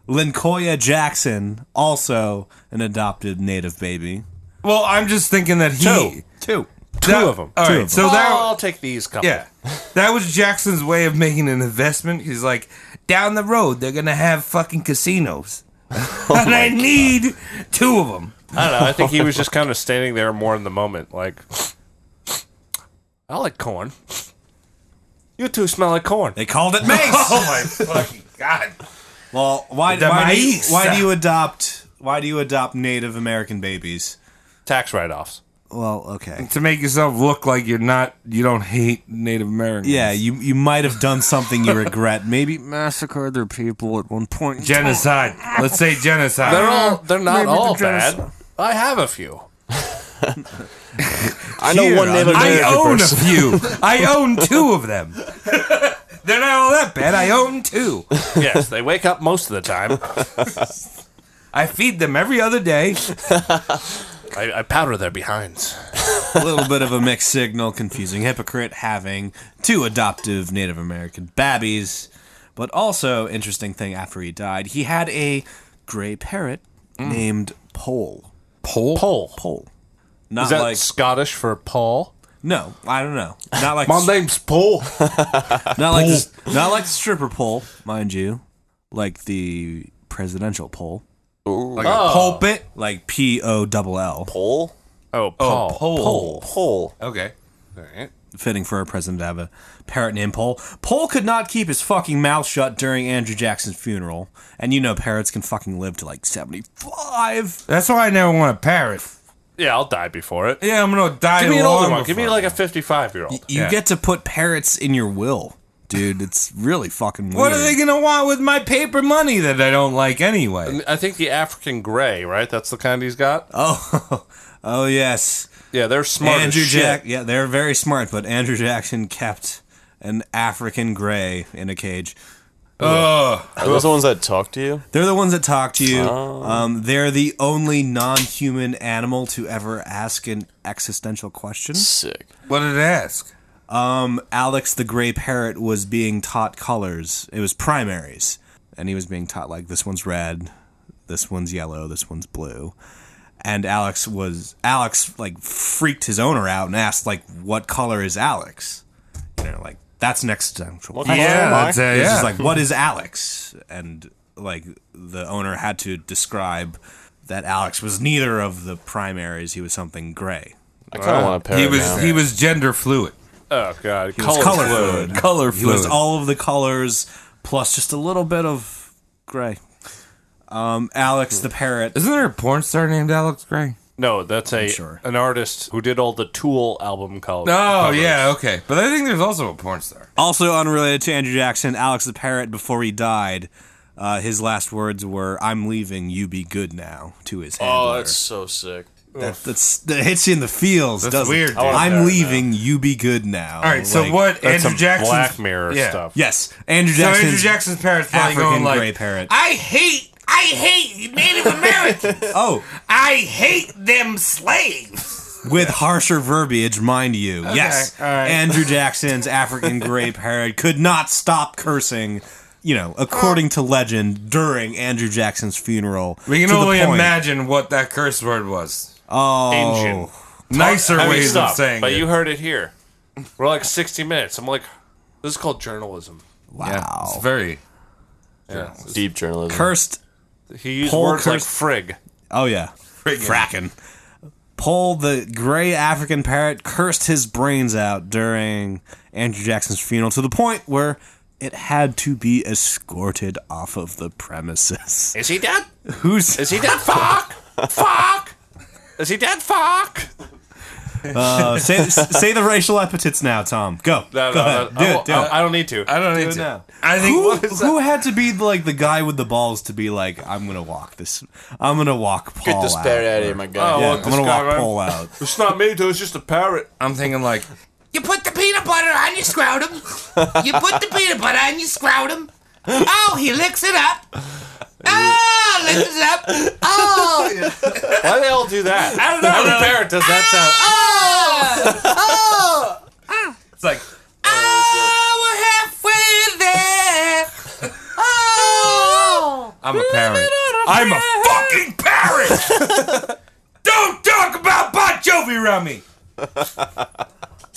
Speaker 8: Lincoya Jackson, also an adopted native baby.
Speaker 1: Well, I'm just thinking that he
Speaker 8: Two.
Speaker 1: two
Speaker 7: of Oh, 'em.
Speaker 1: All
Speaker 8: Two
Speaker 1: right,
Speaker 8: of 'em.
Speaker 1: so that
Speaker 7: I'll take these couple.
Speaker 1: Yeah. That was Jackson's way of making an investment. He's like, down the road, they're going to have fucking
Speaker 7: [laughs]
Speaker 1: casinos.
Speaker 7: Oh
Speaker 1: and I need two of them.
Speaker 7: I don't know. I think he
Speaker 9: [laughs]
Speaker 7: was just kind of standing there more in the moment, like, I like corn. You two smell like corn.
Speaker 8: They called
Speaker 1: [laughs]
Speaker 8: it mace.
Speaker 1: Oh my fucking God.
Speaker 8: well, why,
Speaker 1: The
Speaker 8: why, do you,
Speaker 1: mace.
Speaker 8: why do you adopt why do you adopt Native American babies?
Speaker 7: Tax write-offs.
Speaker 8: Well, okay.
Speaker 1: To make yourself look like you're not, you don't hate Native Americans.
Speaker 8: Yeah, you you might have done something you regret. Maybe massacred their people at one point. in
Speaker 1: Genocide. Let's say genocide.
Speaker 7: They're all. They're not
Speaker 8: maybe
Speaker 7: all
Speaker 8: the genocide.
Speaker 7: bad. I have a few.
Speaker 9: I know
Speaker 8: Here,
Speaker 9: one Native
Speaker 8: I'm-
Speaker 1: I
Speaker 9: American
Speaker 1: own a
Speaker 9: person.
Speaker 1: few.
Speaker 7: [laughs]
Speaker 1: I own two of them. They're not all that bad. I own two.
Speaker 7: Yes, they wake up most of the time.
Speaker 1: I feed them every other day.
Speaker 7: I, I powder their behinds.
Speaker 8: a little bit of a mixed signal, confusing hypocrite having two adoptive Native American babbies. But also, interesting thing after he died, he had a gray parrot
Speaker 7: Mm.
Speaker 8: named Pole.
Speaker 1: Pole?
Speaker 7: Paul.
Speaker 8: Pole. Not
Speaker 7: Is that
Speaker 8: like
Speaker 7: Scottish for Paul?
Speaker 8: no, I don't know. Not like
Speaker 7: name's Paul.
Speaker 8: not like the, not like the stripper pole, mind you, like the presidential pole,
Speaker 1: Like a pulpit?
Speaker 8: like P O double L,
Speaker 9: Pole?
Speaker 7: Oh, Paul.
Speaker 1: Pole.
Speaker 9: Pole.
Speaker 1: Okay.
Speaker 8: fitting for a president to have a parrot named Pole. Pole could not keep his fucking mouth shut during Andrew Jackson's funeral, and you know parrots can fucking live to like seventy five.
Speaker 1: That's why I never want a parrot.
Speaker 7: Yeah, I'll die before it.
Speaker 1: Yeah, I'm gonna die.
Speaker 7: Give me an
Speaker 1: long
Speaker 7: older one. Give me
Speaker 1: before.
Speaker 7: like a fifty-five-year-old.
Speaker 8: You
Speaker 1: Yeah.
Speaker 8: get to put parrots in your will, dude. It's really fucking weird.
Speaker 1: What are they gonna want with my paper money that I don't like anyway?
Speaker 7: I think the African Grey, right? That's the kind he's got.
Speaker 8: oh, [laughs] oh yes.
Speaker 7: Yeah, they're smart.
Speaker 8: Andrew
Speaker 7: as shit.
Speaker 8: Jack, yeah, they're very smart, but Andrew Jackson kept an African gray in a cage.
Speaker 9: Are those the ones that talk to you?
Speaker 8: They're the ones that talk to you. Um, they're the only non-human animal to ever ask an existential question.
Speaker 9: Sick.
Speaker 1: What did it ask?
Speaker 8: Um, Alex the gray parrot was being taught colors. It was primaries, and he was being taught like this one's red, This one's yellow. This one's blue. And Alex was Alex like freaked his owner out and asked like, "What color is Alex?" You know, like that's next to
Speaker 9: What color am I?
Speaker 1: that's, uh,
Speaker 8: it's
Speaker 1: yeah.
Speaker 8: just like, what is Alex? And like the owner had to describe that Alex was neither of the primaries. He was something gray.
Speaker 9: I kind of want a pair.
Speaker 1: he was
Speaker 9: now.
Speaker 1: he was gender fluid,
Speaker 7: Oh god,
Speaker 8: He was color fluid.
Speaker 1: color
Speaker 8: He was
Speaker 1: fluid.
Speaker 8: all of the colors plus just a little bit of gray. Um, Alex the parrot.
Speaker 1: Isn't there a porn star named Alex Gray?
Speaker 7: No, that's a
Speaker 8: sure.
Speaker 7: an artist who did all the Tool album covers.
Speaker 1: Oh yeah, okay. But I think there's also a porn star.
Speaker 8: Also unrelated to Andrew Jackson, Alex the parrot. Before he died, uh, his last words were, "I'm leaving. You be good now." To his handler.
Speaker 9: Oh, that's so sick.
Speaker 8: That, that's that hits you in the feels.
Speaker 1: That's
Speaker 8: doesn't
Speaker 1: weird,
Speaker 8: It?
Speaker 1: dude. I
Speaker 9: wanna
Speaker 8: I'm
Speaker 9: know
Speaker 8: leaving. You be good now.
Speaker 1: All right, so
Speaker 8: Like-
Speaker 1: what?
Speaker 7: that's
Speaker 1: Andrew
Speaker 7: some
Speaker 1: Jackson's
Speaker 7: Black Mirror
Speaker 1: yeah.
Speaker 7: stuff.
Speaker 8: Yes, Andrew
Speaker 1: So
Speaker 8: Jackson's
Speaker 1: Andrew Jackson's parents probably
Speaker 8: African
Speaker 1: going like,
Speaker 8: gray parrot.
Speaker 1: I hate, I hate [laughs] Native Americans.
Speaker 8: Oh,
Speaker 1: I hate them slaves.
Speaker 8: with harsher verbiage, mind you. yes,
Speaker 1: all right.
Speaker 8: Andrew Jackson's African gray parrot could not stop cursing. You know, according to legend, during Andrew Jackson's funeral,
Speaker 1: We can
Speaker 8: to the
Speaker 1: only
Speaker 8: point-
Speaker 1: imagine what that curse word was.
Speaker 8: Oh,
Speaker 7: Engine.
Speaker 1: Nicer
Speaker 7: I mean,
Speaker 1: ways
Speaker 7: stop,
Speaker 1: of saying
Speaker 7: but
Speaker 1: it.
Speaker 7: you heard it here. We're like 60 minutes. I'm like, this is called journalism.
Speaker 1: yeah,
Speaker 8: wow!
Speaker 1: it's very.
Speaker 7: Yeah.
Speaker 9: Deep journalism.
Speaker 8: Cursed.
Speaker 7: He used
Speaker 8: Paul
Speaker 7: words like
Speaker 8: Kirst-
Speaker 7: frig.
Speaker 8: Oh yeah, fracking. Paul, the gray African parrot, cursed his brains out during Andrew Jackson's funeral to the point where it had to be escorted off of the premises.
Speaker 7: Is he dead?
Speaker 8: [laughs] Who's
Speaker 7: Is he dead? Fuck! Fuck! Is he dead? Fuck!
Speaker 8: uh, say, say the racial epithets now, Tom? Go.
Speaker 7: No,
Speaker 8: Go
Speaker 7: no,
Speaker 8: ahead.
Speaker 7: no,
Speaker 8: do
Speaker 7: I,
Speaker 8: it.
Speaker 7: won't-
Speaker 8: Do
Speaker 7: I,
Speaker 8: it.
Speaker 7: I don't need to.
Speaker 1: I don't
Speaker 8: Do
Speaker 1: need
Speaker 8: it
Speaker 1: to.
Speaker 8: now.
Speaker 1: I think
Speaker 8: Who,
Speaker 1: what is that?
Speaker 8: who had to be like the guy with the balls to be like, I'm gonna walk this. I'm gonna walk Paul
Speaker 9: Get this
Speaker 8: out.
Speaker 9: parrot out of here, my guy.
Speaker 7: Oh,
Speaker 8: Yeah,
Speaker 7: well,
Speaker 8: I'm
Speaker 7: this
Speaker 8: gonna
Speaker 7: guy,
Speaker 8: walk
Speaker 7: right?
Speaker 8: Paul out.
Speaker 7: It's not me, dude. It's just a parrot.
Speaker 1: I'm thinking like, you put the peanut butter on your scrotum. You put the peanut butter on your scrotum. Oh, he licks it up. Oh, licks it up. Oh,
Speaker 7: Why do they all do that? [laughs] I
Speaker 1: [laughs]
Speaker 7: don't know. Every parrot does that sound.
Speaker 1: oh, oh. It's like, oh, we're halfway there. [laughs] Oh. I'm a parrot. I'm a fucking parrot. [laughs] Don't talk about Bon Jovi around me.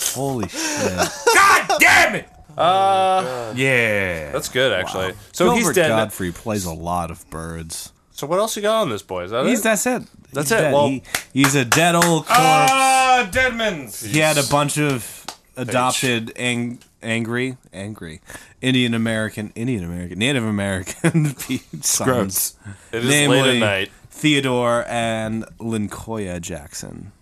Speaker 8: Holy shit!
Speaker 1: God damn it! Uh, yeah.
Speaker 7: That's good, actually. So
Speaker 8: Gilbert
Speaker 7: he's dead.
Speaker 8: Godfrey plays a lot of birds.
Speaker 7: So what else you got on this boy? Is that
Speaker 8: He's
Speaker 7: it?
Speaker 8: that's it.
Speaker 7: That's
Speaker 8: He's
Speaker 7: it,
Speaker 8: dead.
Speaker 7: well-
Speaker 8: He- he's a dead old corpse.
Speaker 7: Uh,
Speaker 1: Ah, Deadman's.
Speaker 8: he had a bunch of adopted ang- angry, angry Indian American, Indian American, Native American [laughs] pe- sons,
Speaker 7: It is
Speaker 8: namely
Speaker 7: late at night.
Speaker 8: Theodore and Lincoya Jackson.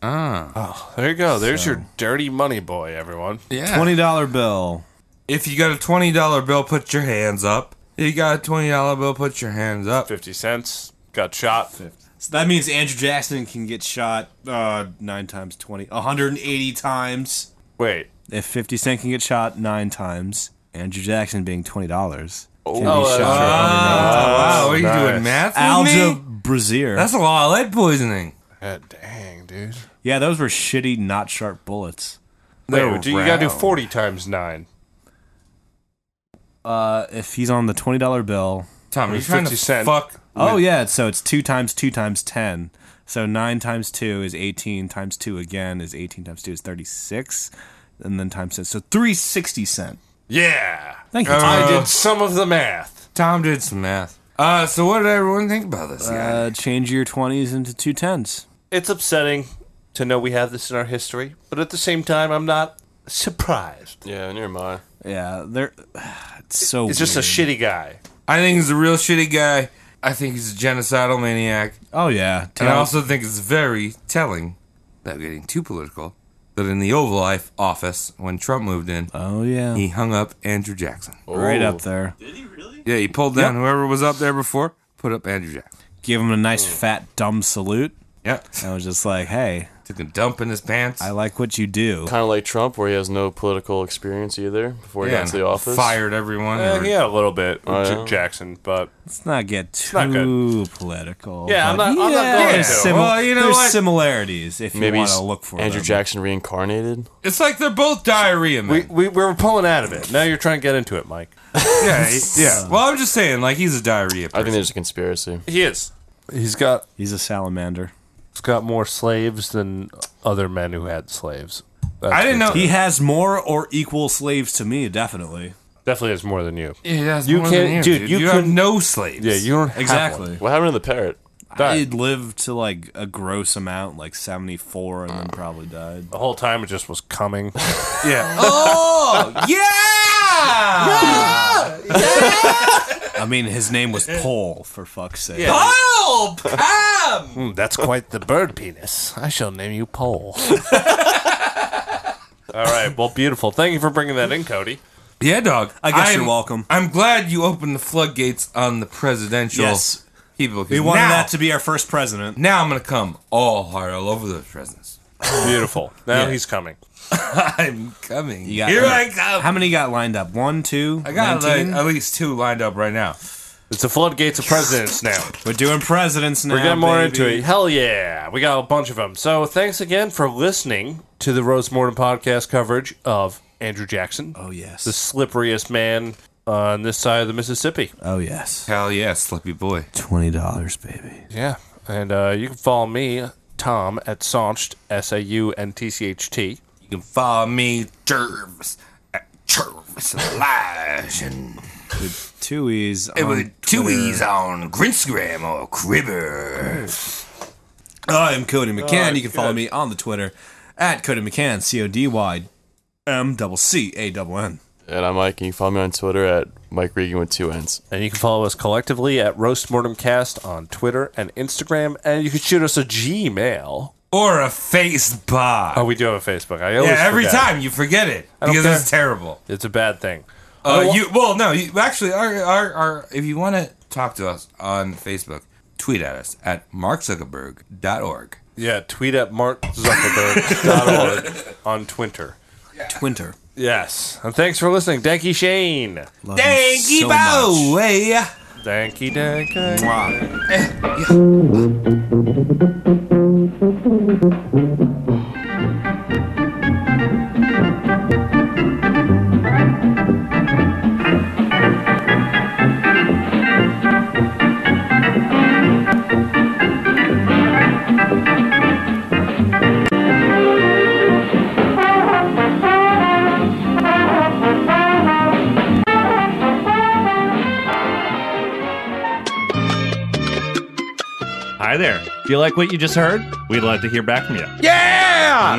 Speaker 7: There you go. There's your dirty money boy, everyone.
Speaker 1: Yeah.
Speaker 8: Twenty dollar bill.
Speaker 1: if you got a twenty dollar bill, put your hands up. If you got a twenty dollar bill, put your hands up.
Speaker 7: 50 cents. Got shot.
Speaker 8: So that means Andrew Jackson can get shot uh, nine times twenty, hundred and eighty times.
Speaker 7: Wait.
Speaker 8: If Fifty Cent can get shot nine times, Andrew Jackson being twenty dollars can be
Speaker 9: Oh, that's
Speaker 8: shot.
Speaker 9: true.
Speaker 1: Ah, wow, what are you doing, math? with
Speaker 8: Alja
Speaker 1: me?
Speaker 8: Brazier.
Speaker 1: That's a lot of lead poisoning.
Speaker 7: God dang, dude.
Speaker 8: yeah, those were shitty, not sharp bullets.
Speaker 7: Wait,
Speaker 1: They're
Speaker 7: do you got to do
Speaker 1: round.
Speaker 7: 40 times 9.
Speaker 8: Uh, if he's on the twenty dollar bill.
Speaker 1: Tom,
Speaker 7: It
Speaker 1: you're
Speaker 7: was
Speaker 1: trying
Speaker 7: 50
Speaker 1: to
Speaker 7: cent.
Speaker 1: fuck.
Speaker 8: Oh yeah, so it's two times two times ten. So nine times two is eighteen times two again is eighteen times two is thirty six, and then times six. So three sixty cent.
Speaker 7: Yeah. Uh.
Speaker 8: Thank you.
Speaker 7: I
Speaker 8: Tom.
Speaker 7: did some of the math.
Speaker 1: Tom did some math. Uh, so what did everyone think about this guy?
Speaker 8: Uh, change your twenties into two tens.
Speaker 7: It's upsetting to know we have this in our history, but at the same time, I'm not surprised.
Speaker 9: Yeah, near my.
Speaker 8: Yeah, they're [sighs] it's so.
Speaker 7: He's just a
Speaker 8: weird.
Speaker 7: shitty guy.
Speaker 1: I think he's a real shitty guy. I think he's a genocidal maniac.
Speaker 8: Oh yeah,
Speaker 1: And I
Speaker 8: Tell-
Speaker 1: also think it's very telling, without getting too political, that in the Oval Life Office, when Trump moved in,
Speaker 8: oh yeah,
Speaker 1: he hung up Andrew Jackson.
Speaker 8: right
Speaker 9: Oh.
Speaker 8: up there.
Speaker 1: Yeah, he pulled down whoever was up there before, put up Andrew Jackson.
Speaker 8: Give him a nice fat dumb salute.
Speaker 1: Yep.
Speaker 8: I was just like, hey,
Speaker 1: Took a dump in his pants.
Speaker 8: I like what you do.
Speaker 9: Kind of like Trump, where he has no political experience either before he got into
Speaker 1: and
Speaker 9: the office.
Speaker 1: Fired everyone.
Speaker 7: Uh,
Speaker 1: or-
Speaker 7: yeah, a little bit,
Speaker 9: Oh,
Speaker 7: J-
Speaker 9: yeah.
Speaker 7: Jackson. But
Speaker 8: Let's not get too
Speaker 7: not
Speaker 8: political.
Speaker 7: Yeah, I'm
Speaker 8: but
Speaker 7: not- I'm not going
Speaker 8: there's
Speaker 7: to.
Speaker 8: simil-
Speaker 1: Well, you know
Speaker 8: there's
Speaker 1: what?
Speaker 8: similarities if
Speaker 9: Maybe
Speaker 8: you want
Speaker 9: he's
Speaker 8: to look for
Speaker 9: Andrew
Speaker 8: them.
Speaker 9: Jackson reincarnated.
Speaker 1: It's like they're both diarrhea men.
Speaker 7: we, we we were pulling out of it. Now you're trying to get into it, Mike.
Speaker 1: yeah, he- yeah. Well, I'm just saying, like he's a diarrhea
Speaker 9: I
Speaker 1: person.
Speaker 9: think there's a conspiracy.
Speaker 7: He is. He's got
Speaker 8: He's a salamander.
Speaker 7: he's got more slaves than other men who had slaves. That's
Speaker 1: I didn't know.
Speaker 8: He has more or equal slaves to me, definitely.
Speaker 7: Definitely has more than you.
Speaker 1: He has
Speaker 7: You
Speaker 1: more than
Speaker 7: can't- dude, you
Speaker 1: You, have
Speaker 7: couldn't-
Speaker 1: no slaves.
Speaker 7: Yeah, you don't have
Speaker 8: Exactly.
Speaker 7: one.
Speaker 9: What happened to the parrot?
Speaker 7: Died.
Speaker 8: He'd lived to like a gross amount, like 74, and then probably died.
Speaker 7: The whole time it just was coming.
Speaker 1: Yeah. Oh, yeah.
Speaker 8: I mean, his name was Paul, for fuck's sake.
Speaker 1: Oh,
Speaker 7: [laughs]
Speaker 1: Pam.
Speaker 7: [laughs] Hmm, that's quite the bird penis. I shall name you [laughs] Pole. All right. Well, beautiful. Thank you for bringing that in, Cody.
Speaker 1: Yeah, dog.
Speaker 8: I guess
Speaker 1: I'm-
Speaker 8: you're welcome.
Speaker 1: I'm glad you opened the floodgates on the presidential
Speaker 8: Yes.
Speaker 1: people. 'cause
Speaker 8: We wanted
Speaker 1: now,
Speaker 8: that to be our first president.
Speaker 1: Now I'm gonna come all hard all over those presidents.
Speaker 7: Beautiful. Now he's coming.
Speaker 1: [laughs] I'm coming.
Speaker 8: You got-
Speaker 1: Here I come.
Speaker 8: How many got lined up? One, two,
Speaker 1: uh, I got like, uh,
Speaker 8: 19?
Speaker 1: at least two lined up right now.
Speaker 7: It's the floodgates of presidents now.
Speaker 8: We're doing presidents now.
Speaker 7: We're getting more
Speaker 8: baby.
Speaker 7: into it. Hell yeah. We got a bunch of them. So thanks again for listening to the Rose Morton podcast coverage of Andrew Jackson,
Speaker 8: Oh, yes.
Speaker 7: the slipperiest man on this side of the Mississippi.
Speaker 8: oh, yes.
Speaker 1: Hell yeah, slippy boy.
Speaker 8: $20, baby.
Speaker 7: Yeah. And uh, you can follow me, Tom, at Saunched, S A U N T C H T.
Speaker 1: You can follow me, Jervis, at Jervis Lige, and
Speaker 8: With two E's.
Speaker 1: it
Speaker 8: on
Speaker 1: was two
Speaker 8: Twitter.
Speaker 1: E's on Grinstagram or Cribber.
Speaker 8: I'm Oh, Cody
Speaker 7: Oh,
Speaker 8: McCann. you can follow me on the Twitter at Cody McCann, C O D Y M double C A double N.
Speaker 9: And I'm Mike. And you can follow me on Twitter at Mike Regan with two N's.
Speaker 7: And you can follow us collectively at Roast Mortem Cast on Twitter and Instagram. And you can shoot us a Gmail.
Speaker 1: Or a face bar.
Speaker 7: Oh, we do have a Facebook. I always
Speaker 1: yeah, every
Speaker 7: forget.
Speaker 1: time you forget it
Speaker 7: don't
Speaker 1: because it's
Speaker 7: care.
Speaker 1: terrible.
Speaker 7: It's a bad thing.
Speaker 1: Uh, you well no you actually our, our, our if you want to talk to us on Facebook tweet at us at markzuckerberg.org
Speaker 7: Yeah, tweet at markzuckerberg.org on Twitter.
Speaker 8: Twinter.
Speaker 7: Yes. And thanks for listening. Danky Shane.
Speaker 8: Love you
Speaker 1: thank you
Speaker 8: so much.
Speaker 1: boy.
Speaker 7: Danky Danky.
Speaker 2: Hi there. Do you like what you just heard? We'd love to hear back from you. Mm-hmm.
Speaker 4: Yeah!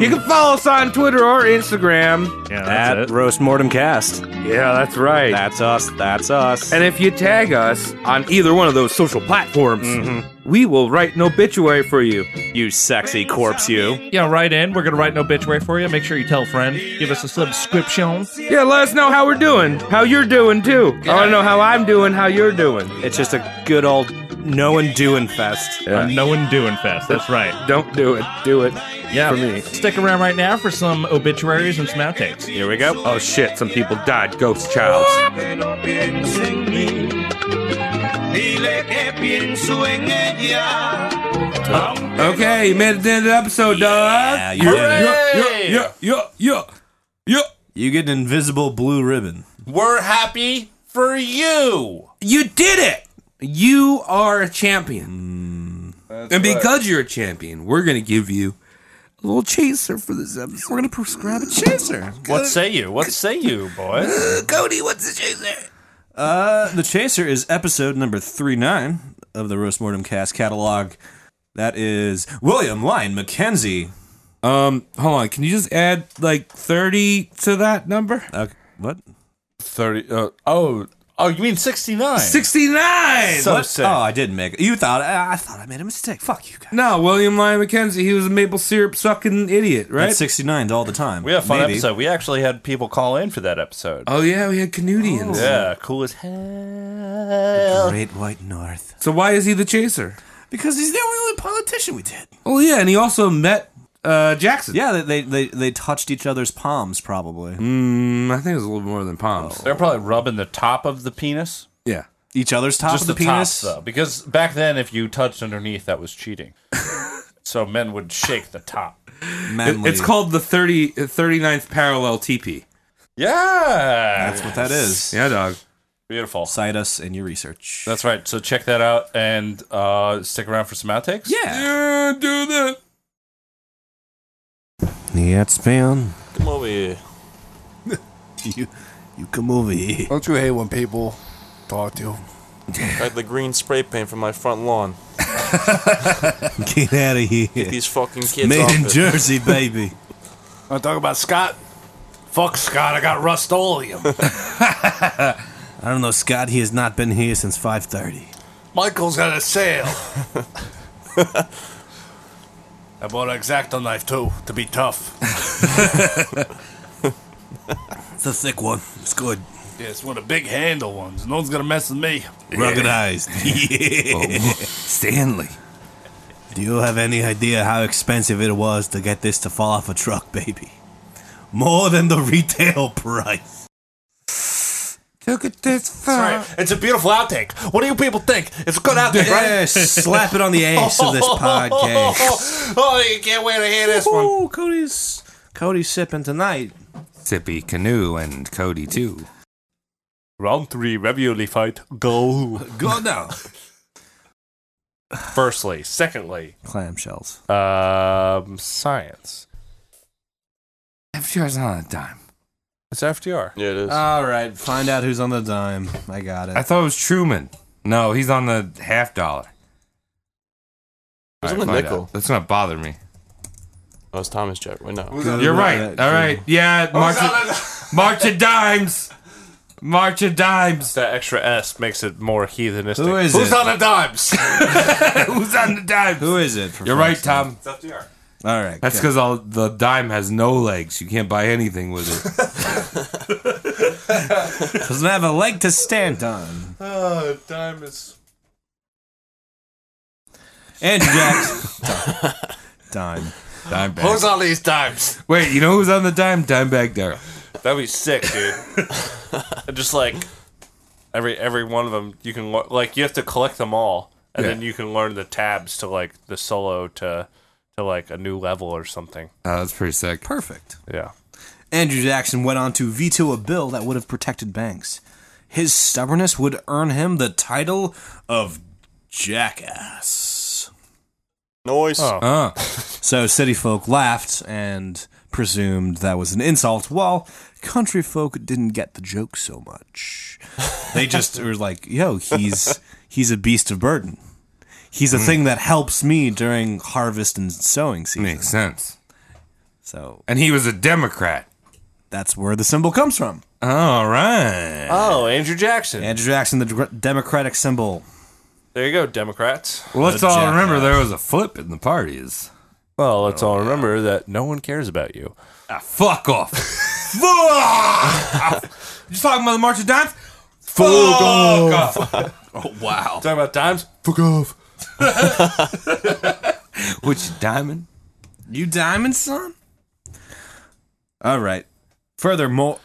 Speaker 4: You can follow us on Twitter or Instagram.
Speaker 2: Yeah,
Speaker 10: At
Speaker 2: that's it.
Speaker 10: Roast Mortem Cast.
Speaker 4: Yeah, that's right.
Speaker 10: That's us. That's us.
Speaker 4: and if you tag us on either one of those social platforms,
Speaker 2: Mm-hmm.
Speaker 4: we will write an obituary for you.
Speaker 10: you sexy corpse, you.
Speaker 2: Yeah, right in. We're going to write an obituary for you. Make sure you tell a friend. Give us a subscription.
Speaker 4: Yeah, let us know how we're doing, how you're doing too. I want to know how I'm doing, how you're doing.
Speaker 10: It's just a good old no and doing fest.
Speaker 2: A No one doing fest. That's right.
Speaker 4: Don't do it. Do it.
Speaker 2: Yeah.
Speaker 4: For me.
Speaker 2: Stick around right now for some obituaries and some outtakes.
Speaker 10: Here we go.
Speaker 4: Oh shit, some people died. Ghost Childs.
Speaker 1: Okay, you made it to the end of the episode, dog.
Speaker 8: Yeah, you did. it.
Speaker 1: Yeah, yeah, yeah, yeah.
Speaker 8: You get an invisible blue ribbon.
Speaker 7: We're happy for you.
Speaker 1: You did it. You are a champion. and because you're a champion, we're going to give you a little chaser for this episode. We're going to prescribe a chaser.
Speaker 7: What say you? What say you, boys?
Speaker 1: Cody, what's the chaser?
Speaker 8: Uh, the Chaser is episode number 39 of the Roast Mortem Cast catalog. That is William Lyon McKenzie.
Speaker 1: Um, hold on. Can you just add like 30 to that number?
Speaker 8: Uh, what?
Speaker 7: 30. Uh, oh, oh, you mean 69?
Speaker 1: 69.
Speaker 7: So
Speaker 8: What?
Speaker 7: sick.
Speaker 8: Oh, I did make it. You thought I, I thought I made a mistake. Fuck you guys.
Speaker 1: no, William Lyon McKenzie, he was a maple syrup sucking idiot, right?
Speaker 8: That's 69 all the time.
Speaker 7: We had a fun
Speaker 8: Maybe.
Speaker 7: episode. We actually had people call in for that episode.
Speaker 1: oh, yeah, we had Canadians.
Speaker 7: Yeah, cool as hell.
Speaker 8: Great White North.
Speaker 1: So why is he the chaser?
Speaker 8: because he's the only politician we did.
Speaker 1: Oh yeah, and he also met uh, Jackson.
Speaker 8: Yeah, they, they they they touched each other's palms probably.
Speaker 1: Mm, I think it was a little more than palms.
Speaker 7: They're probably rubbing the top of the penis.
Speaker 1: Yeah.
Speaker 8: Each other's top
Speaker 7: Just
Speaker 8: of
Speaker 7: the,
Speaker 8: the, penis.
Speaker 7: top, though, because back then, if you touched underneath, that was [laughs] cheating. so men would shake the top.
Speaker 1: It-
Speaker 8: Manly.
Speaker 1: it's called the 30, 39th parallel TP.
Speaker 7: Yeah,
Speaker 8: That's what that is.
Speaker 1: Yeah, dog.
Speaker 7: beautiful.
Speaker 8: Cite us in your research.
Speaker 7: That's right. So check that out and uh, stick around for some outtakes.
Speaker 1: Yeah, do that.
Speaker 8: Yeah, it's been.
Speaker 9: Come over here.
Speaker 8: [laughs] You you come
Speaker 9: [laughs]
Speaker 8: over here.
Speaker 11: Don't you hate when people talk to you?
Speaker 9: Got the green spray paint from my front lawn.
Speaker 8: Get out of here.
Speaker 9: These fucking kids.
Speaker 8: Made
Speaker 9: off
Speaker 8: in
Speaker 9: it. [laughs]
Speaker 8: Jersey, baby.
Speaker 11: I'm talking about Scott.
Speaker 7: Fuck Scott, I got rust oleum.
Speaker 8: I don't know, Scott. He has not been here since five thirty.
Speaker 11: Michael's got a
Speaker 7: [laughs]
Speaker 11: sale. I bought an exacto knife too to be tough.
Speaker 8: It's a thick one. It's good.
Speaker 11: Yeah, it's one of the big handle ones. No one's gonna mess with me.
Speaker 9: [laughs]
Speaker 8: Ruggedized. Oh.
Speaker 1: Stanley.
Speaker 8: Do you have any idea how expensive it was to get this to fall off a truck, baby? More than the retail [laughs] price.
Speaker 1: Look at this
Speaker 7: That's right. Uh-huh. It's a beautiful outtake. What do you people think? It's a good outtake, right?
Speaker 8: Yes, slap it on the ass of
Speaker 7: [laughs]
Speaker 8: this podcast.
Speaker 7: Oh, you can't wait to hear [laughs] this one.
Speaker 8: Ooh, Cody's Cody's sipping tonight.
Speaker 1: Sippy Canoe and Cody too.
Speaker 7: Round three, ravioli fight. Go.
Speaker 8: Go now.
Speaker 7: Firstly, secondly,
Speaker 8: [laughs] Clamshells.
Speaker 7: um, science.
Speaker 1: FGR's not on a dime.
Speaker 7: It's FDR.
Speaker 9: Yeah, it is.
Speaker 8: All right, find out who's on the dime. I got it.
Speaker 1: I thought it was Truman. No, he's on the half dollar.
Speaker 9: He's on
Speaker 1: All
Speaker 9: the
Speaker 1: find
Speaker 9: nickel.
Speaker 1: out. That's gonna bother me.
Speaker 9: Oh, it's Thomas Jack. Wait, no.
Speaker 1: You're right. All right. Yeah, March of, March of Dimes. March of Dimes.
Speaker 7: That extra S makes it more heathenistic.
Speaker 8: Who is
Speaker 7: Who's
Speaker 8: it?
Speaker 7: on the dimes?
Speaker 1: [laughs] Who's on the dime?
Speaker 8: Who is it? for
Speaker 1: You're right,
Speaker 8: fuck's
Speaker 1: Tom.
Speaker 8: sake?
Speaker 7: it's FDR.
Speaker 8: All right.
Speaker 1: That's
Speaker 8: good.
Speaker 1: because the dime has no legs. You can't buy anything with it.
Speaker 8: doesn't have a leg to stand on.
Speaker 7: Oh, dime is.
Speaker 1: [laughs]
Speaker 8: And Jack. dime.
Speaker 1: Dime bag.
Speaker 7: Who's on these dimes?
Speaker 1: Wait, you know who's on the dime? Dime bag Daryl.
Speaker 7: That'd be sick, [laughs] dude. Just like every every one of them, you can lo- like you have to collect them all, and
Speaker 1: Yeah.
Speaker 7: then you can learn the tabs to like the solo to to like a new level or something.
Speaker 1: Oh, that's pretty sick.
Speaker 8: Perfect.
Speaker 7: Yeah.
Speaker 8: Andrew Jackson went on to veto a bill that would have protected banks. His stubbornness would earn him the title of jackass.
Speaker 9: Noise.
Speaker 1: Oh,
Speaker 8: So city folk laughed and presumed that was an insult, while country folk didn't get the joke so much. They just were like, "Yo, he's he's a beast of burden. He's a
Speaker 1: Hmm.
Speaker 8: thing that helps me during harvest and sowing season."
Speaker 1: makes sense.
Speaker 8: So
Speaker 1: And he was a Democrat.
Speaker 8: that's where the symbol comes from.
Speaker 1: All right.
Speaker 8: Uh,
Speaker 7: Oh, Andrew Jackson.
Speaker 8: Andrew Jackson, the dr- Democratic symbol.
Speaker 7: there you go, Democrats.
Speaker 1: Well, let's
Speaker 8: The
Speaker 1: all
Speaker 8: jackass.
Speaker 1: remember there was a flip in the parties.
Speaker 7: Well, let's all remember that no one cares about you.
Speaker 1: Ah, fuck off.
Speaker 8: [laughs]
Speaker 1: Fuck. [laughs] you talking about the March of Dimes? Fuck off. [laughs] Oh, wow.
Speaker 7: Talking about dimes?
Speaker 1: [laughs] Which diamond?
Speaker 8: You diamond son? All right. Furthermore,